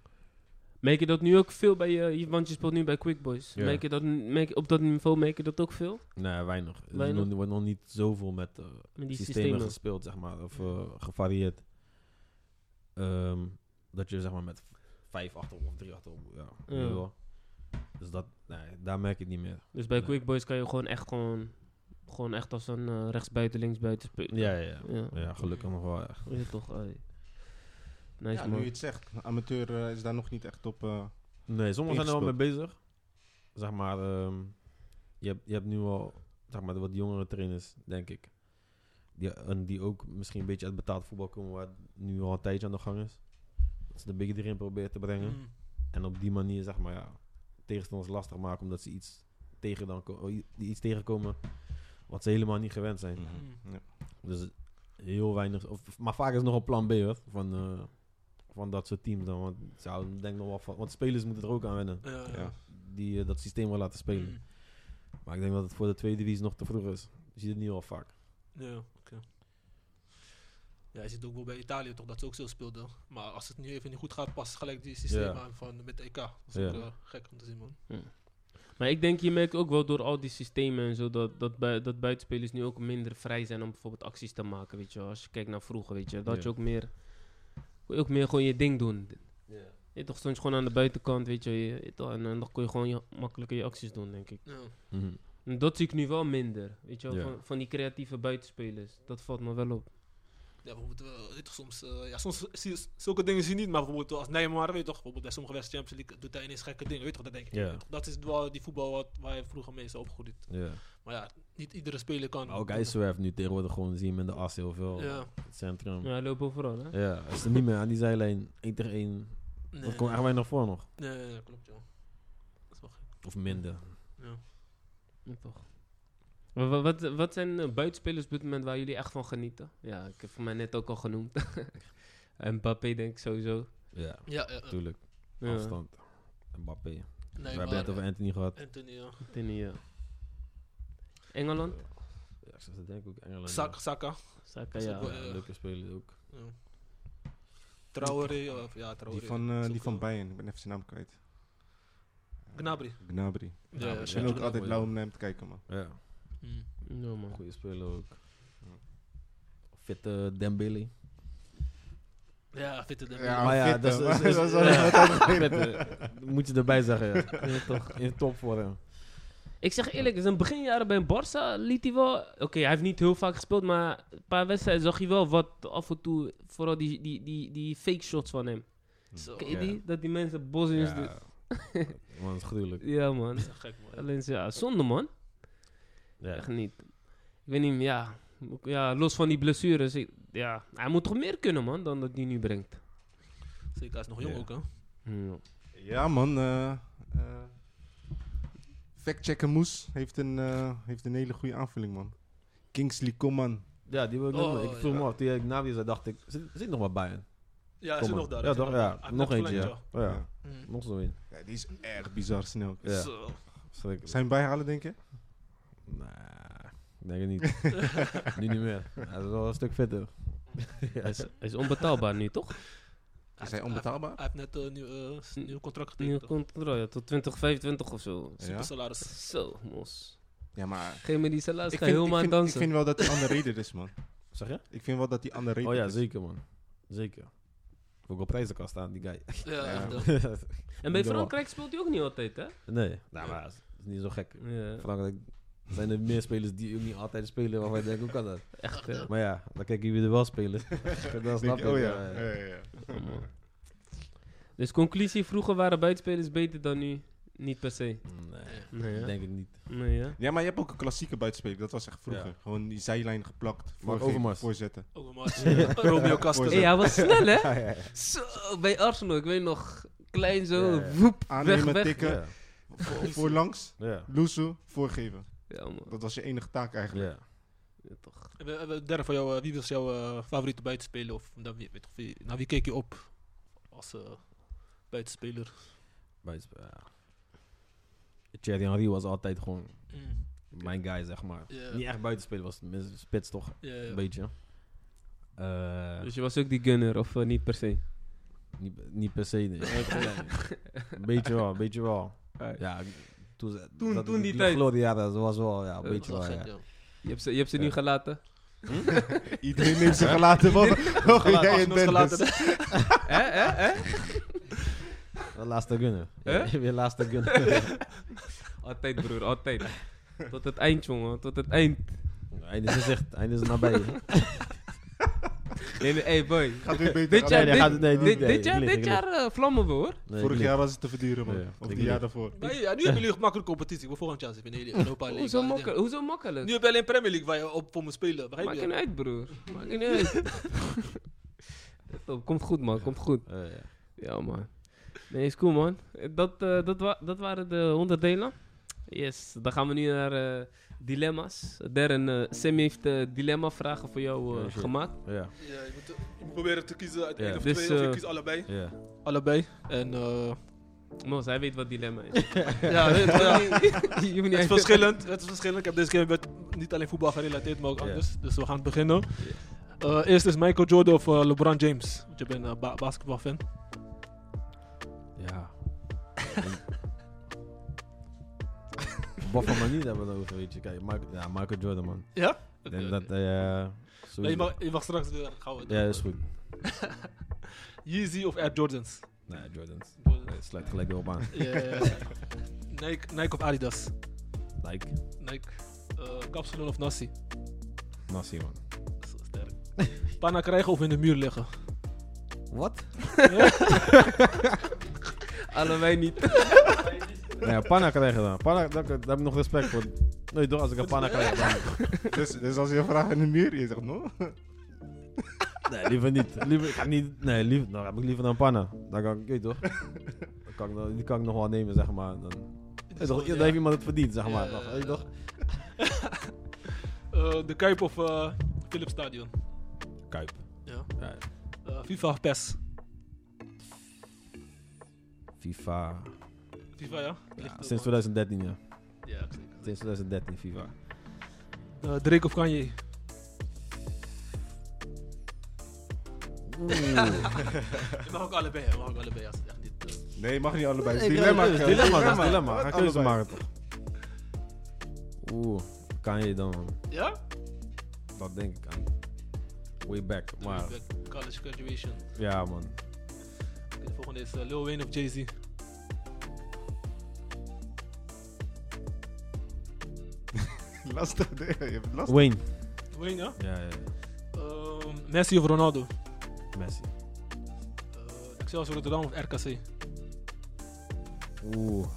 Merk je dat nu ook veel bij je, want je speelt nu bij Quick Boys.
Ja.
Merk je dat, merk, je- op dat niveau merk je dat ook veel?
Nee, weinig. Er is
Weinig?
nog- wordt nog niet zoveel met eh,
Met die
systemen,
systemen.
gespeeld, zeg maar. Of eh, gevarieerd. Ehm, dat je zeg maar met vijf achterop of drie achterop. Ja,
Ja.
weet je wel. Dus dat, nee, daar merk ik niet meer.
Dus bij
Nee.
Quick Boys kan je gewoon echt gewoon, gewoon echt als een eh, rechtsbuiten, linksbuiten spelen.
Ja, ja, ja.
Ja,
Ja, gelukkig nog wel echt.
Is het toch? ey. Nice
Ja, nu
man.
je het zegt. Amateur eh, is daar nog niet echt op. eh,
Nee, sommigen zijn er wel mee bezig. Zeg maar, ehm, je, hebt, je hebt nu al zeg maar, de wat jongere trainers, denk ik. Die, en die ook misschien een beetje uit betaald voetbal komen, waar het nu al een tijdje aan de gang is. Dat ze de big erin proberen te brengen.
Mm.
En op die manier, zeg maar, ja, tegenstanders lastig maken omdat ze iets, tegen dan ko- oh, i- iets tegenkomen wat ze helemaal niet gewend zijn.
Mhm.
Ja.
Dus heel weinig. Of, maar vaak is het nog een plan B hoor, van, eh, van dat soort teams dan. Want ze houden denk ik nog wel van. Want spelers moeten er ook aan wennen.
Ja, ja.
Ja.
Die eh, dat systeem wel laten spelen.
Mm.
Maar ik denk dat het voor de tweede divisie nog te vroeg is. Je ziet het nu al vaak.
Ja, oké. Ja, je ziet ook wel bij Italië toch dat ze ook zo speelden. Maar als het nu even niet goed gaat, past gelijk die systeem
Ja.
aan van met de EK. Dat is
Ja.
ook eh, gek om te zien, man.
Maar ik denk, je merkt ook wel door al die systemen en zo, dat, dat, bui- dat buitenspelers nu ook minder vrij zijn om bijvoorbeeld acties te maken, weet je wel. Als je kijkt naar vroeger, weet je, dat
Ja.
je ook meer, kon je ook meer gewoon je ding doen. Je toch stond je gewoon aan de buitenkant, weet je, je- je toch, en, eh, dan kon je gewoon je, makkelijker je acties doen, denk ik.
Ja.
Mhm.
En dat zie ik nu wel minder, weet je wel,
Ja.
van, van die creatieve buitenspelers. Dat valt me wel op.
Ja, bijvoorbeeld, eh, weet je toch, soms, eh, ja, soms zie je zulke dingen zie je niet, maar bijvoorbeeld als Neymar, weet je toch, bijvoorbeeld bij sommige wedstrijden Champions League doet hij ineens gekke dingen, weet je toch, dat denk ik.
Ja.
weet je toch, Dat is wel die voetbal wat, waar je vroeger mee is opgegroeid.
Ja.
Maar ja, niet iedere speler kan.
Maar ook hij zwerft nu tegenwoordig gewoon zien met de as heel veel.
Ja,
Het centrum.
Ja,
Mm. Ja.
hij loopt overal, hè.
hij is er niet meer aan die zijlijn. 1 tegen 1.
nee,
Dat komt echt weinig voor nog.
nee, nee, nee, klopt, joh. Dat is wel gek.
Of minder.
Ja.
Ja, toch. Wa- wa- Wat, wat zijn eh, buitenspelers op dit moment waar jullie echt van genieten? Ja, ik heb voor mij net ook al genoemd. Mbappé denk ik sowieso.
Ja,
Ja, ja, ja.
natuurlijk.
Ja,
Afstand. Mbappé. We
Neymar,
hebben het net over Anthony gehad.
Anthony, ja.
ik denk niet, ja. Engeland?
Ja, ik zou denk ik ook Engeland.
Sak- Saka.
Saka,
Is
ja.
ook wel-
Ja, leuke speler ook.
Ja. Traoré, of ja, Traoré.
Die van, eh,
Is ook
die van
wel-
Bayern, ik ben even zijn naam kwijt.
Gnabry.
Gnabry.
Ja,
maar
ja,
Ik
die
ja.
ben ook
ja.
altijd lauw om naar hem te kijken, man.
Ja,
Mm.
Ja, man.
goede speler ook. Fitte Dembele.
Ja, fitte dan.
Ja,
maar ja,
fitte,
dat is-
maar
is- is-
dat is wel
ja.
wat anders.
Fitte, moet je erbij zeggen. Ja.
Ja, toch.
In topvorm.
Ik zeg eerlijk, in zijn beginjaren bij Barça liet hij wel... Oké, hij heeft niet heel vaak gespeeld, maar een paar wedstrijden zag je wel wat af en toe... Vooral die, die, die, die fake shots van hem.
Zo.
Ken je
Ja.
die? Dat die mensen bos in
Ja.
ja.
Man, dat is gruwelijk.
ja, man.
Dat is echt gek, man.
Alleen, ja, zonde, man.
Ja.
Echt niet. Ik weet niet, ja. Ook- ja los van die blessures. ik- ja, hij moet toch meer kunnen, man, dan dat hij nu brengt.
Zeker, hij is nog jong
Ja.
ook, hè.
Ja.
Ja, man. eh eh Factchecker Moes heeft een, eh, heeft een hele goede aanvulling, man. Kingsley Coman.
ja, die wil ik net
Oh,
nog- Ik vroeg
ja.
me af, toen ik na die zei, dacht ik, zit, zit nog maar bij hen?
Ja, hij is
Kom
er
maar.
nog daar.
Ja, toch? Ja,
Hij heeft
nog
net
eentje, ja.
verlengd,
Oh, ja.
Ja.
ja. Mm.
Nog zo in.
Ja, die is echt bizar snel.
Ja,
Zo.
schrikkelijk.
Zijn bijhalen, denk je?
Nee, ik denk het niet. nu niet meer. Hij is wel een stuk fitter.
Hij, is, hij is onbetaalbaar nu, toch?
Hij
Is hij
heeft-
onbetaalbaar?
Hij heeft net een nieuw, eh, s- nieuw contract
Nu
getekend. toch?
komt het er al, ja, tot 2025 of zo.
Ja,
Salaris.
Zo, mos.
ja maar...
Geef me die salaris,
Ik
ga
vind, ik,
helemaal
vind, ik
dansen.
vind wel dat die andere reden is, man.
Zeg je?
Ik vind wel dat die andere reden
Oh ja,
is.
zeker man. Zeker. Ook op prijzen kan staan, die guy.
Ja,
Ja.
echt, eh.
en bij
Doe
Frankrijk speelt hij ook niet altijd, hè?
nee, nou maar dat is niet zo gek.
Ja,
Frankrijk zijn er meer spelers die ook niet altijd spelen waarvan je denkt, hoe kan dat?
echt, hè?
Maar ja, dan kijk je wie er wel spelen. dat
Denk
snap
je,
ik.
oh
maar,
ja.
eh,
Ja, ja, ja.
Ja, man. Dus conclusie, vroeger waren buitenspelers beter dan nu. Niet per se.
Nee,
Nee, ja.
denk ik niet.
Nee, ja.
Ja, maar je hebt ook een klassieke buitenspeler. Dat was echt vroeger.
Ja.
Gewoon die zijlijn geplakt. Voorgeven,
Overmars.
Voorzetten.
Ook een maatje. Romeo Castro.
Hé,
Ja.
hij was snel, hè?
Ja, ja,
Zo, bij Arsenal, ik weet nog. Klein zo,
Ja, ja.
woep,
Aannemen,
weg, weg.
tikken.
ja.
Vo- voorlangs.
Ja,
Loesoe. Voorgeven.
Ja, man.
Dat was je enige taak eigenlijk.
ja.
Ja, toch.
En we- we- Derde van jou, eh, wie was jouw eh, favoriete buitenspeler? Of dan wie- weet toch wie- naar wie keek je op als eh, buitenspeler?
Buitensp- ja. Thierry Henry was altijd gewoon
Mm.
mijn guy, zeg maar.
Ja.
Niet echt buitenspelen was, tenminste spits toch,
Ja,
een
ja.
beetje. Eh,
Dus je was ook die gunner, of eh, niet per se?
Niet, niet per se. nee. beetje wel, beetje wel. Ja, toen, ze-
Toen-
dat-
toen die tijd.
Gloriata, zo was wel, ja,
dat
beetje
Dat
wel,
is wel
ja.
gek, joh.
Je hebt ze, je hebt ze nu gelaten.
Iedereen heeft zijn gelaten wat wat ga jij in dus
Agnes gelaten.
bed.
Hè, hè, hè?
De laatste gunner.
Hè?
Weer laatste gunner.
Altijd, broer, altijd. Tot het eind, jongen, tot het eind.
Einde is echt, einde is nabij.
Nee, nee, hey boy.
Gaat weer beter.
Dit
gaat
jaar,
weer
nee,
dit,
gaat het- nee,
dit-
niet-
dit
nee, ik
jaar,
lieg,
dit
ik
jaar eh, vlammen we hoor.
Nee,
Vorig
ik-
jaar was het te verduren, man.
Ja, ja.
Of
Ik
die jaar
lieg.
daarvoor.
Maar ja, nu hebben jullie makkelijke competitie. Maar volgend jaar zitten we in de hele Europa League. eh,
Hoezo,
Maar,
makkel- hoezo makkelijk?
ja. Nu heb je alleen Premier League waar je op voor moet spelen. Begrijp
Maak je niet
je?
uit, broer. Maak je niet uit. Top, komt goed, man. Komt goed.
Eh, ja.
Ja, man. Nee, is cool, man. Eh, Dat, eh, dat, wa- dat waren de onderdelen. Yes, dan gaan we nu naar eh, dilemma's. Darren, eh, Sam heeft eh, dilemma-vragen voor jou eh,
Oh, shit.
gemaakt.
Ja,
Ja, je moet, je moet proberen te kiezen uit
Ja.
één of
Dus,
twee. Of je
eh,
kiest allebei.
ja.
Allebei. En eh,
Mos, hij weet wat dilemma is.
ja, weet je, ja,
Je hoeft niet
het is
uit-
verschillend. Het is verschillend. Ik heb deze keer met niet alleen voetbal gerelateerd, maar ook
Ja.
anders. Dus we gaan beginnen. Eh, eerst is Michael Jordan of eh, LeBron James. Want je bent een eh, ba- basketbalfan.
Ja. Wat van manier hebben we het over, weet je. Kijk, Michael, ja, Michael Jordan, man.
Ja?
Ik denk dat, eh, sowieso-
Nee, je, mag, je mag straks weer gauw. doen.
Ja, is goed.
Yeezy of Air Jordans?
Nee, Jordan.
Jordans.
Nee, Eh, sluit gelijk weer op aan.
Ja, ja, ja. Nike, Nike of Adidas?
Like,
Nike. eh kapsalon of nasi?
Nassi, man.
Dat is wel sterk. Panna krijgen of in de muur liggen?
Wat?
Allebei niet.
Nee, ja, panna krijgen dan. Panna, daar, daar heb ik nog respect voor. Nee, toch, als ik een panna krijg, dan...
Dus, dus als je vraagt aan de muur, je zegt no.
Nee, liever niet. Liever, ik ga niet nee, liever, nou, heb ik liever dan panna. Dan kan ik, weet je toch? Dan kan ik, nog- die kan ik nog wel nemen, zeg maar. Dan, Weet je toch, dan heeft iemand het verdiend, zeg maar. Dan- weet je toch?
Eh, de Kuip of eh Philips Stadion?
Kuip.
Ja.
Ja,
Eh, FIFA of PES?
FIFA.
FIFA, ja?
Ja,
Ligt er
sinds
wel.
2013, ja.
Ja, zeker.
Sinds 2013 FIFA.
Eh, Drake of Kanye? Je mag ook allebei, je mag ook allebei. Als het echt niet, eh.
Nee, mag niet allebei. Het is
Ik-
dilemma.
eh,
eh,
dilemma, dat is dilemma. Ga keuze
Allebei.
maken toch? Oeh, kan je dan? man.
Ja?
Dat denk ik aan. Way back, maar
College graduation.
ja man.
Oké, de volgende is eh, Lil Wayne of Jay-Z?
Lastig. nee, Je hebt lastig.
Wayne.
Wayne, ja?
Ja, ja, ja.
Ehm, Messi of Ronaldo?
Messi.
Eh Excelsior Rotterdam of RKC?
Oeh,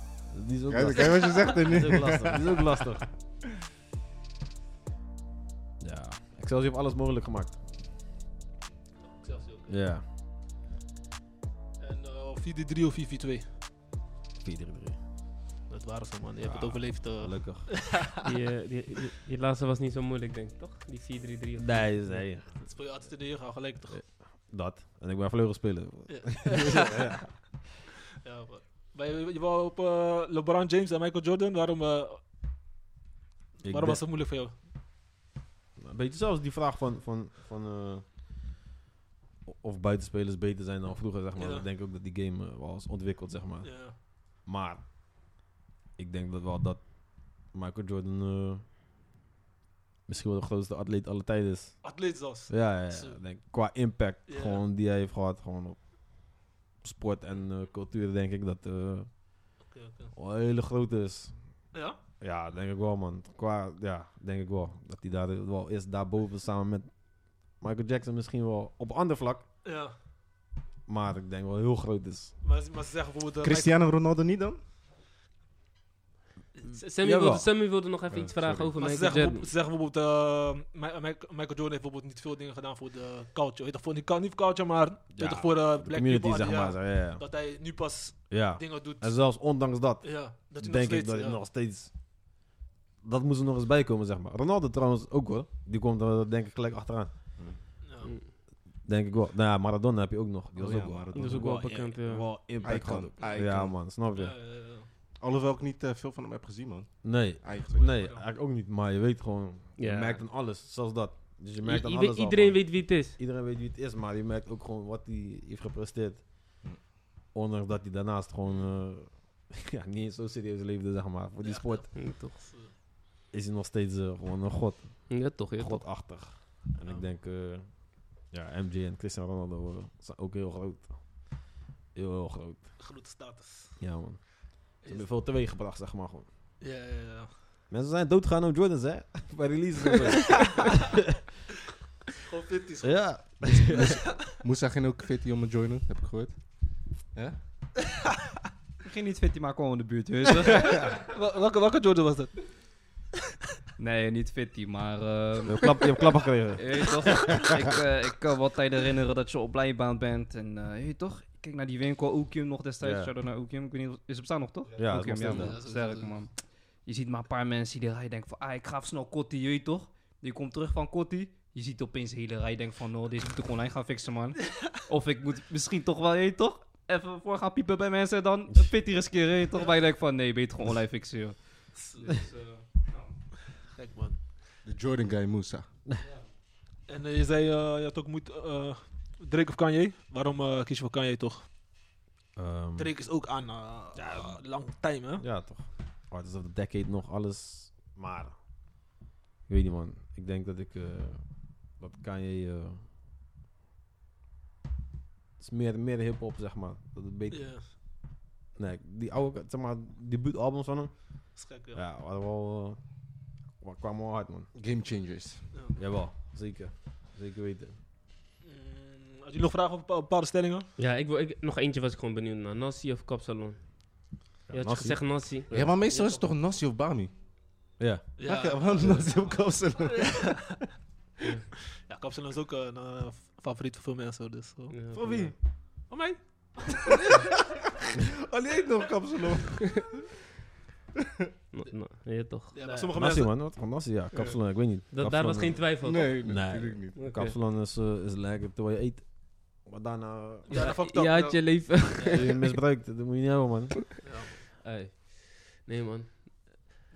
die is ook
Kijk,
lastig.
kijk wat je zegt er
Die is ook
nu.
lastig. Die is ook lastig. Ja, Excelsior heeft alles mogelijk gemaakt.
Excelsior. oké.
Ja,
En eh 4-3 of 4-4-2?
4-3-3.
Dat waren ze, man. Je hebt het
Ja.
overleefd. eh.
Gelukkig.
Die, eh, die, die, die laatste was niet zo moeilijk, denk ik, toch? Die 4-3-3. of-
Nee, nee.
dat speel je altijd in de jeugd al gelijk, toch?
Dat. En ik ben vleugelspeler.
Ja. ja, maar- maar je, je wou op eh, LeBron James en Michael Jordan. Waarom, eh,
Ik
waarom was dat moeilijk voor jou?
Een beetje zelfs die vraag van, van, van eh, of buitenspelers beter zijn dan vroeger, zeg maar.
Ja.
Ik denk ook dat die game eh, wel is ontwikkeld, zeg maar.
Ja.
Maar ik denk dat wel dat Michael Jordan eh, misschien wel de grootste atleet aller tijden is.
Atleet zelfs.
Ja, ja, ja.
Zo.
Ik Denk, qua impact
Ja.
gewoon die hij heeft gehad gewoon op sport en eh, cultuur, denk ik dat eh
Oké, oké.
wel een hele grote is.
Ja?
Ja, denk ik wel, man. Qua, ja, denk ik wel. Dat hij daar wel is, daarboven samen met Michael Jackson misschien wel op een ander vlak.
Ja.
Maar ik denk wel heel groot is.
Maar, ze- maar ze zeggen bijvoorbeeld... eh,
Cristiano Ronaldo niet dan?
Sammy,
Jawel.
wilde, Sammy wilde nog even
Ja,
iets vragen
sorry.
over
Maar ze
Michael
zeggen,
Jordan.
bijvoorbeeld- ze zeggen bijvoorbeeld, eh, Mi- Mi- Michael Jordan heeft bijvoorbeeld niet veel dingen gedaan voor de culture. Weet je toch, voor, niet, niet voor culture, maar weet je
Ja,
toch, voor de
De
black
community,
people.
zeg
ja,
maar. zo, Ja, ja.
Dat hij nu pas
ja.
dingen doet.
En zelfs ondanks dat,
ja, dat hij nog
denk
steeds,
ik dat
ja.
hij nog steeds... Dat moet er nog eens bij komen, zeg maar. Ronaldo trouwens ook, hoor. Die komt er eh, denk ik gelijk achteraan.
Ja.
Denk ik wel. Nou ja, Maradona heb je ook nog. Die was
Oh ja,
ook wel.
Maradona.
Dat is ook wel bekend, ja.
Wel impact
Icon.
gehad.
Icon.
Ja, man. Snap
Ja,
je?
ja, ja.
Alhoewel ik niet eh, veel van hem heb gezien, man.
Nee.
Eigenlijk.
Nee, eigenlijk ook niet. Maar je weet gewoon...
Ja.
Je merkt aan alles. Zelfs dat. Dus je
I-
merkt aan
i-
alles al
iedereen
gewoon.
weet wie het is.
Iedereen weet wie het is, maar je merkt ook gewoon wat hij heeft gepresteerd. Ondanks dat hij daarnaast gewoon eh, ja, niet eens zo serieus leefde, zeg maar. Voor die
Ja,
sport
Ja, toch.
is hij nog steeds eh, gewoon een god.
Ja, toch. Ja, toch.
Godachtig. En
Ja.
ik denk, eh, ja, MJ en Cristiano Ronaldo eh, zijn ook heel groot. Heel, heel groot.
Grote status.
Ja, man. Ze hebben veel teweeg gebracht, zeg maar gewoon.
Ja, ja, ja.
Mensen zijn doodgaan om Jordans, hè? Bij release.
Gewoon 50's.
ja.
Moest ging ook fit om te joinen, heb ik gehoord.
Ging niet fitty, maar gewoon in de buurt. dus. weet je wel.
Wel- Welke, welke Jordan was dat?
nee, niet fitty, maar... ehm,
Je hebt klap, je hebt klappen gekregen.
Je weet toch? ik, eh, ik kan wel tijden herinneren dat je op Blijbaan bent. En eh, je weet toch? Ik Kijk naar die winkel Oekium nog destijds.
Ja.
Shout-out naar Oekium. Ik weet niet, of- is het bestaan nog toch?
Ja,
Oekium,
dat
ja,
ja,
man.
nog.
Sterk, man. Je ziet maar een paar mensen die de rij denken van... Ah, ik ga even snel Kotti, je weet toch? Die komt terug van Kotti. Je ziet opeens de hele rij denkt van... Oh, deze moet ik online gaan fixen, man. of ik moet misschien toch wel, je weet toch? Even voor gaan piepen bij mensen en dan een fitty riskeren, je weet toch? Maar je denkt van... Nee, beter gewoon online fixen, joh.
Dus, eh, Gek man.
De Jordan guy Moussa.
En eh, je zei, eh, je had ook moeite. eh Drake of Kanye? Waarom eh, kies je voor Kanye toch?
Ehm,
Drake is ook aan eh,
Ja.
lang time, hè?
Ja, toch. Artist of the Decade nog, alles. Maar, ik weet niet man. Ik denk dat ik, eh dat Kanye, eh het is meer, meer hip-hop, zeg maar. Dat het beter,
Ja,
nee, die oude, zeg maar, debuutalbums van hem,
is gek,
ja,
ja.
ja waren wel, eh, wa- kwamen wel hard man.
Game changers.
Ja.
Jawel, zeker. Zeker weten.
Mm, had je nog vragen over bepa- bepaalde stellingen?
Ja, ik wil, ik, nog eentje was ik gewoon benieuwd naar. Nassi of Kapsalon? je had je
Nasty.
gezegd Nassi.
Ja, maar meestal is het toch Nassi of Bami?
Ja,
Ja,
waarom Nassi of Kapsalon?
ja Kapsalon is ook eh, een eh, favoriet voor veel mensen, dus. eh.
Ja,
Van wie?
Van mij?
Alleen nog Kapsalon.
Na- na- ja, toch.
Ja, maar sommige
Nasty
mensen.
man, wat van Nasty, ja. Kapsalon, ik weet niet.
Dat, daar was
Kapsalon,
geen twijfel. toch?
Nee,
Nee.
natuurlijk niet.
Oké.
Kapsalon is, eh, is lekker terwijl je eet. Maar daarna eh,
Ja, dat fucked up.
Je had je leven.
word je misbruikt, dat moet je niet hebben man.
Ja.
Hey. Nee, man.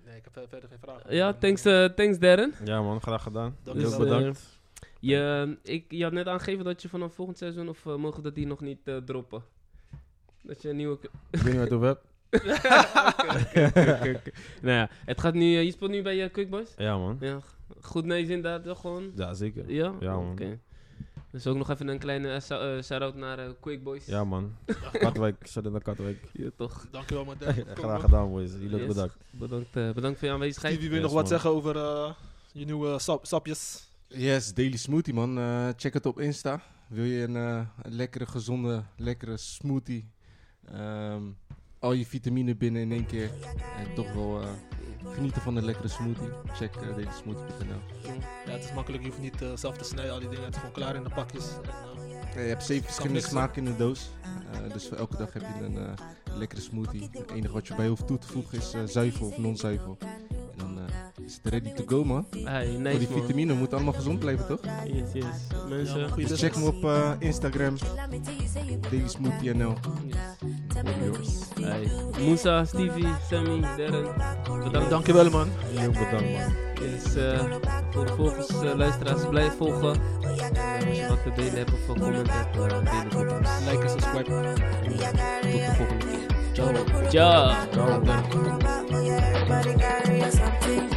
Nee, ik heb ver- verder geen vragen.
Ja, thanks, eh, thanks Darren.
Ja man, graag gedaan.
Dank je
Heel
wel.
bedankt.
eh, Je, ik, je had net aangegeven dat je vanaf volgend seizoen, of eh, mogen we dat die nog niet eh, droppen? Dat je een nieuwe... k-
Ik weet niet wat het over hebt.
Oké, oké. nou ja, het gaat nu... eh, je speelt nu bij je Quick Boys?
Ja man.
Ja, g- goed neus inderdaad, toch gewoon?
Ja, zeker.
Ja?
Ja, man.
Oké. Dus ook nog even een kleine eh, shou- eh, shout-out naar eh, Quick Boys.
Ja man. Katwijk, shout out naar Katwijk.
Ja, toch.
Dankjewel, man.
Graag gedaan boys. Jullie ook
Yes.
bedankt.
Bedankt, eh, bedankt voor je aanwezigheid.
Stevie, wil je
Yes,
nog wat
man.
zeggen over eh, je nieuwe sap- sapjes?
Yes, Daily Smoothie man. Eh, check het op Insta. Wil je een, eh, een lekkere, gezonde, lekkere smoothie? Ehm, al je vitamine binnen in één keer. En toch wel eh, genieten van een lekkere smoothie. Check eh, dailysmoothie.nl.
Ja, het is makkelijk, je hoeft niet eh, zelf te snijden, al die dingen. Het is gewoon klaar in de pakjes. En, eh,
Eh, je hebt zeven verschillende
mixen.
smaken in de doos. Eh, dus voor elke dag heb je een eh, lekkere smoothie. Het enige wat je bij hoeft toe te voegen is eh, zuivel of non-zuivel. En dan eh, is het ready to go man.
Hey,
Voor die
nice man.
vitamine moet allemaal gezond blijven toch?
Yes, yes. Mensen,
eh, ja, goede
Dus check me op eh, Instagram. dailysmoothie.nl
Hey. Moussa, Stevie, Sammy, Darren. Bedankt.
Dankjewel, man.
Jullie ook bedankt man.
Dus eh, voor de volgers, eh, luisteraars, blijf volgen. En als je wat te delen hebt of wat comment hebt, eh, deel het met ons.
Like en subscribe.
Tot de volgende keer.
Ciao.
Ciao.
Ciao.
Everybody got real something.